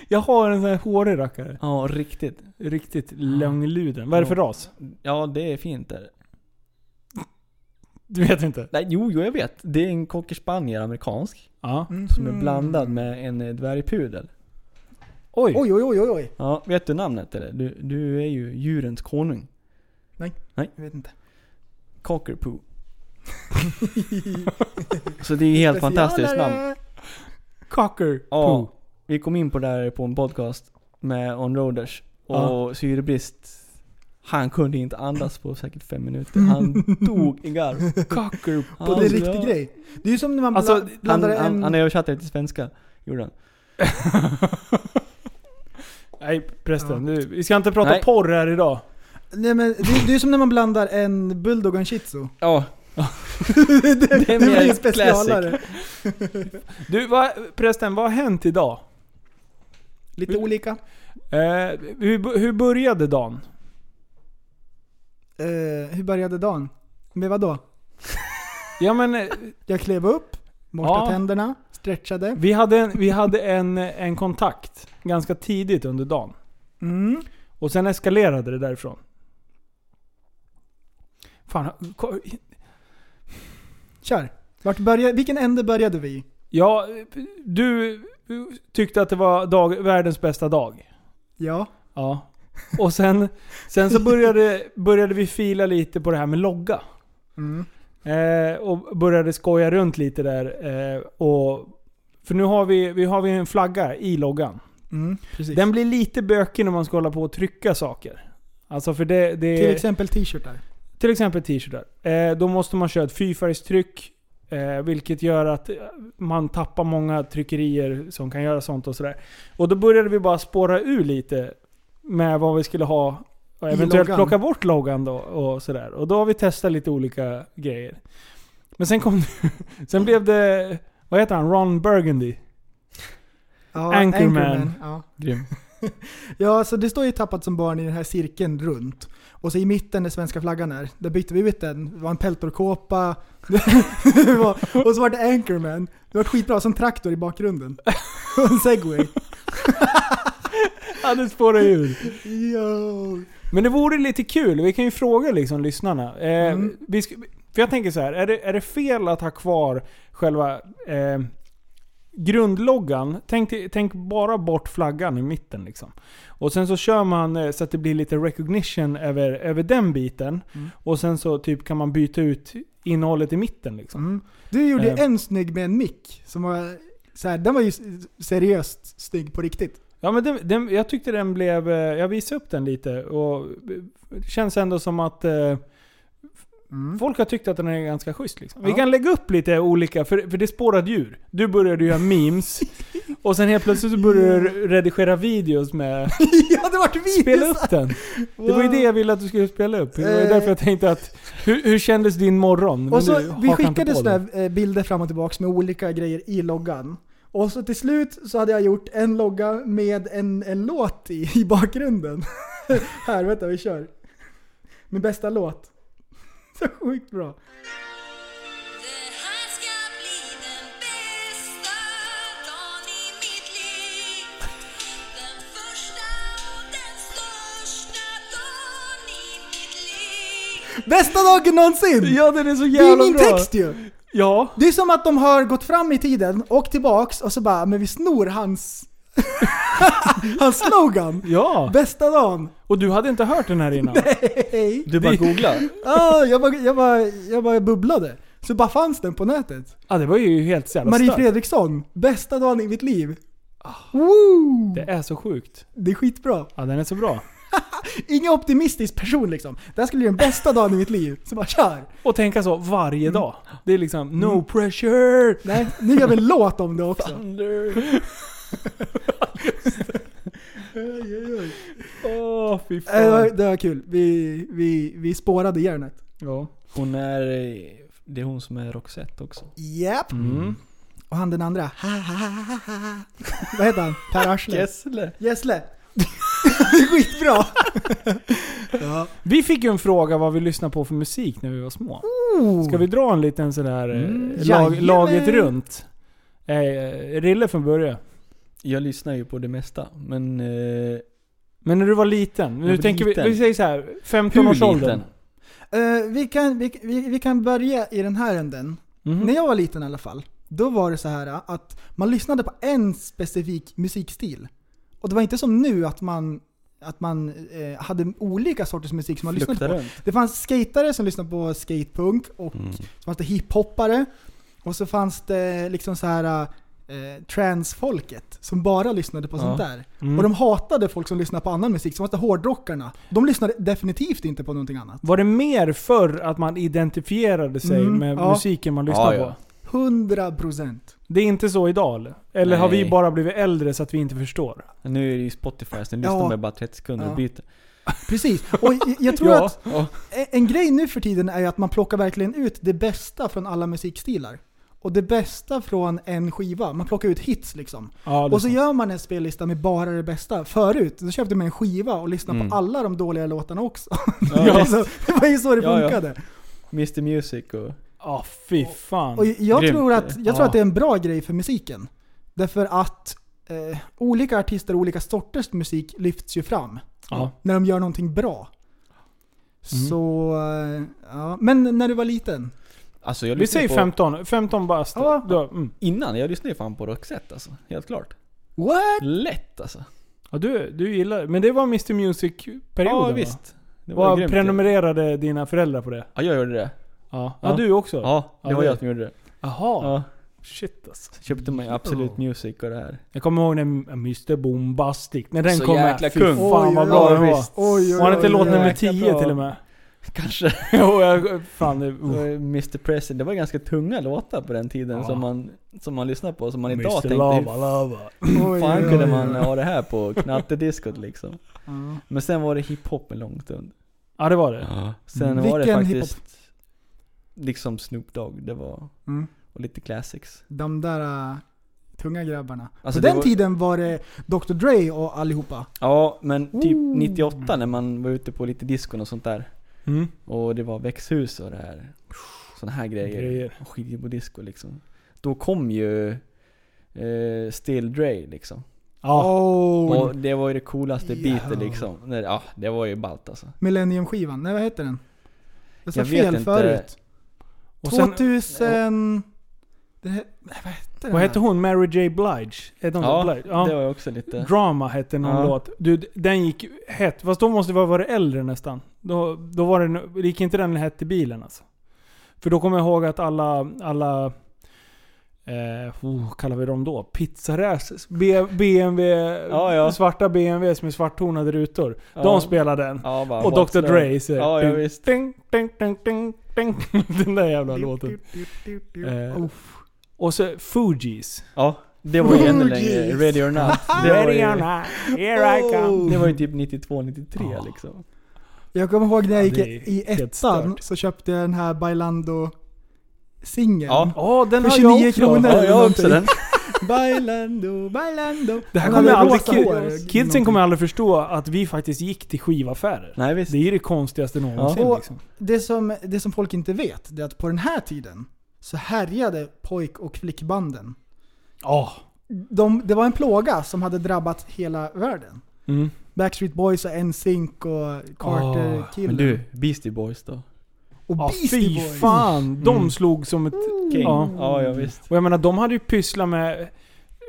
Jag har en sån här hårig rackare. Ja, riktigt. Riktigt långluden. Vad är det för ras? Ja, det är fint där. Du vet inte? Nej, jo, jo, jag vet. Det är en cocker spaniel, amerikansk. Ja. Mm. Som är blandad med en eh, dvärgpudel. Oj. Oj, oj, oj, oj, oj. Ja, vet du namnet eller? Du, du är ju djurens konung. Jag vet inte. Cockerpoo. Så det är ju helt fantastiskt namn. Specialare. Cocker. Ja, Poo. vi kom in på det här på en podcast med Onroaders och Ja. syrebrist. Han kunde inte andas på säkert fem minuter. Mm. Han dog i garv. Cocker. Och det är en riktig grej. Det är ju som när man Alltså, bla- Han, blandar han, en... han översatte det till svenska, gjorde han. Nej prästen, Ja. nu, vi ska inte prata Nej. porr här idag. nej, men det, är- det är ju som när man blandar en bulldog och en shih tzu. Ja, det, det, är blir mer ju specialare. Du vad, prästen, vad har hänt idag? Lite olika. Eh, hur, hur började dagen? Eh, hur började dagen? Med vad då? Ja men, eh, Jag klev upp, borstade Ja. tänderna, stretchade. vi hade, en, vi hade en, en kontakt ganska tidigt under dagen. Mm. Och sen eskalerade det därifrån. Fan, ko- Kör. Vart började, vilken ände började vi i? ja, du tyckte att det var dag, världens bästa dag. Ja. Ja. Och sen, sen så började, började vi fila lite på det här med logga. Mm. Eh, och började skoja runt lite där. Eh, och, för nu har vi, vi har vi en flagga i loggan. Mm. Precis. Den blir lite bökig när man ska hålla på och trycka saker. Alltså för det, det Till exempel t-shirtar. till exempel t-shirtar. Eh, då måste man köra ett fyrfärgstryck. Eh, vilket gör att eh, man tappar många tryckerier som kan göra sånt och sådär. Och då började vi bara spåra ur lite med vad vi skulle ha. Och I eventuellt loggan. plocka bort loggan då och sådär. Och då har vi testat lite olika grejer. Men sen kom Sen blev det... Vad heter han? Ron Burgundy? Ja, Anchorman. Ja. grym. ja, så det står ju tappat som barn i den här cirkeln runt. Och så i mitten där svenska flaggan är, där bytte vi ut den. Det var en peltorkåpa. Det var- och så var det Anchorman. Det var skitbra, som traktor i bakgrunden. Och en segway. Ja, det spårar ur. Yo. Men det vore lite kul. Vi kan ju fråga liksom lyssnarna. Eh, Mm. vi sk- för jag tänker så här, är det, är det fel att ha kvar själva eh, grundloggan? Tänk, tänk bara bort flaggan i mitten liksom. Och sen så kör man eh, så att det blir lite recognition över, över den biten. Mm. Och sen så typ kan man byta ut innehållet i mitten liksom. Mm. Du gjorde Eh. en snygg med en mick. Som var, så här, den var ju s- seriöst snygg på riktigt. Ja men den, den, jag tyckte den blev... eh, Jag visade upp den lite och eh, det känns ändå som att eh, Mm. folk har tyckt att den är ganska schysst liksom. Vi Ja. kan lägga upp lite olika, för, för det spårade djur. Du började göra memes och sen helt plötsligt så började du redigera videos med... ja, det vart vi! Spela upp den! Det var ju det jag ville att du skulle spela upp. Det var ju därför jag tänkte att... Hur, hur kändes din morgon? Men Eh. Och så, du hakade vi inte skickade på det. sådana här eh, bilder fram och tillbaka med olika grejer i loggan. Och så till slut så hade jag gjort en logga med en, en låt i, i bakgrunden. här, vänta vi kör. Min bästa låt. Så sjukt bra. Det här ska bli den bästa dagen i mitt liv Den första och den största dagen i mitt liv Bästa dagen någonsin! Ja den är så det är ju jävla min bra! text ju! Ja. Det är som att de har gått fram i tiden och tillbaks och så bara, men vi snor hans... hans slogan! Ja! Bästa dagen! Och du hade inte hört den här innan? Hej! Du bara googla. Ah, jag, bara, jag, bara, jag bara bubblade. Så bara fanns den på nätet. Ja det var ju helt så jävla Marie stört. Fredriksson, bästa dagen i mitt liv. Woo! Det är så sjukt. Det är skitbra. Ja, den är så bra. Ingen optimistisk person liksom. Det här skulle bli den bästa dagen i mitt liv. Så bara kör! Och tänka så varje Mm. dag. Det är liksom no pressure. Nej, nu gör vi en låt om det också. Åh, fy Eh, Det var, fan. det var kul. Vi, vi, vi spårade järnet. Ja. Hon är... eh, Det är hon som är Roxette också. Japp! Mm. Och han den andra. Vad heter han? Per Arsle? Gessle. Gessle. Det är skitbra! ja. Vi fick ju en fråga vad vi lyssnade på för musik när vi var små. Oh. Ska vi dra en liten sån där eh, lag, Oh. Mm. Jajamän. laget runt? Eh, Rille eh, från början. jag lyssnar ju på det mesta, men... Eh, Men när du var liten? Nu Jag var tänker liten. vi, vi säger så här, 15 års hur åldern. liten? Eh, vi, kan, vi, vi, vi kan börja i den här änden. Mhm. När jag var liten i alla fall, då var det så här att man lyssnade på en specifik musikstil. Och det var inte som nu att man, att man eh, hade olika sorters musik som man lyssnade Fluktar på. runt. Det fanns skatare som lyssnade på skatepunk och Mm. så fanns det hiphoppare. Och så fanns det liksom så här eh, transfolket som bara lyssnade på Ja. sånt där. Mm. Och de hatade folk som lyssnade på annan musik. Så fanns det hårdrockarna. De lyssnade definitivt inte på någonting annat. Var det mer förr att man identifierade sig Mm, med ja. musiken man lyssnade Ja, ja. på? 100%. Det är inte så idag eller? Eller har vi Nej. bara blivit äldre så att vi inte förstår? Nu är det ju Spotify, så nu lyssnar Ja. man bara 30 sekunder Ja. och byter. Precis. Och jag- jag tror Ja. att Ja. en- en grej nu för tiden är ju att man plockar verkligen ut det bästa från alla musikstilar. Och det bästa från en skiva. Man plockar ut hits liksom. Ja, det är Och så sant. gör man en spellista med bara det bästa. Förut, då köpte man en skiva och lyssnade Mm. på alla de dåliga låtarna också. Ja. Alltså, det var ju så det Ja, ja. funkade. Mr Music och... Ja, fy fan. Och jag, Grymt. tror att, jag tror Ja. att det är en bra grej för musiken. Därför att eh, olika artister och olika sorters musik lyfts ju fram. Ja. När de gör någonting bra. Mm. Så, eh, ja. Men när du var liten? Alltså jag Vi lyssnar säger på... 15, 15 bast. Ja. Då, mm. Innan, jag lyssnade ju fan på Roxette alltså. Helt klart. What? Lätt alltså. ja, du, du gillar Men det var Mr Music-perioden Ja va? visst. Det var Vad grymt. ju. prenumererade dina föräldrar på det? Ja jag gjorde det. Ja, Ja. ja du också? Ja, det Ja, var det- jag som gjorde det. Jaha. Ja. Shit alltså. Köpte man ju Absolut Music och det här. Jag kommer ihåg när Mr Bombastic, när den Så kom jäkla med. Fy kung. fan vad Oj, bra oj, den var. visst. Oj, oj, Var det inte oj, låt oj. nummer jäkla 10 bra. till och med? Kanske. Jo, jag, fan det... Uh. Mr President, det var ganska tunga låtar på den tiden Ja. som, man, som man lyssnade på, som man idag Mr tänkte Lava Lava. Lava. Oj, fan oj, kunde oj, man oj. ha det här på knattediskot liksom? Ja. Men sen var det hiphop en lång stund. Ja det var det. Sen Mm. var det Vilken faktiskt liksom Snoop Dogg, det var, Mm. och lite classics. De där äh, tunga grabbarna. Alltså, På det den var- tiden var det Dr Dre och allihopa. Ja, men typ Ooh. 98 när man var ute på lite diskon och sånt där. Mm. Och det var växthus och det här. Såna här grejer. Grejer. Och skidor på disco liksom. Då kom ju eh, Still Dre liksom. Ja. Oh, Och det var ju det coolaste Ja. biten liksom. Nej, Ja, det var ju ballt alltså. Millennium-skivan. Nej, vad heter den? Jag sa Jag vet fel inte. förut. Och sen, 2000... Det, he- nej, vad hette den? vad här? hette hon? Mary J Blige? Hette hon Ja, Blige? Ja. det var ju också lite... Drama hette någon Ja. låt. Du, d- den gick hett. Fast då måste vi ha varit äldre nästan. Då, då var den, det gick inte den hett i bilen alltså. För då kommer jag ihåg att alla, alla eh, oh, vad kallar vi dem då? Pizzaraces. B- BMW, Ja, ja. svarta BMWs med svarttonade rutor. Ja. De spelade den. Ja, bara, Och What's Dr. Love. Dre säger... Ja, ja visst. Ding, ding, ding, ding, ding. Den där jävla låten. Eh, Oh. och så Fugees. Ja, det var ju ännu längre. Fugees. Ready or Not. Det var Ready or ju, not, here I come. det var ju typ 92, 93 Ja. liksom. Jag kommer ihåg när jag Ja, gick det är i helt ettan stört. så köpte jag den här Bailando-singeln. Ja. Ja, den För har jag 29 också. kronor. Ja, jag har också den. Bailando, bailando. Det här Han kommer hade aldrig... rosa Kid, hår. kidsen Någonting. kommer aldrig förstå att vi faktiskt gick till skivaffärer. Nej visst. Det är ju det konstigaste någonsin Och liksom. det, som, det som folk inte vet, det är att på den här tiden så härjade pojk och flickbanden. Ja. De, det var en plåga som hade drabbat hela världen. Mm. Backstreet Boys och NSYNC och Carter Ah, Killen. Men du, Beastie Boys då? Ja, och Beastie fy Boys. Mm. fan. De Mm. slog som ett... King? Ja. Ja, ja, visst. Och jag menar, de hade ju pysslat med...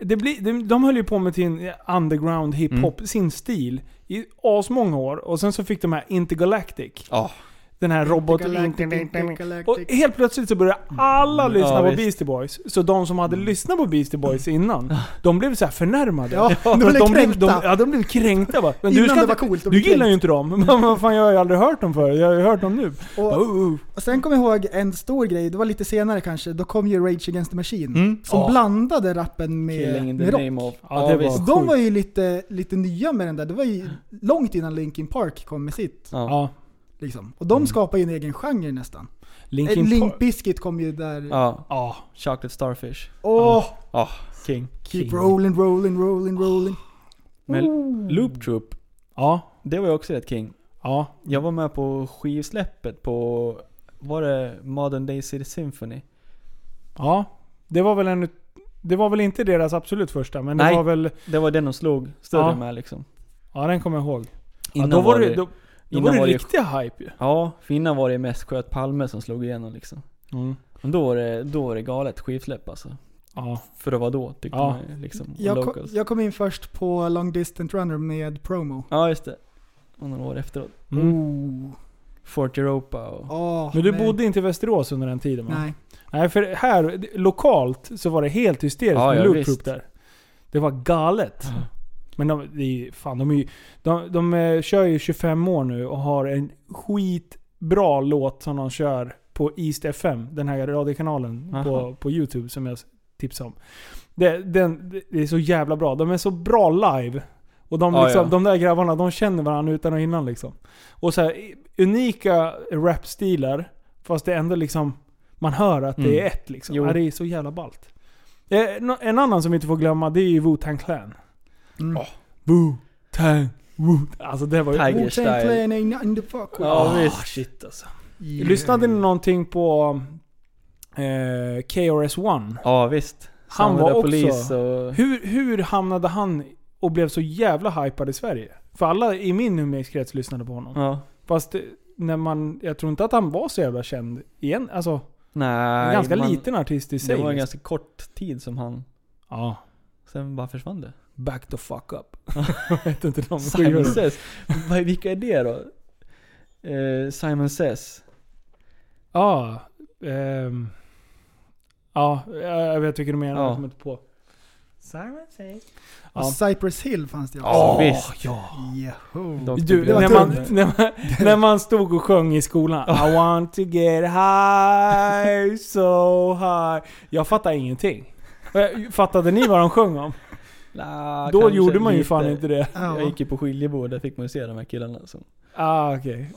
Det blir, de, de höll ju på med sin underground hiphop, sin stil, i asmånga år. Och sen så fick de här Intergalactic. Ja. Den här roboten... Galactic, Galactic. Och helt plötsligt så började alla lyssna Mm. Ja, på visst. Mm. Beastie Boys. Så de som hade lyssnat på Beastie Boys innan, de blev så här förnärmade. Ja, de För att blev blev, de, kränkta. ja, de blev kränkta bara. Men Innan du ska det var inte- coolt, Du de blev gillar kränkt. ju inte dem. Men vad fan, jag har ju aldrig hört dem förr. Jag har ju hört dem nu. Bara, Och, "Oh, oh." och sen kommer jag ihåg en stor grej, det var lite senare kanske, då kom ju Rage Against the Machine. Mm. Som Ja. blandade rappen med, Killing in med the rock. name of... Eh, Ja, det var- visst. De Sjukt. var ju lite, lite nya med den där. Det var ju långt innan Linkin Park kom med sitt. Ja. Ja. Liksom. Och de skapade ju en egen genre nästan. Mm. Linkin Linkin Link Park. Bizkit kom ju där. Åh! ja. Ja. Chocolate Starfish. Ja, King. keep rolling, rolling, rolling, rolling. Men Loop Troop, Ja. det var ju också rätt king. Ja. Jag var med på skivsläppet på, var det Modern Day City Symphony? Ja, det var väl en ut- Det var väl inte deras absolut första, men det Nej. var väl... Det var den de slog större Ja. med liksom. Ja, den kommer jag ihåg. Ja, Innan då var var det, det- då, då innan var det var det- riktiga hype ju. Ja, för innan var det mest sköt Palme som slog igenom liksom. Mm. Men då var det, då var det galet skivsläpp alltså. Ja. För att vara då tyckte Ja. man ju, liksom. och Jag, kom, locals. jag kom in först på Long Distant Runner med promo. Ja just det. Och några år efteråt. Mm. Fort Europa och... Åh, Men du bodde inte i Västerås under den tiden va? Nej. Nej, för här d- lokalt så var det helt hysteriskt Ja, med ja, Loop visst. Group där. Det var galet. Men de, det är, fan, de, är ju, de, de eh, kör ju 25 år nu och har en skitbra låt som de kör på East FM, den här radiokanalen på, Aha. på YouTube som jag s- tipsade om. Det, den, det- det är så jävla bra. De är så bra live. Och de, Ja, liksom, ja. de där grabbarna, de känner varandra utan och innan liksom. Och så här, i- unika rapstilar, fast det är ändå liksom... Man hör att det är Mm. ett liksom. Jo. Ja, det är så jävla ballt. Eh, nå- En annan som vi inte får glömma, det är ju Wu-Tang Clan. Oh. Mm. Wu-Tang, Wu Alltså det var ju... Tiger Wu-Tang Style. Clan ain't nothing to fuck with. Ja, Ah, visst. shit alltså. Yeah. Lyssnade ni någonting på eh, KRS-One? Ja visst. Han Samlade var också- polis och... Hur, hur hamnade han och blev så jävla hypad i Sverige? För alla i min umgängeskrets lyssnade på honom. Ja. Fast eh, när man, jag tror inte att han var så jävla känd igen. Alltså, en Nej. ganska man- liten artist i sig. Det var en liksom. ganska kort tid som han... Ja. Sen bara försvann det. Back the fuck up. jag vet inte de Simon Says. Vad- Vilka är det då? Eh, Simon Says. Ja. ehm. ja, jag vet vilken du menar. Ja. Jag kommer inte på. Simon Says. Och Ja. Cypress Hill fanns det också. Åh, visst. ja. Jeho. Dr. Du, Dre. var när, man, tungt. när, man, när man stod och sjöng i skolan. I want to get high, so high. Jag fattade ingenting. Eh, Fattade ni vad de sjöng om? Nah, Då kanske gjorde man ju lite. fan inte det. Ja. Jag gick ju på skiljebord, där fick man ju se de här killarna som... Ah, okej.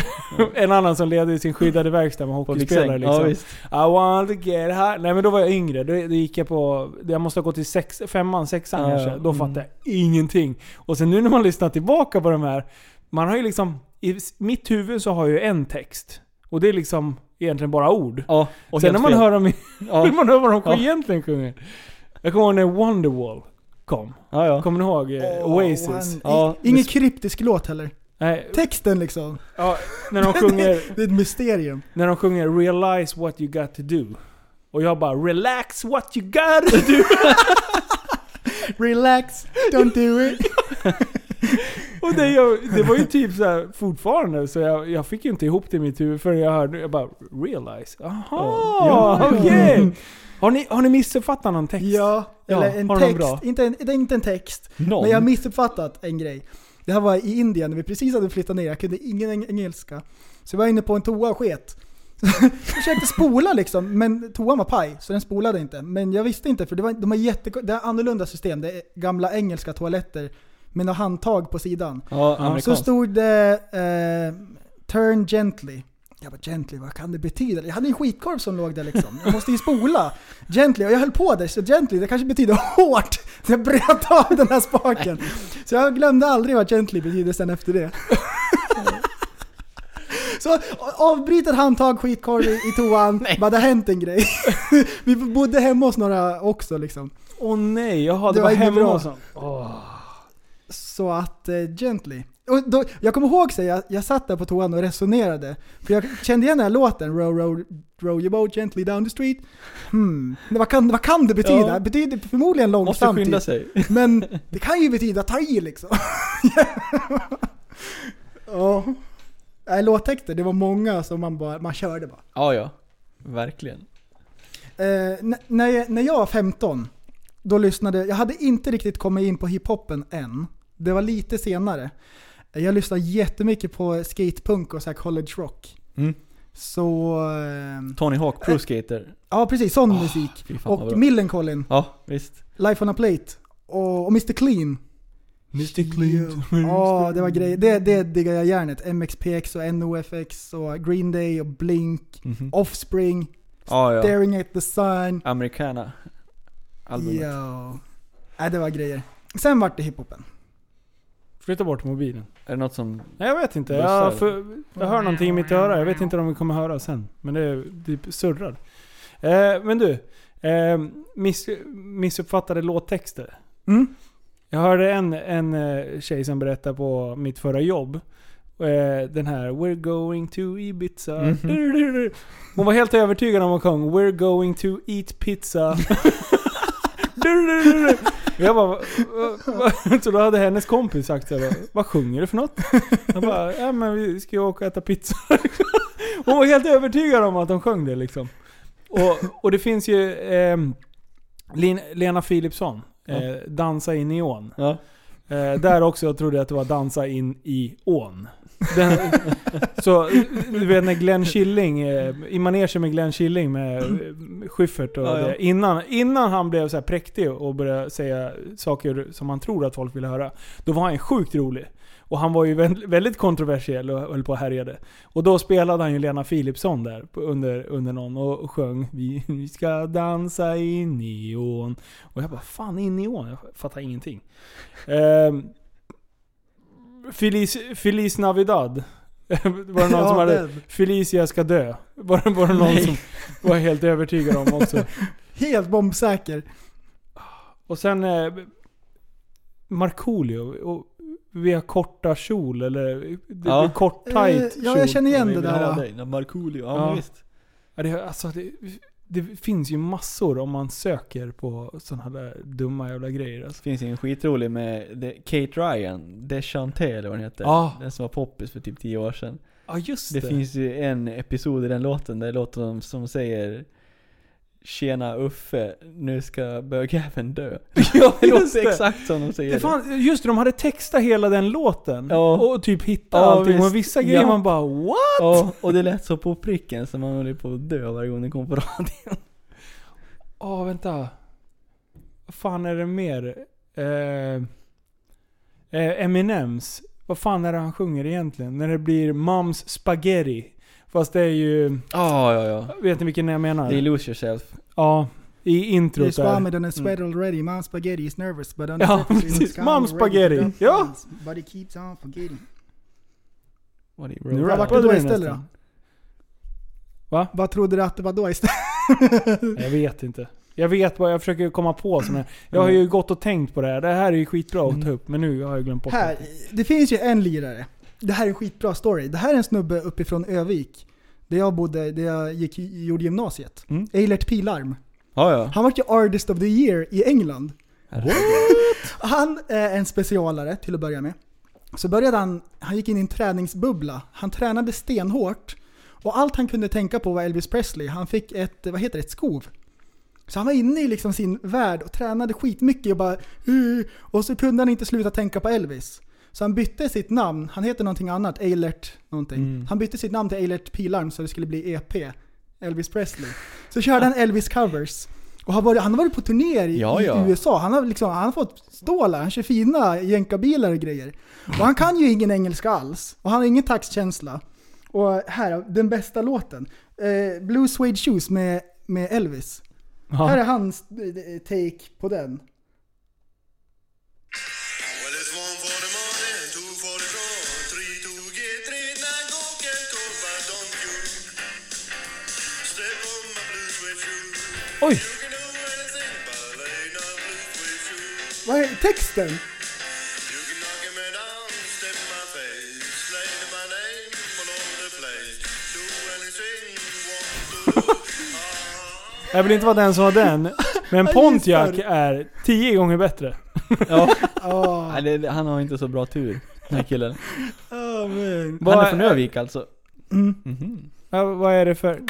en annan som levde i sin skyddade verkstad med På hockeyspelare Viksäng. liksom. Ja visst. I want to get high. Nej men då var jag yngre. Då, då gick jag på... Jag måste ha gått i sex, femman, sexan Ja, kanske. ja. Då Mm. fattade jag ingenting. Och sen nu när man lyssnar tillbaka på de här. Man har ju liksom... I s- mitt huvud så har jag ju en text. Och det är liksom egentligen bara ord. Ja, och sen helt när man fel. hör, dem, i- när Ja, man hör vad de Ja. egentligen sjunger. Jag kommer ihåg när Wonderwall kom. ja. ja. Kommer ni ihåg eh, Åh, Oasis? one- Ja, i- Ingen kryptisk låt heller. Nej, Texten liksom. ja, när de sjunger... Det är ett mysterium. När de sjunger 'Realize what you got to do' Och jag bara 'Relax what you got to do' Relax, don't do it. Och det, jag, det var ju typ så här fortfarande, så jag, jag fick ju inte ihop det i mitt huvud förrän jag hörde Jag bara 'Realize' Aha, Ja. okej! Har, ni, har ni missuppfattat någon text? Ja, Ja, eller en har de bra? text. Inte en, det är inte en text. Någon. Men jag har missuppfattat en grej. Det här var i Indien när vi precis hade flyttat ner. Jag kunde ingen eng- engelska. Så jag var inne på en toa och sket. Försökte spola liksom, men toan var paj, så den spolade inte. Men jag visste inte, för det, var, de har jätte, det är annorlunda system. Det är gamla engelska toaletter med några handtag på sidan. Ja, Så amerikansk. stod det eh, “Turn gently”. Jag bara “Gently, vad kan det betyda?” Jag hade en skitkorv som låg där liksom. Jag måste ju spola. Gently, och jag höll på där, så gently, det kanske betyder hårt. Så jag bröt av den här spaken. Så jag glömde aldrig vad gently betyder sen efter det. Så avbryter handtag, skitkorv i i toan. Bara det har hänt en grej. Vi bodde hemma hos några också liksom. Åh nej, jaha det, Det var, var inget hemma bra. och sånt. Så att, eh, gently. Och då, jag kommer ihåg att jag, jag satt där på toan och resonerade. För jag kände igen den här låten, row, row, row your boat gently down the street. Hmm, men vad kan, vad kan det betyda? Ja. Det betyder förmodligen Måste långsamt. skynda typ. sig. Men det kan ju betyda ta i liksom. Ja. Nej, låttexter, det var många som man bara, man körde bara. Ja, ja. Verkligen. Eh, n- när, jag, när jag var 15, då lyssnade jag... hade inte riktigt kommit in på hiphopen än. Det var lite senare. Jag lyssnade jättemycket på skatepunk och så här college rock. Mm. Så... Eh, Tony Hawk, Pro Skater. ja, precis. Sån musik. Ah, Fy fan vad bra. Och Millencolin, Ja, visst. Life on a Plate och, och Mr Clean. Mr Ja, det var grejer. Det, det diggar jag järnet. MXPX och NOFX och Green Day och Blink. Mhm. Offspring, Ja, ja. Staring at the Sun. Americana. Albumet. Ja. Nej, det var grejer. Sen vart det hiphopen. Flytta bort mobilen. Är det något som... Nej jag vet inte. Bussar. Jag, för, jag hör någonting i mitt öra. Jag vet inte om vi kommer höra sen. Men det är typ surrar. Eh, men du. Eh, miss, missuppfattade låttexter. Mm. Jag hörde en, en eh, tjej som berättade på mitt förra jobb. eh, Den här We're going to Ibiza. Hon var helt övertygad om att sjöng We're going to eat pizza. Jag bara, "Va- va- va?" så då hade hennes kompis sagt såhär, vad sjunger du för något? Jag bara, ja men vi ska ju åka och äta pizza. Hon var helt övertygad om att de sjöng det liksom. Och, och det finns ju ehm, Lin, Lena Philipsson, eh, Dansa in i ån. Ja. Eh, där också trodde jag att det var dansa in i ån. Den, så du vet när Glenn Killing, eh, i manegen med Glenn Killing med eh, Schyffert och Ja, ja. det. Innan, innan han blev så här präktig och började säga saker som han tror att folk vill höra. Då var han sjukt rolig. Och han var ju vä- väldigt kontroversiell och höll på och härjade. Och då spelade han ju Lena Philipsson där på- under, under någon och och sjöng vi, vi ska dansa in i ån. Och jag bara fan in i ån? Jag fattar ingenting. Ehm, Feliz, Feliz Navidad. var det någon som hade... den. Felicia ska dö. Var det, var det någon Nej. som var helt övertygad om också. Helt bombsäker. Och sen... Eh, Markoolio. Och vi har korta kjol eller ja. Ja. kort tight Eh, ja, jag känner igen Vi det vill där. ha ja. dig, när Markoolio, ja, Ja. men visst. Ja, det, alltså, det, det finns ju massor om man söker på sådana där dumma jävla grejer. Alltså. Det finns ju en skitrolig med det- Kate Ryan, Deschanté eller vad den heter. Ja. Den som var poppis för typ 10 år sedan. Ja just Det finns ju en episod i den låten där låten de som säger Tjena Uffe, nu ska bögjäveln dö. ja, Det just låter det. exakt som de säger. Det fan, just det, de hade textat hela den låten. Ja. Och typ hittat Ja, allting. Och visst. vissa grejer Ja. man bara what? Ja, och det lät så på pricken så man höll ju på att dö varje gång den kom på radion. Åh, vänta. Vad fan är det mer? Eh, eh, Eminems. Vad fan är det han sjunger egentligen? När det blir Mums Spaghetti. Fast det är ju... Ja, ja, ja. Vet ni vilken jag menar? Det är Lose Yourself. ja, i You introt swam där. it on a sweat already, mom spaghetti is nervous but on Mm. Ja, the surface precis. it's kind Mom of ready to spaghetti. dump Ja. things, But it keeps on forgetting. What är Nu Road? Vad rappar vart det då du istället då? nästan. Va? Vad trodde du att det var då istället? Jag vet inte. Jag vet bara, jag försöker komma på såna här. Jag har ju Mm. gått och tänkt på det här. Det här är ju skitbra att ta upp, men nu har jag glömt bort Här, det. det finns ju en lirare. Det här är en skitbra story. Det här är en snubbe uppifrån Övik. Där jag bodde, där jag gick, gjorde gymnasiet. Mm. Eilert Pilarm. Ja, ja. Han var ju Artist of the Year i England. Herregud. Han är en specialare till att börja med. Så började han, han gick in i en träningsbubbla. Han tränade stenhårt. Och allt han kunde tänka på var Elvis Presley. Han fick ett, vad heter det, ett skov. Så han var inne i liksom sin värld och tränade skitmycket och bara "Uh", Och så kunde han inte sluta tänka på Elvis. Så han bytte sitt namn, han heter någonting annat, Eilert någonting. Mm. Han bytte sitt namn till Eilert Pilarm så det skulle bli EP, Elvis Presley. Så körde han Elvis covers. Och har varit, han har varit på turné i, Ja, ja. i USA, han har, liksom, han har fått stålar, han kör fina jänkarbilar och grejer. Och han kan ju ingen engelska alls, och han har ingen taxkänsla. Och här, den bästa låten. Eh, Blue Suede Shoes med, med Elvis. Här är hans eh, take på den. Well, it's one for the morning, two for the dawn, three to get three, now go get cold, but don't you step on my blue suede shoe. Oj. You can do anything, but I ain't no blue suede shoe. Vad är texten? You can knock me down, step in my face, slay my name all over the place. Do anything you want to do. Ah. Jag vill inte vara den som har den, men Pontiac är tio gånger bättre. Ja. Ja, Nej, det- Han har inte så bra tur, den här killen. oh, men. Han Vad är från är- Övik alltså. Ja, vad är det för...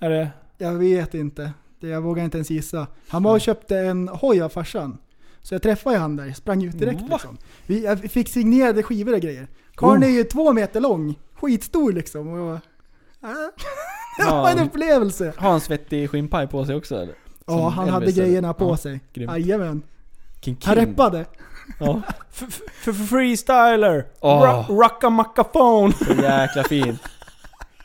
Är det... Jag vet inte. Det- Jag vågar inte ens gissa. Han var och köpte en hoj av farsan. Så jag träffade han där, sprang ut Mm. direkt liksom. Vi jag fick signerade skivor och grejer. Karln Oh. är ju två meter lång, skitstor liksom. Och jag bara, ah. Det var en Ja. upplevelse! Har han svettig skinnpaj på sig också eller? Ja, han hade Elvis, eller? grejerna på Ja, sig. grymt. Jajamän. King Han King. reppade. Ja, F- f- f- freestyler! Åh. Oh. Rocka-mackaphone! så jäkla fint.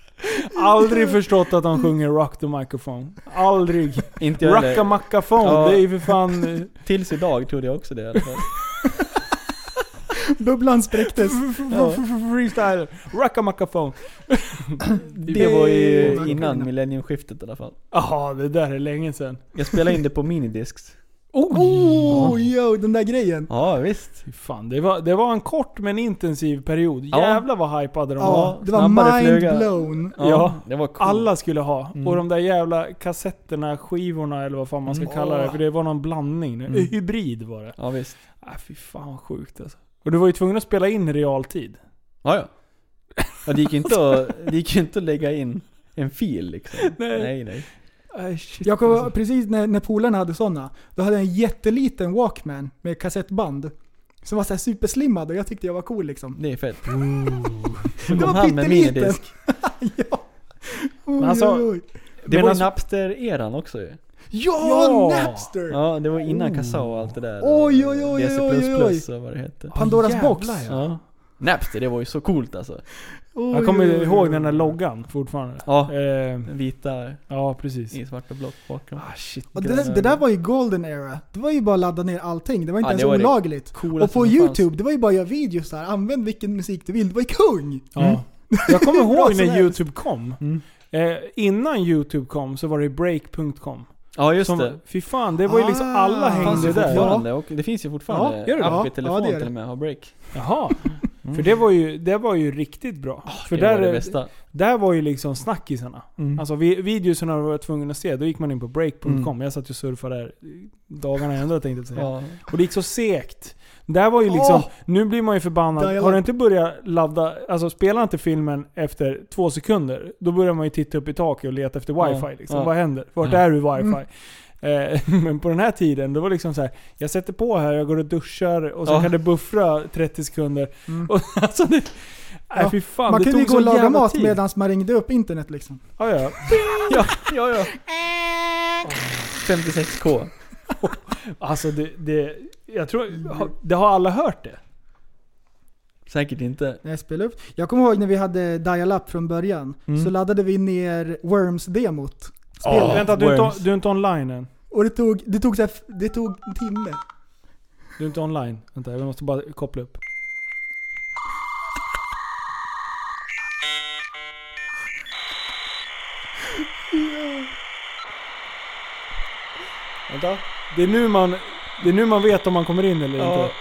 Aldrig förstått att de sjunger rock the microphone. Aldrig. Inte jag heller. Rocka-mackaphone, Ja. det är ju för fan... eh, Tills idag trodde jag också det i alla fall. Bubblan spräcktes. Ja. Freestyle, rackamackaphone. Det var ju Åh, innan verkligen. millenniumskiftet i alla fall. Jaha, det där är länge sedan. Jag spelade in det på minidiscs. Oh, yo, den där grejen. Ja visst. Fy Fan, det, var, det var en kort men intensiv period. Ja. Jävlar vad hypade de var. Ja, det var snabbare mind fluga. blown. Ja, Ja. det var coolt. Alla skulle ha. Mm. Och de där jävla kassetterna, skivorna eller vad fan man ska Mm. kalla det. Åh. För det var någon blandning. Mm. Hybrid var det. Ja visst. Äh, fy fan vad sjukt alltså. Och du var ju tvungen att spela in i realtid. Ja, ja. ja det, gick ju inte att, det gick ju inte att lägga in en fil liksom. Nej. nej. nej. Äh, shit, Jag kom, alltså. precis när, när polarna hade sådana, då hade jag en jätteliten Walkman med kassettband. Som var såhär superslimmad och jag tyckte jag var cool liksom. Det är fett. Det Kom var han med pytteliten. minidisk. ja. Oj, Men alltså- oj, oj. Det Men var ju alltså- Napster-eran också ju. Ja, Ja. Napster! Ja, det var innan Kazaa och allt det där. Oj, oj, oj, DC++ oj, oj, oj. och vad det hette. Pandoras Jävlar, box. ja. Ja. Napster, det var ju så coolt alltså. Oj, Jag kommer oj, oj, ihåg oj. den där loggan fortfarande. Ja. Eh, Den vita ja, precis. i svart och blått bakom. Ah, shit. Och det, där- det där var ju golden era. Det var ju bara att ladda ner allting. Det var inte Ja, det ens var det olagligt. Coolaste Och på som youtube, fanns. det var ju bara att göra videos där. Använd vilken musik du vill. Det var ju kung! Ja. Jag kommer ihåg Mm. som när helst. Mm. youtube kom. Eh, innan youtube kom så var det break.com. Ja just Som, det. fy fan, det var ju liksom alla Ah. Fanns hängde ju det där. fortfarande. Och det finns ju fortfarande Ja, gör det? app Ja, i ja, telefon det gör det. till och med, har break. Jaha. För det var ju, det var ju riktigt bra. För Ah, det var det där, bästa. där var ju liksom snackisarna. Alltså vi, videosarna var jag tvungen att se. Då gick man in på break.com. Jag satt ju och surfade där dagarna ända tänkte jag säga. Ja. Och det gick så segt. Där var ju liksom, Åh! nu blir man ju förbannad. Dial-up. Har du inte börjat ladda, alltså spelar inte filmen efter två sekunder, då börjar man ju titta upp i taket och leta efter wifi. Ja, liksom. ja. Vad händer? Vart Ja. är du i wifi? Mm. Eh, men på den här tiden, det var liksom så här. jag sätter på här, jag går och duschar och så Ja. kan det buffra 30 sekunder. Mm. Och, alltså det, Ja. Nej fy fan, man det kunde ju tog gå och sån laga jävla mat tid. medan man ringde upp internet liksom. Ja, ja. 56k. Alltså det, det, jag tror, har- det har alla hört det? Säkert inte. När jag spelade upp. Jag kommer ihåg när vi hade dial-up från början. Så laddade vi ner Worms-demot. Mm. Ja, Vänta, du är, Worms. inte, du är inte online än? Och det tog, det tog, så här, det tog en timme. Du är inte online? Vänta, jag måste bara koppla upp. Vänta. Det är nu man, det är nu man vet om man kommer in eller inte.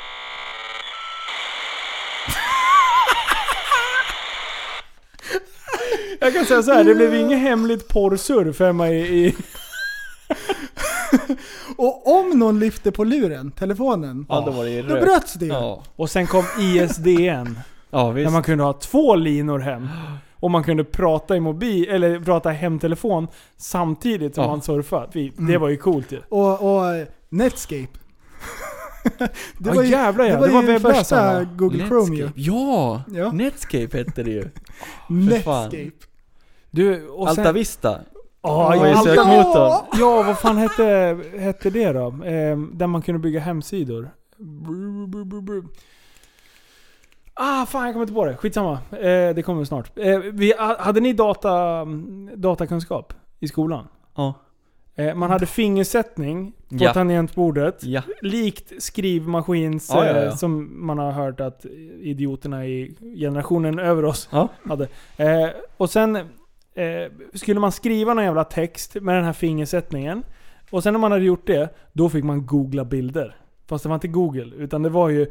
Jag kan säga så här, det blev inget hemligt porrsurf hemma i... i Och om någon lyfte på luren, telefonen, Ja, då var det ju då rök. bröts det ju. Ja, och sen kom ISDN. ja När visst. man kunde ha två linor hem. Och man kunde prata i mobil, eller prata hemtelefon samtidigt som Ja. Mm. man surfade. Fy, Det var ju coolt ju. Och, och Netscape. det Ja, var ju, jävlar ja. det var ju den första webbläsaren. va? Google Chrome ju. Netscape. Ja! Ja. Netscape hette det ju. För fan. Netscape. Du, och sen... Alta Vista. Ja, var ju Alta- sökmotorn. Ja, vad fan hette, hette det då? Ehm, där man kunde bygga hemsidor. Bru, bru, bru, bru. Ah, fan jag kommer inte på det. Skitsamma. Eh, det kommer snart. Eh, vi, hade ni data, datakunskap i skolan? Ja. Eh, man hade fingersättning på Ja. tangentbordet. Ja. Likt skrivmaskins Ja, ja, ja. Eh, som man har hört att idioterna i generationen över oss Ja. hade. Eh, och sen eh, skulle man skriva någon jävla text med den här fingersättningen. Och sen när man hade gjort det, då fick man googla bilder. Fast det var inte Google, utan det var ju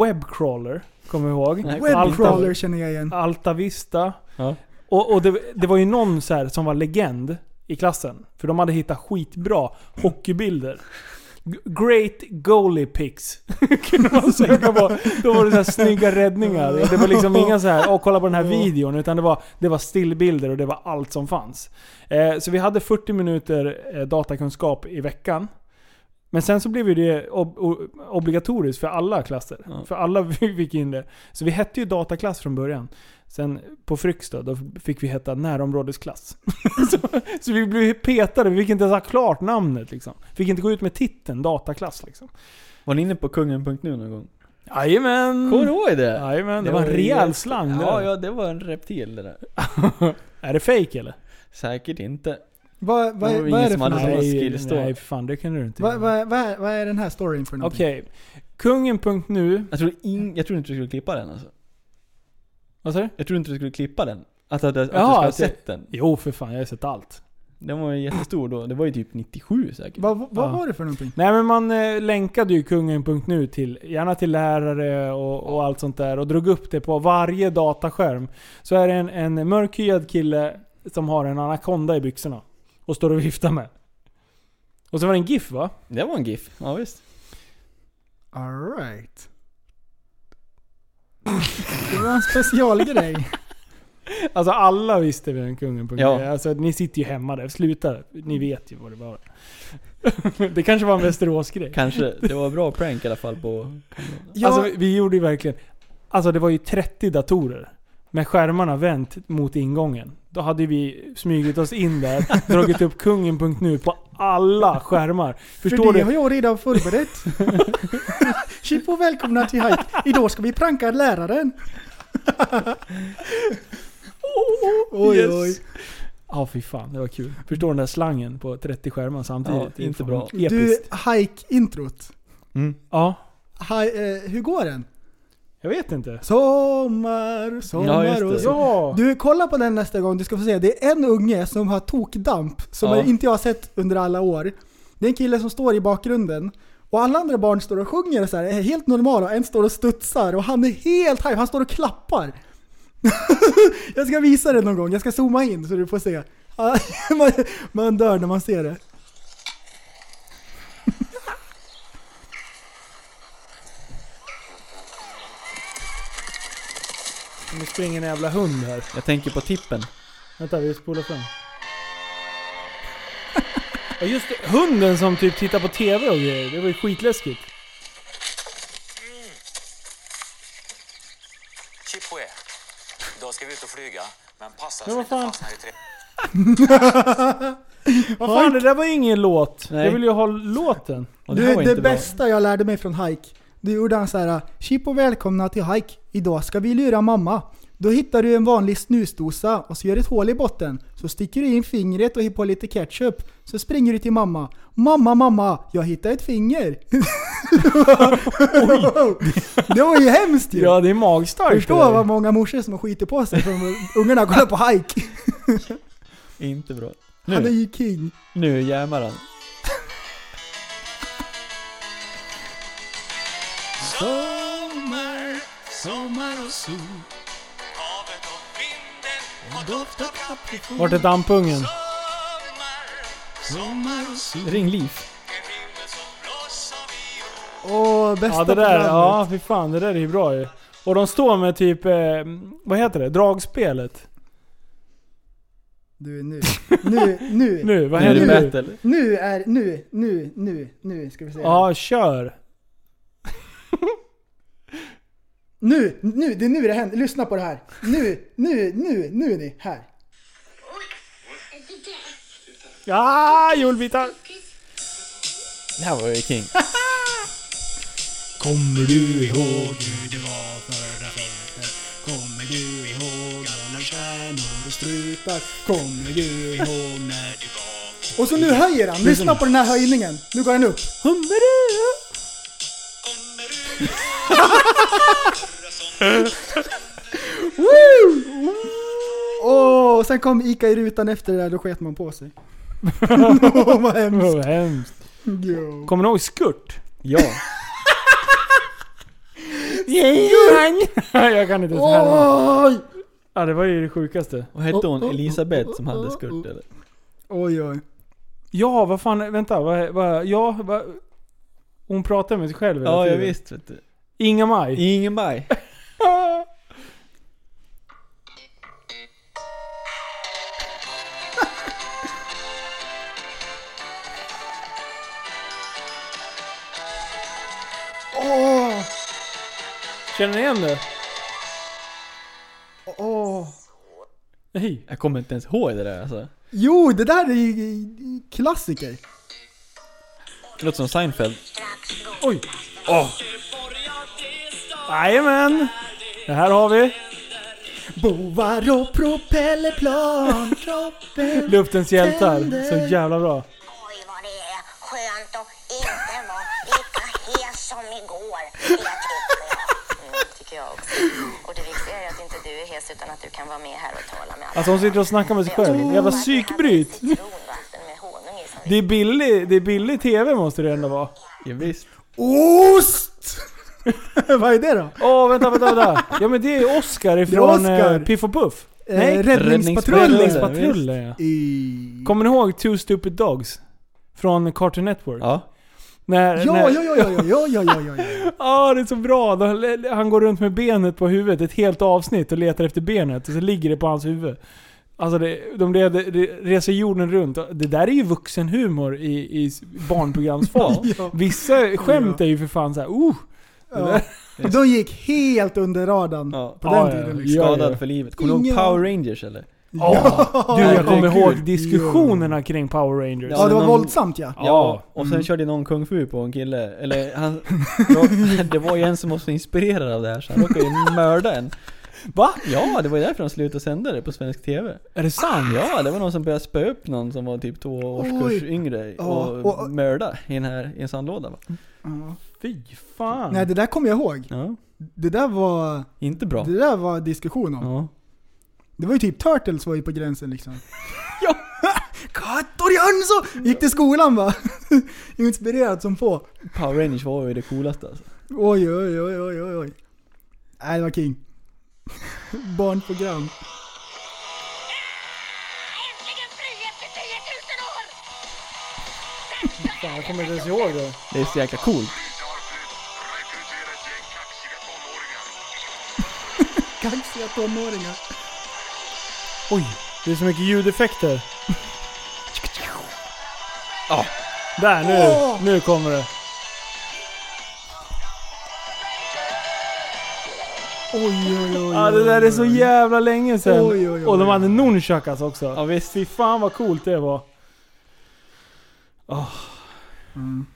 webcrawler, kommer jag ihåg. Nej, Webcrawler känner jag igen. Altavista. Ja. Och, och det, det var ju någon så här som var legend i klassen. För de hade hittat skitbra hockeybilder. G- Great goalie pics. Kunde man söka på. Då var det så här snygga räddningar. Och Det var liksom inga så här, åh kolla på den här videon. Utan det var, det var stillbilder och det var allt som fanns. Eh, så vi hade 40 minuter eh, datakunskap i veckan. Men sen så blev ju det ob- o- obligatoriskt för alla klasser. Ja. För alla fick in det. Så vi hette ju dataklass från början. Sen på Fryx då, då fick vi heta närområdesklass. så, så vi blev petade, vi fick inte ens ha klart namnet liksom. Fick inte gå ut med titeln dataklass liksom. Var ni inne på kungen.nu någon gång? Jajamän! Kommer du ihåg det? Jajamän, det, var en rejäl slang Ja, där. ja, det var en reptil det där. Är det fake eller? Säkert inte. Vad vad Det är var vad är ingen det som för hade något? sån- var skill store. nej, fan det kan du inte Vad göra. vad- vad är vad är den här storyn för någonting? Okej. Kungen.nu, Jag tror, in, jag tror inte du skulle klippa den alltså. vad säger du? Jag tror inte du skulle klippa den. Att, att, att, Jaha, du skulle ha att jag- sett den. Jo för fan, jag har sett allt. Den var ju jättestor då. Det var ju typ 97 säkert. Vad vad Ja. var det för någonting? Nej men man eh, länkade ju kungen.nu till, gärna till lärare och, och allt sånt där och drog upp det på varje dataskärm. Så är det en, en mörkhyad kille som har en anakonda i byxorna och står och viftar med. Och så var det en GIF va? Det var en GIF, ja visst. Alright. Det var en specialgrej. Alltså alla visste vem kungen på Ja. alltså, Ni sitter ju hemma där, sluta. Ni vet ju vad det var. det kanske var en Västerås-grej. Kanske. Det var bra prank i alla fall på... Ja, Alltså vi gjorde ju verkligen... Alltså det var ju 30 datorer. Med skärmarna vänt mot ingången. Då hade vi smugit oss in där, dragit upp kungen.nu på alla skärmar. för Förstår det du? har jag redan förberett. Chip och välkomna till Hike. Idag ska vi pranka läraren. oj, Oh, yes. oj. Ja fy fan, det var kul. Mm. Förstår den där slangen på 30 skärmar samtidigt? Ja, Det är inte fan bra. Episkt. Du, Hike-introt. Ja, Hi, eh, hur går den? jag vet inte. Sommar, sommar Ja, just det. och sommar. Ja! Du, kolla på den nästa gång. Du ska få se. Det är en unge som har tokdamp som Ja. inte jag har sett under alla år. Det är en kille som står i bakgrunden. Och alla andra barn står och sjunger så här, är helt normala. En står och studsar och han är helt hype. Han står och klappar. jag ska visa det någon gång. Jag ska zooma in så du får se. Ah, man, man dör när man ser det. Nu springer en jävla hund här. Jag tänker på tippen. Vänta, vi spolar fram. Ja just det, hunden som typ tittar på TV och grejer. Det var ju skitläskigt. Chip på er. Idag ska vi ut och flyga, men passa Men så vi vad inte fan? fastnar i trä. Vad fan, det där var ju ingen låt. Nej. Jag vill ju ha låten. Och Du, här det var inte bra. bästa jag lärde mig från Hike, det gjorde han så här. Chip och välkomna till Hike. Idag ska vi lura mamma. Då hittar du en vanlig snusdosa och så gör du ett hål i botten. Så sticker du in fingret och hittar på lite ketchup. Så springer du till mamma. Mamma, mamma, jag hittade ett finger. det var ju hemskt ju. Ja, det är magstarkt. Förstå vad många morsor som skiter på sig för att ungarna kollar på Hike. Inte bra. Han är Nu, ju king. nu jämmar han. Sommar, sommar och sol. Havet och vinden och doft av kaprikor. Vart är dampungen? Sommar, sommar och sol. Ring En Liv. himmel som blås av viol. Åh, bästa Ja, det där. programmet. Ja, fy fan. Det där är ju bra ju. Och de står med typ, eh, vad heter det? Dragspelet. Du, nu. Nu, nu. Nu, vad Nu är händer det nu? battle. Nu är, nu, nu, nu, nu ska vi se. Ja, kör. Nu, nu, det är nu det händer. Lyssna på det här. Nu, nu, nu, nu är ni här. Ja, julbitar! Det här var ju king. Kommer du ihåg hur det var förra vintern? Kommer du ihåg alla stjärnor och strutar? Kommer du ihåg när du var Och så nu höjer han. Lyssna på den här höjningen. Nu går den upp. Woo! Åh, och sen kom Ica i rutan efter det där, då sket man på sig. Åh, vad Åh, hemskt. vad hemskt. Jo. Kommer ni ihåg Skurt? Ja. Jag kan inte ens härma. Oj! Ja, det var ju det sjukaste. Och hette hon Elisabeth som hade skurt eller? Oj, oj. Ja, vad fan, vänta. Vad, vad, ja, vad, hon pratar med sig själv hela Ja, jag tiden. visst vet du. Inga Maj. Ingemaj. Känner ni igen det? Åh. Nej. Jag kommer inte ens ihåg det där alltså. Jo, det där är ju klassiker. Det låter som Seinfeld. Oj. Åh. Jajamän. Det här har vi. Bovar och propellerplan, kroppen Luftens hjältar. Så jävla bra. Oj vad det är skönt att inte vara lika hes som igår. Mm, Och det viktiga är att inte du är hes utan att du kan vara med här och tala med alla. Mm. Alltså hon sitter och snackar med sig själv. Jävla psykbryt. Det är billig, det är billig TV måste det ändå vara. Ja, visst. Ost! Vad är det då? Åh, vänta, vänta, vänta. Ja men det är Oscar ifrån Oscar. eh, Piff och Puff. Eh, Räddningspatrullen. Räddningspatrullen, ja. Kommer ni ihåg Two Stupid Dogs? Från Cartoon Network? Ja. När, Ja, när, ja, ja, ja, ja, ja, ja, ja, ja, ja. Ja, det är så bra. Då- Han går runt med benet på huvudet ett helt avsnitt och letar efter benet och så ligger det på hans huvud. Alltså det, de re- re- reser jorden runt. Det där är ju vuxenhumor i, i barnprogramsform. Vissa skämt är ju för fan såhär oh, det Ja. där- De gick helt under radarn på den Ja, ja, tiden. liksom. ja, ja. Skadad för livet. Kommer du ihåg Ingen- Power Rangers eller? Du, jag kommer Herregud. ihåg diskussionerna kring Power Rangers. Ja, det var våldsamt ja. Ja, och sen Mm. körde någon kung fu på en kille, eller han... då- det var ju en som var så inspirerad av det här så han råkade ju mörda en. Va? Ja, det var ju därför de slutade sända det på svensk TV. Är det sant? Ja, det var någon som började spöa upp någon som var typ två årskurs Oj. yngre Ja, och, och- och- mörda i, den här, i en sandlåda va? Fy fan. Nej, det där kommer jag ihåg. Ja, Det där var, inte bra. det där var diskussion om. Ja. Det var ju typ Turtles var ju på gränsen liksom. ja! Kattori Hanzo! Gick till skolan va? Inspirerad som få. Power Rangers var ju det coolaste alltså. Oj, oj, oj, oj, oj, oj. Nej, det var king. Barnprogram. Äntligen frihet för 10 000 år! Fan, jag kommer inte ens ihåg det. Det är så jäkla coolt. Kaxiga tonåringar. Oj, det är så mycket ljudeffekter. Där, nu, Åh! nu kommer det. Oj, oj, oj. Ja, det där är så jävla länge sedan. Oj, oj, oj. Och de hade nunchakas också. Ja visst. Fy fan vad coolt det var. Åh. Mm.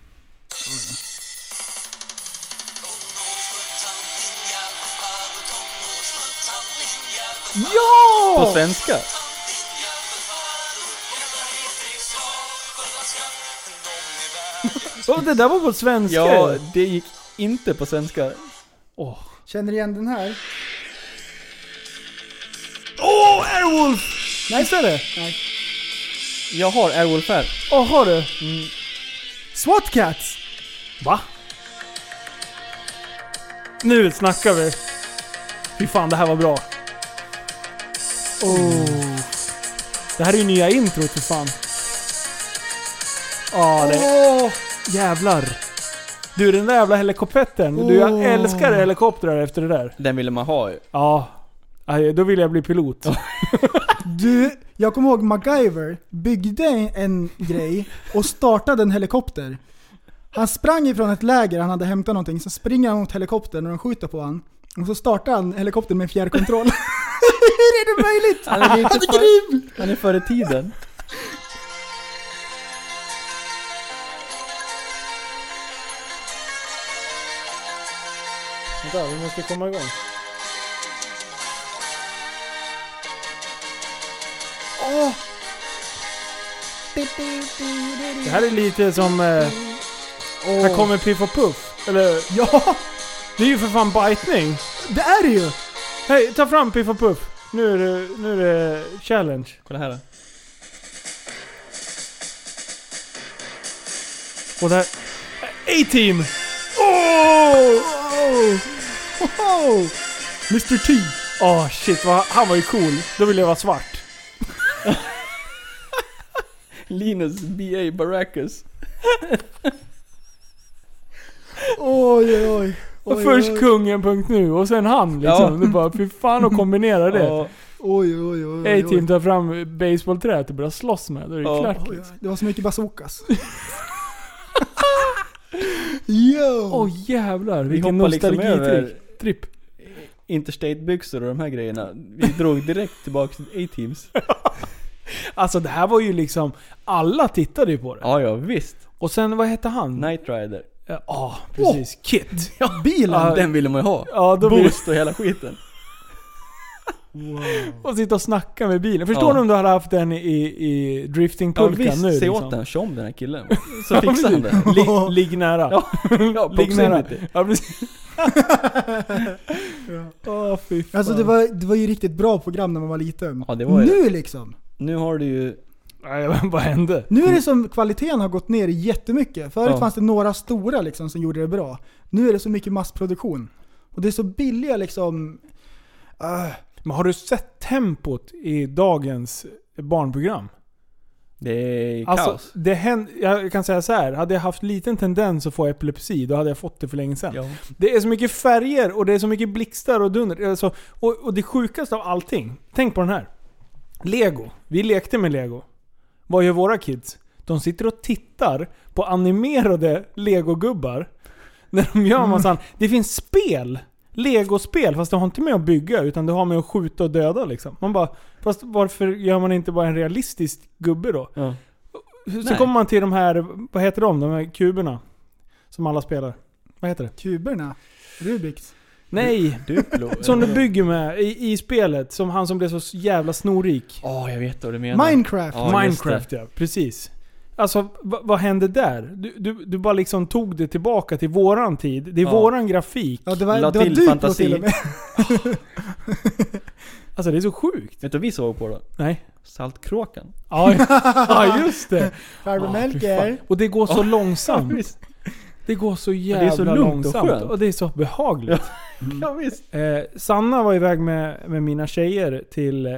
På Ja! svenska. Och det där var på svenska. Ja, det gick inte på svenska. Känner igen den här? Åh, Airwolf! Nej, så är det. Jag har Airwolf här. Åh, har du? SWAT Cats! Va? Nu snackar vi. Fy fan, det här var bra. Oh. Det här är ju nya introt för fan. Ja, det... Åh! Jävlar. Du, den där jävla helikoptern. Du, jag Åh. älskar helikoptrar efter det där. Den ville man ha ju. Ja. Aj, Då vill jag bli pilot. Du, jag kommer ihåg MacGyver byggde en grej och startade en helikopter. Han sprang ifrån ett läger, han hade hämtat någonting, så springer han mot helikoptern och de skjuter på han. Och så startar han helikoptern med fjärrkontroll. Hur är det möjligt? Han är, inte grym! för, han är före tiden. Vänta, vi måste komma igång. Åh! Det här är lite som... Eh, Här kommer Piff och Puff. Eller... Ja, Det är ju för fan bajtning. det är det ju! Hej, ta fram Piff och Puff. Nu är det, nu är det challenge. Kolla här då. Och där... A-team! Oh! Wow! Mr T! Åh shit, vad, han var ju cool. Då ville jag vara svart. Linus B.A. Baracus. Oj, oj, oj. Och Oj, först oj. kungen.nu och sen han liksom. Det Ja. bara, fy fan att kombinera det. Ja, Oj, oj, oj. oj, A-team oj. tar fram baseballträet och börjar slåss med. Då är det Ja. klart Oj, liksom. oj. Det var så mycket bazookas. Yo! Åh jävlar, vi vilken hoppar liksom nostalgitripp. över Tripp. Interstate-byxor och de här grejerna. Vi drog direkt tillbaka till A-teams. Alltså det här var ju liksom, alla tittade ju på det. Ja, ja visst. Och sen, vad hette han? Knight Rider. Ja, ah, precis. Kit. Bilen! Ja. Den ville man ju ha. Ja, då blir, Boost och hela skiten. Och sitta och snacka med bilen. Förstår Ja. du om du hade haft den i, i Ja, driftingpulkan visst, nu? se liksom? åt den, tjo om den här killen. Ja, Så fixar han det. precis. Ligg- Ligg nära. Ja, ja, Ligg nära. proximity. Ja, precis. Åh, fy fan. Alltså det var, det var ju riktigt bra program när man var liten. Ja, det var ju nu det. liksom! Nu har du ju... vad hände? Nu är det som kvaliteten har gått ner jättemycket. Förut Ja. fanns det några stora liksom som gjorde det bra. Nu är det så mycket massproduktion. Och det är så billiga liksom... Ah. Men har du sett tempot i dagens barnprogram? Det är kaos. Alltså, det händer, jag kan säga så här. hade jag haft liten tendens att få epilepsi, då hade jag fått det för länge sedan. Det är så mycket färger och det är så mycket blixtar och dunder. Alltså, och, och det sjukaste av allting, tänk på den här. Lego. Vi lekte med lego. Vad gör våra kids? De sitter och tittar på animerade legogubbar. När de gör massan. Det finns spel! Legospel, fast det har inte med att bygga utan det har med att skjuta och döda liksom. Man bara, fast varför gör man inte bara en realistisk gubbe då? Så Nej. kommer man till de här, vad heter de? De här kuberna. Som alla spelar. Vad heter det? Kuberna? Rubiks? Nej! Duplo? Som du eller? bygger med i, i spelet. Som han som blev så jävla snorrik. Ja, jag vet vad du menar. Minecraft. Ja, just Minecraft det. ja, precis. Alltså va, vad hände där? Du, du, du bara liksom tog det tillbaka till våran tid. Det är Ja. våran grafik. Ja, det var, La det var till Duplo fantasi. till och med. Alltså det är så sjukt. Vet du vad vi såg på då? Nej. Saltkråkan. Ja, ja just det. Farbror Ja, fy Melker. fan. Och det går så Ja, långsamt. visst. Det går så jävla det är så lugnt och långsamt. skönt. Och det är så behagligt. Ja, visst. Eh, Sanna var iväg med, med mina tjejer till eh,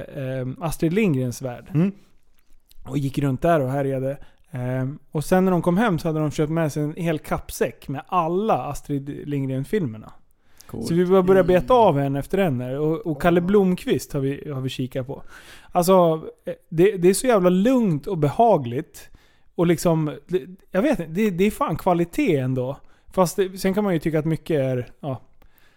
Astrid Lindgrens värld. Och gick runt där och härjade. Eh, och sen när de kom hem så hade de köpt med sig en hel kappsäck med alla Astrid Lindgren-filmerna. Coolt. Så vi bara började beta Mm. av en efter en. här. Och, och Kalle Blomqvist har vi, har vi kikat på. Alltså, eh, det, det är så jävla lugnt och behagligt. Och liksom, det- jag vet inte, det, det är fan kvalitet ändå. Fast det, sen kan man ju tycka att mycket är, ja,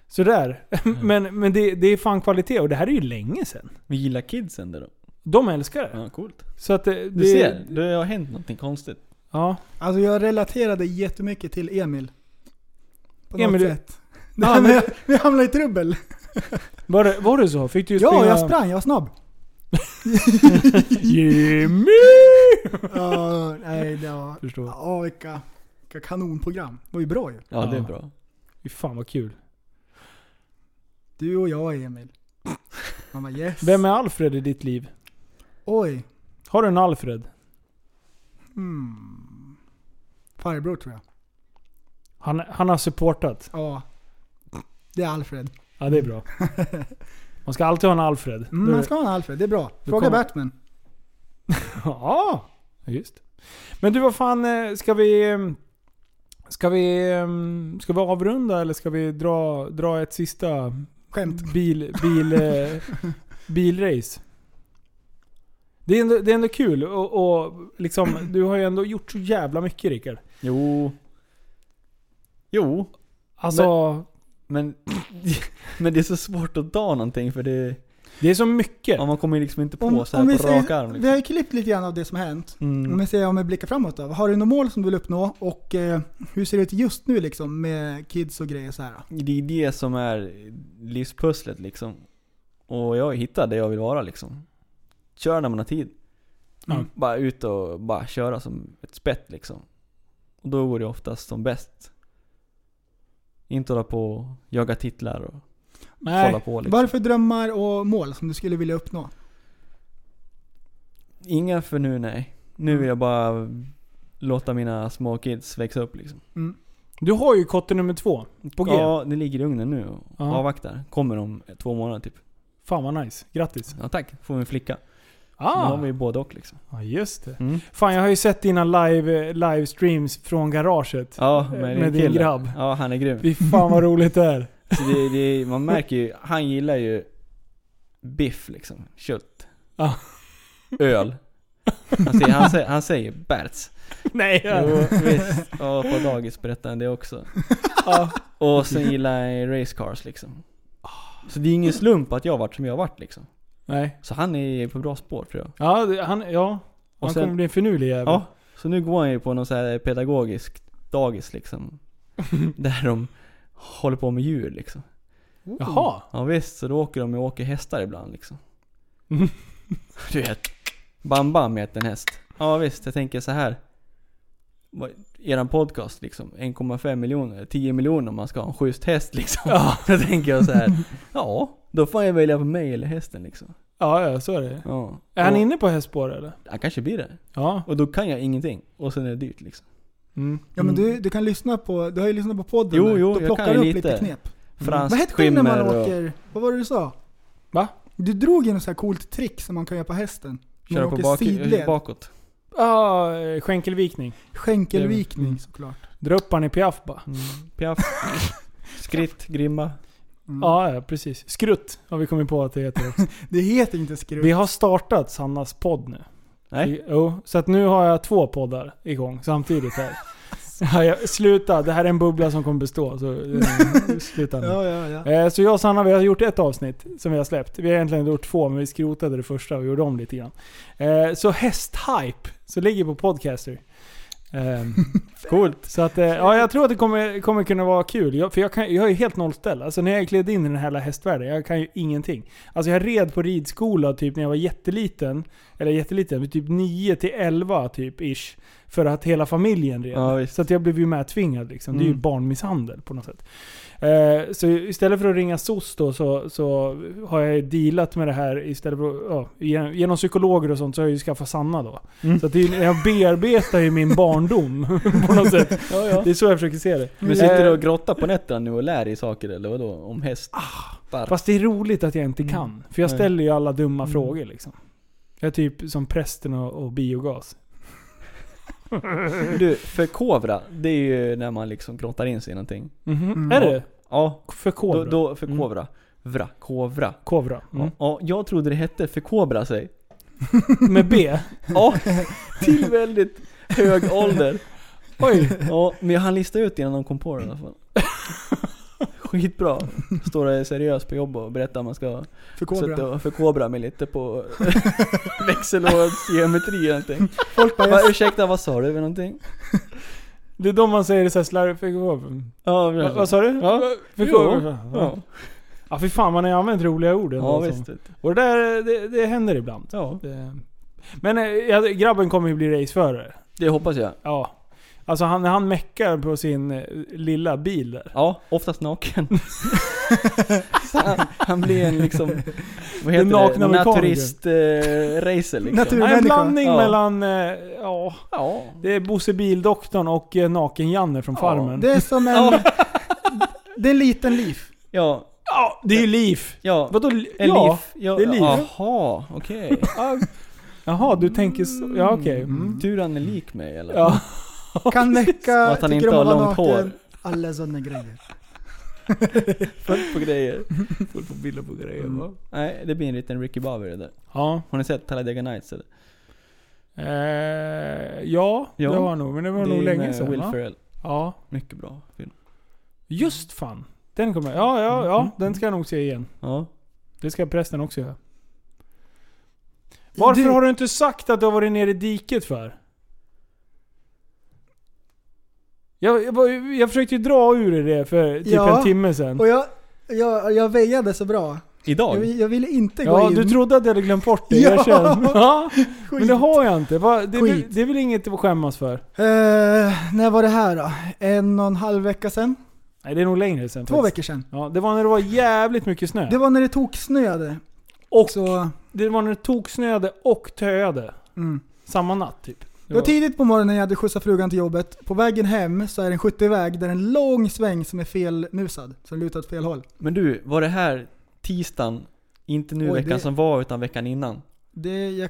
sådär. Mm. Men, men det, det är fan kvalitet och det här är ju länge sedan. Vi gillar kidsen där då. De älskar det. Ja, coolt. Så att eh, det, Du ser, det har hänt någonting konstigt. Ja. Alltså jag relaterade jättemycket till Emil. På Emil, Emil, du- något sätt. Ja, Nej, men men- jag, jag hamnade i trubbel. Var det, var det så? Fick du Ja, springa- jag sprang. Jag var snabb. Jimmy! Ja, nej, det var... Förstår. Ja, vilka, vilka kanonprogram. Det var ju bra ju. Ja, det är bra. Fy fan vad kul. Du och jag Emil. Man bara yes. Vem är Alfred i ditt liv? Oj. Har du en Alfred? Mm. Farbror tror jag. Han, han har supportat. Ja. Det är Alfred. Ja, det är bra. Man ska alltid ha en Alfred. Mm, Då- man ska ha en Alfred, det är bra. Du Fråga kommer- Batman. Ja, just. Men du, vad fan eh, ska vi... eh, Ska vi, eh, ska vi avrunda eller ska vi dra, dra ett sista Skämt. bil, bil, eh, bilrace? Det är ändå, det är ändå kul och, och liksom, du har ju ändå gjort så jävla mycket Rickard. Jo. Jo. Alltså, Men, men det är så svårt att ta någonting för det... det är så mycket. Ja, man kommer liksom inte på Om, så här om vi, på rak säger, arm. vi Liksom. har ju klippt lite grann av det som har hänt. Om Mm. vi säger om vi blickar framåt då. Har du något mål som du vill uppnå och eh, hur ser det ut just nu liksom med kids och grejer så här? Det är det som är livspusslet liksom. Och jag har hittat det jag vill vara liksom. Kör när man har tid. Ja. Bara ut och bara köra som ett spett liksom. Och då går det oftast som bäst. Inte hålla på och jaga titlar och kolla Nej, på liksom. Vad är det för drömmar och mål som du skulle vilja uppnå? Inga för nu nej. Nu Mm. vill jag bara låta mina små kids växa upp liksom. du har ju kotte nummer två på G. Ja, det ligger i ugnen nu och Ja. avvaktar. Kommer om två månader typ. Fan vad nice. Grattis. Ja tack, får vi en flicka. Ah. Då har Ah, vi både och liksom. ja, just det. Mm. Fan jag har ju sett dina live, livestreams från garaget. Ja, Eh, med, din med din kille. grabb. Ja, han är grym. Fy fan vad roligt det är. Så det, det, man märker ju, han gillar ju biff liksom. Kött. Ja. Öl. Han säger, han säger, han säger bärts. Nej. Jo, visst. Ja, på dagis berättade han det också. Ja. Och sen gillar han racecars liksom. Så det är ingen slump att jag varit som jag varit liksom. Nej. Så han är på bra spår tror jag. Ja, det- han, ja. han Och sen- kommer bli en finurlig jävel. Ja, så nu går han ju på någon så här pedagogisk dagis liksom. Där de håller på med djur liksom. Jaha. Ja visst, så då åker de och åker hästar ibland liksom. du vet. Bam Bam heter en häst. Ja visst, jag tänker så här. Vad- Eran podcast liksom, 1,5 miljoner, 10 miljoner om man ska ha en schysst häst liksom. Ja. Då tänker jag så här. ja, då får jag välja på mig eller hästen liksom. Ja, ja, så är det Ja. Är han Och- inne på hästspår eller? Han kanske blir det. Ja. Och då kan jag ingenting. Och sen är det dyrt liksom. Mm. Ja men du, du kan lyssna på, du har ju lyssnat på podden Jo, där. jo, Då jag plockar kan du ju upp lite. lite, knep. Franskt Mm. Vad hette det när man skimmer och- åker, vad var det du sa? Va? Du drog ju något så här coolt trick som man kan göra på hästen. När Köra man på åker bak, sidled. bakåt. Ja, eh, skänkelvikning. Skänkelvikning Mm. såklart. Dra upp han i piaff bara. Piaff. Skritt, grimma. Ja, ja, precis. Skrutt har vi kommit på att det heter också. Det heter inte skruv. Vi har startat Sannas podd nu. Nej. Jo, så att nu har jag två poddar igång samtidigt här. Ja, jag, sluta, det här är en bubbla som kommer bestå. Så, eh, sluta nu. Ja, ja, ja. Eh, Så jag och Sanna vi har gjort ett avsnitt som vi har släppt. Vi har egentligen gjort två men vi skrotade det första och gjorde om lite grann. Eh, Så hästhype, så ligger på Podcaster. Coolt. Så att, eh, ja, jag tror att det kommer, kommer kunna vara kul. Jag, för jag, kan, jag är helt nollställd. Alltså när jag klev in i den här hela hästvärlden, jag kan ju ingenting. Alltså jag red på ridskola typ när jag var jätteliten. Eller jätteliten, typ 9 till 11 typ ish. För att hela familjen red. Ja, visst. så att jag blev ju medtvingad liksom. Det är ju Mm. barnmisshandel på något sätt. Eh, så istället för att ringa SOS då så, så har jag ju dealat med det här istället för att, ja, genom, genom psykologer och sånt så har jag ju skaffat Sanna då. Mm. Så att det, är ju- jag bearbetar ju min barndom på något sätt. Det är så jag försöker se det. Men sitter du Eh, och grottar på nätterna nu och lär dig saker eller vadå? Om hästar? Eh, Fast det är roligt att jag inte kan. För jag Mm. Nej. Mm. ställer ju alla dumma frågor liksom. Jag är typ som prästen och, och biogas. Du, förkovra, det är ju när man liksom grottar in sig i någonting. Mm. Mhm. Mm. Är det? Mm-hmm. Ja, Förkovra? då, då förkovra. Vra, kovra. Kovra. Mm. Ja, ja, jag trodde det hette förkovra sig. Mm. Med B? Ja, till väldigt hög ålder. Oj. Ja, men jag hann lista ut innan de kom på det i alla fall. Skitbra. Står där seriöst på jobb och berättar att man ska Förkovra. sätta och förkovra mig lite på växellådets geometri eller någonting. Folk bara, Va, jag, ursäkta, vad sa du för någonting? Det är de man säger såhär slarvigt förkovra. Ja, Va, vad sa du? Ja. Förkovra? Jo. Ja. Ja, Ja för fan man har ju använt roliga ord ändå, alltså. ja som- visst. vet du. Och det där, det, det händer ibland. Ja, Det- Men eh, ja, grabben kommer ju bli raceförare. det hoppas jag. Ja. Alltså han, när han meckar på sin eh, lilla bil där. Ja, oftast naken. Så han, han blir en liksom, vad Den heter nakna det? mekanikern. Naturist-racer liksom. Natur- Han är en människa. blandning Ja. mellan, eh, ja, Ja. det är Bosse Bildoktorn och eh, Naken-Janne från Ja, Farmen. det är som en... det är en liten liv. Ja. ja, det är ju liv. Ja. Vadå? li- En ja. liv. Ja, det är liv. Jaha, okej. Ja. Jaha, du tänker så. Ja okej. Mm. Tur han är lik mig eller? Ja. Kan Och näcka, att han tycker inte om har att vara långt naken. hår. Mm. Alla sådana grejer. Fullt på grejer. Mm. Fullt på bilder på grejer va? Nej, det blir en liten Ricky Bobby det där. Ja. Har ni sett Talladega Nights eller? Eh, ja, Ja. det var nog. Men det var nog är länge eh, med sedan Will va? Ferrell. Ja. Mycket bra film. Just fan. Den kommer jag. Ja, ja, Mm. ja. Den ska jag nog se igen. Ja. Det ska prästen också göra. Varför Du- har du inte sagt att du har varit nere i diket för? Jag, jag, var- jag försökte ju dra ur det för typ Ja. en timme sedan. Och jag, jag, jag väjade så bra. Idag? Jag, vill- jag ville inte gå Ja, in. du trodde att jag hade glömt bort det. Ja. Jag känner. Ja, men Skit. det har jag inte. Va, det, är väl, Skit. det är väl inget att skämmas för? Eh, när var det här då? En och en halv vecka sedan? Nej, det är nog längre sedan. Två faktiskt. veckor sedan. Ja, det var när det var jävligt mycket snö. Det var när det toksnöade. Och- så, Det var när det tog snöade och töade. mm. Samma natt typ. Det var tidigt på morgonen när jag hade skjutsat frugan till jobbet. På vägen hem så är det en 70-väg där det är en lång sväng som är felmusad. Som lutar åt fel håll. Men du, var det här tisdagen? Inte nu Oj, veckan det- som var utan veckan innan? Det, jag,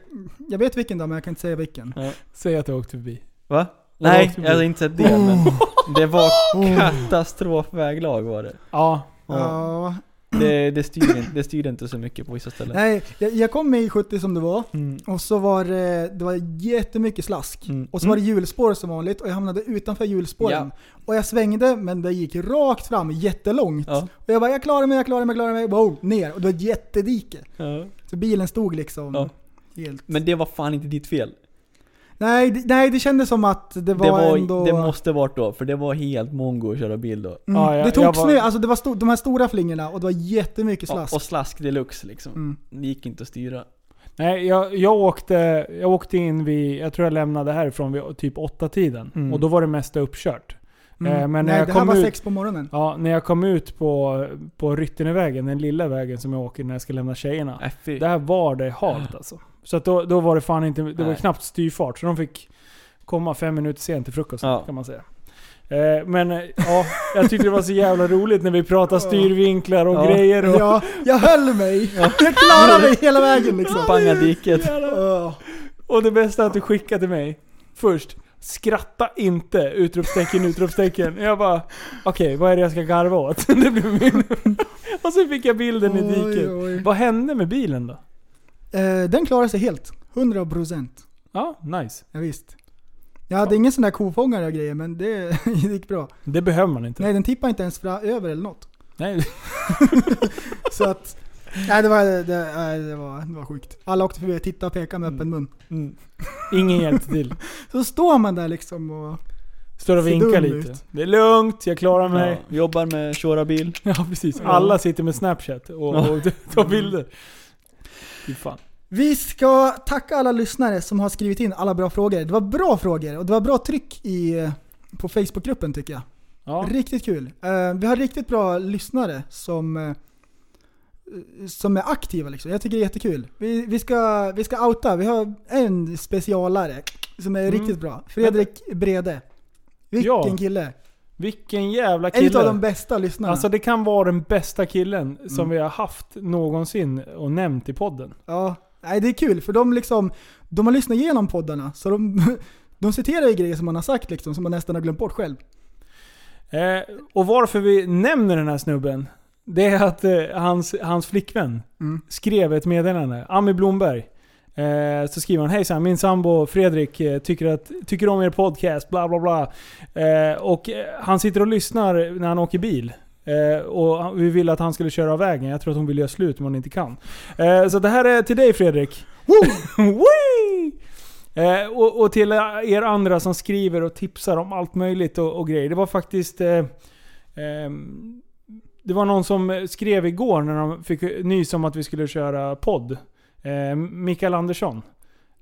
jag vet vilken dag men jag kan inte säga vilken. Säg att jag åkte förbi. Va? Ja, det Nej, åkte jag har inte sett det men Oh. det var katastrofväglag var det. Ja. Ja. Ja. Det, det, styr inte, det styr inte så mycket på vissa ställen. Nej, jag, jag kom med i 70 som det var. Och så var eh, det, det var jättemycket slask. Mm. Och så var det hjulspår som vanligt och jag hamnade utanför hjulspåren. Och jag svängde men det gick rakt fram jättelångt. Ja. Och jag bara jag klarar mig, jag klarar mig, jag klarar mig. Boom, ner. Och det var ett jättedike. Ja. Så bilen stod liksom Ja. helt... Men det var fan inte ditt fel. Nej, det- nej, det kändes som att det var, det, var, ändå... det måste varit då, för det var helt mongo att köra bil då. mm, det tog snö, alltså det var sto- de här stora flingorna och det var jättemycket slask. Och, och slask deluxe liksom. Mm. Det gick inte att styra. Nej, jag, jag, åkte, jag åkte in vid, jag tror jag lämnade härifrån vid typ åtta tiden Mm. Och då var det mesta uppkört. Mm. Eh, Men när nej, jag det kom här var ut, sex på morgonen. Ja, när jag kom ut på, på Ryttenevägen, den lilla vägen som jag åker när jag ska lämna tjejerna. Äh, Typ. Där var det halt alltså. Så att då, då var det fan inte, det var Nej. knappt styrfart. Så de fick komma fem minuter sent till frukosten Ja. kan man säga. Eh, Men eh, ja, jag tyckte det var så jävla roligt när vi pratade styrvinklar och Ja. grejer. Och, Ja, jag höll mig. Jag klarade mig hela vägen liksom. Panga diket. Och det bästa är att du skickade till mig först. Skratta inte! Utropstecken, utropstecken. Jag bara, okej vad är det jag ska garva åt? Det blev min. Och sen fick jag bilden i Oj, diket. oj. Vad hände med bilen då? Eh, den klarade sig helt. 100%. Ja, nice. Ja, visst. Jag hade ingen sån där kofångare och grejer men det gick bra. Det behöver man inte. Nej, den tippade inte ens fra, över eller något. Nej. Så att... Nej, det var, det, nej, det var, det var sjukt. Alla åkte förbi och tittade och pekade med Mm. öppen mun. Ingen hjälpte till. Så står man där liksom och... Står och Ser vinkar dum lite. ut. Det är lugnt, jag klarar mig. Ja, jobbar med köra bil. Ja precis. Alla sitter med snapchat och, och tar bilder. Fy fan. Vi ska tacka alla lyssnare som har skrivit in alla bra frågor. Det var bra frågor och det var bra tryck i, eh, på Facebookgruppen tycker jag. Ja. Riktigt kul. Eh, vi har riktigt bra lyssnare som, eh, som är aktiva. Liksom. Jag tycker det är jättekul. Vi, vi, ska, vi ska outa. Vi har en specialare som är Mm. riktigt bra. Fredrik Brede. Vilken Ja. kille. Vilken jävla kille. En av de bästa lyssnarna. Alltså det kan vara den bästa killen som vi har haft någonsin och nämnt i podden. Ja, nej det är kul för de liksom, de har lyssnat igenom poddarna så de, de citerar ju grejer som man har sagt liksom som man nästan har glömt bort själv. Eh, och varför vi nämner den här snubben, det är att eh, hans, hans flickvän Mm. skrev ett meddelande. Ami Blomberg. Eh, så skriver han Hejsan, min sambo Fredrik eh, tycker, att, tycker om er podcast, bla bla bla. Eh, och eh, han sitter och lyssnar när han åker bil. Eh, och han- vi ville att han skulle köra av vägen. Jag tror att hon vill göra slut men hon inte kan. Eh, så det här är till dig Fredrik. Woo! Eh, och, och till er andra som skriver och tipsar om allt möjligt och, och grejer. Det var faktiskt... Eh, ehm, det var någon som skrev igår när de fick nys om att vi skulle köra podd. Eh, Mikael Andersson.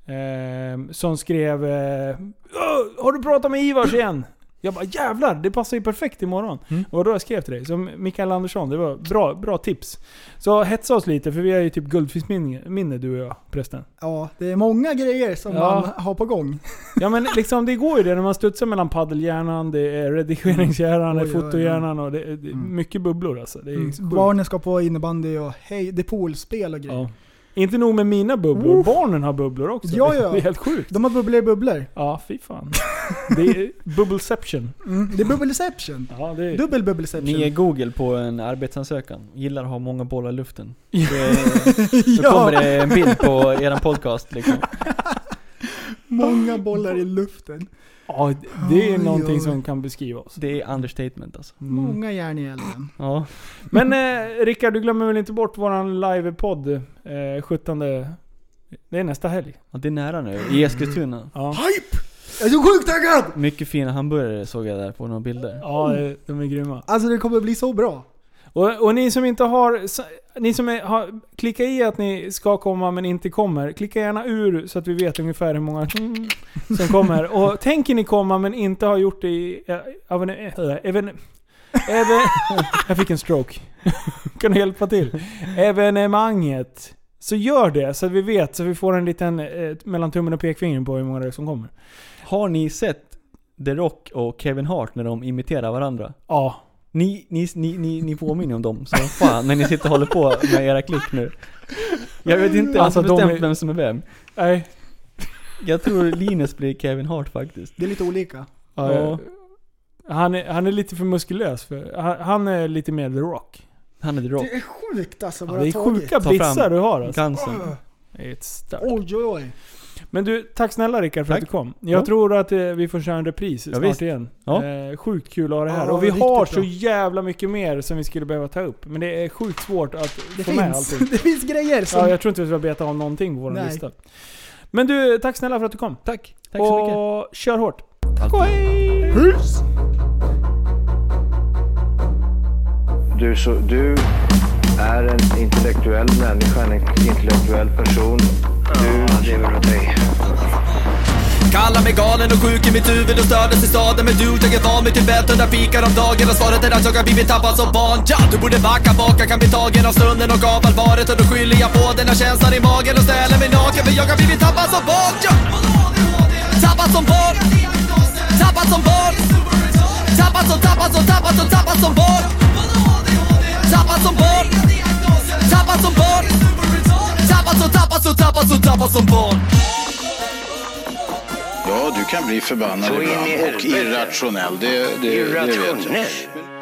Eh, som skrev... Eh, "Åh, har du pratat med Ivars igen? Jag bara jävlar, det passar ju perfekt imorgon. Mm. Och då jag skrev till dig. Så Mikael Andersson, det var bra, bra tips. Så hetsa oss lite, för vi är ju typ guldfiskminne minne, du och jag prästen. Ja, det är många grejer som Ja. man har på gång. Ja men liksom det går ju det när man studsar mellan paddelhjärnan, det är redigeringshjärnan, det är Mm. Oj, oj, oj. fotohjärnan och det, det är mycket bubblor alltså. Det är Mm. sjukt. Barnen ska på innebandy och hej, det är poolspel och grejer. Ja. Inte nog med mina bubblor, Uff. barnen har bubblor också. Ja, ja. Det är helt sjukt. De har bubblor i bubblor. Ja, fy fan. Det är bubbleception. Mm. Det är bubbleception. Ja, det Mm. är... Dubbel bubbleception. Ni är Google på en arbetsansökan. Gillar att ha många bollar i luften. Det, Då Ja. kommer det en bild på eran podcast liksom. Många bollar i luften. Mm. Ja, det är Oj, någonting oj. som kan beskriva oss. Det är understatement alltså. Mm. Många järn i elden. Ja. Men eh, Rickard, du glömmer väl inte bort våran livepodd eh, 17... Det är nästa helg. ja, det är nära nu. I Eskilstuna. Ja, Jag är så sjukt taggad! Mycket fina hamburgare såg jag där på några bilder. Oh. ja eh, de är grymma. Alltså det kommer bli så bra. Och, och ni som inte har... Ni som är, har... Klicka i att ni ska komma men inte kommer. Klicka gärna ur så att vi vet ungefär hur många som kommer. Och tänker ni komma men inte har gjort det i... eh, Av en, eh, even, even, jag fick en stroke. kan du hjälpa till? Evenemanget. Så gör det så att vi vet, så vi får en liten eh, mellan tummen och pekfingret på hur många det är som kommer. Har ni sett The Rock och Kevin Hart när de imiterar varandra? Ja. Ni, ni, ni, ni, ni påminner om dem som fan när ni sitter och håller på med era klick nu. Jag vet inte Alltså, alltså, de bestämt är- vem som är vem. Nej. Jag tror Linus blir Kevin Hart faktiskt. Det är lite olika. Ja, Ja. Han, är, han är lite för muskulös. För, han, han är lite mer The Rock. Han är The Rock. Det är sjukt alltså Ja, vad det är du har tagit. sjuka Ta fram bitsar du har alltså. Gansen. Det är ett starkt. Oj oj oj. Men du, tack snälla Rickard för Tack. att du kom. Jag Ja. tror att eh, vi får köra en repris snart visst. igen. Ja. Eh, sjukt kul att ha det här. Ja, och vi riktigt har bra. så jävla mycket mer som vi skulle behöva ta upp. Men det är sjukt svårt att Det få med finns, allting. det finns grejer som... Ja, jag tror inte vi ska beta av någonting på vår Nej. lista. Men du, tack snälla för att du kom. Tack. Tack och så kör hårt. Tack och hej! Hus! Du, så, du är en intellektuell människa, en intellektuell person. Du lever åt dig. Kallar mig galen och sjuk i mitt huvud och stördes i staden Men du, jag är van vid Tibet och där fikar om dagen Och svaret är att jag har blivit tappad som barn ja, Du borde backa bak, jag kan bli tagen av stunden och av allvaret Och då skyller jag på den här känslan i magen och ställer mig naken För jag har blivit tappad som barn ja. Tappad som barn Tappad som barn Tappad som, tappad som, tappad som, tappad som barn Tappad som barn Tappad som barn Tappad som, tappad som, tappad som, tappad som barn Ja, du kan bli förbannad Så in i ibland och helvete. irrationell. Det, det, det vet jag. Irrationell.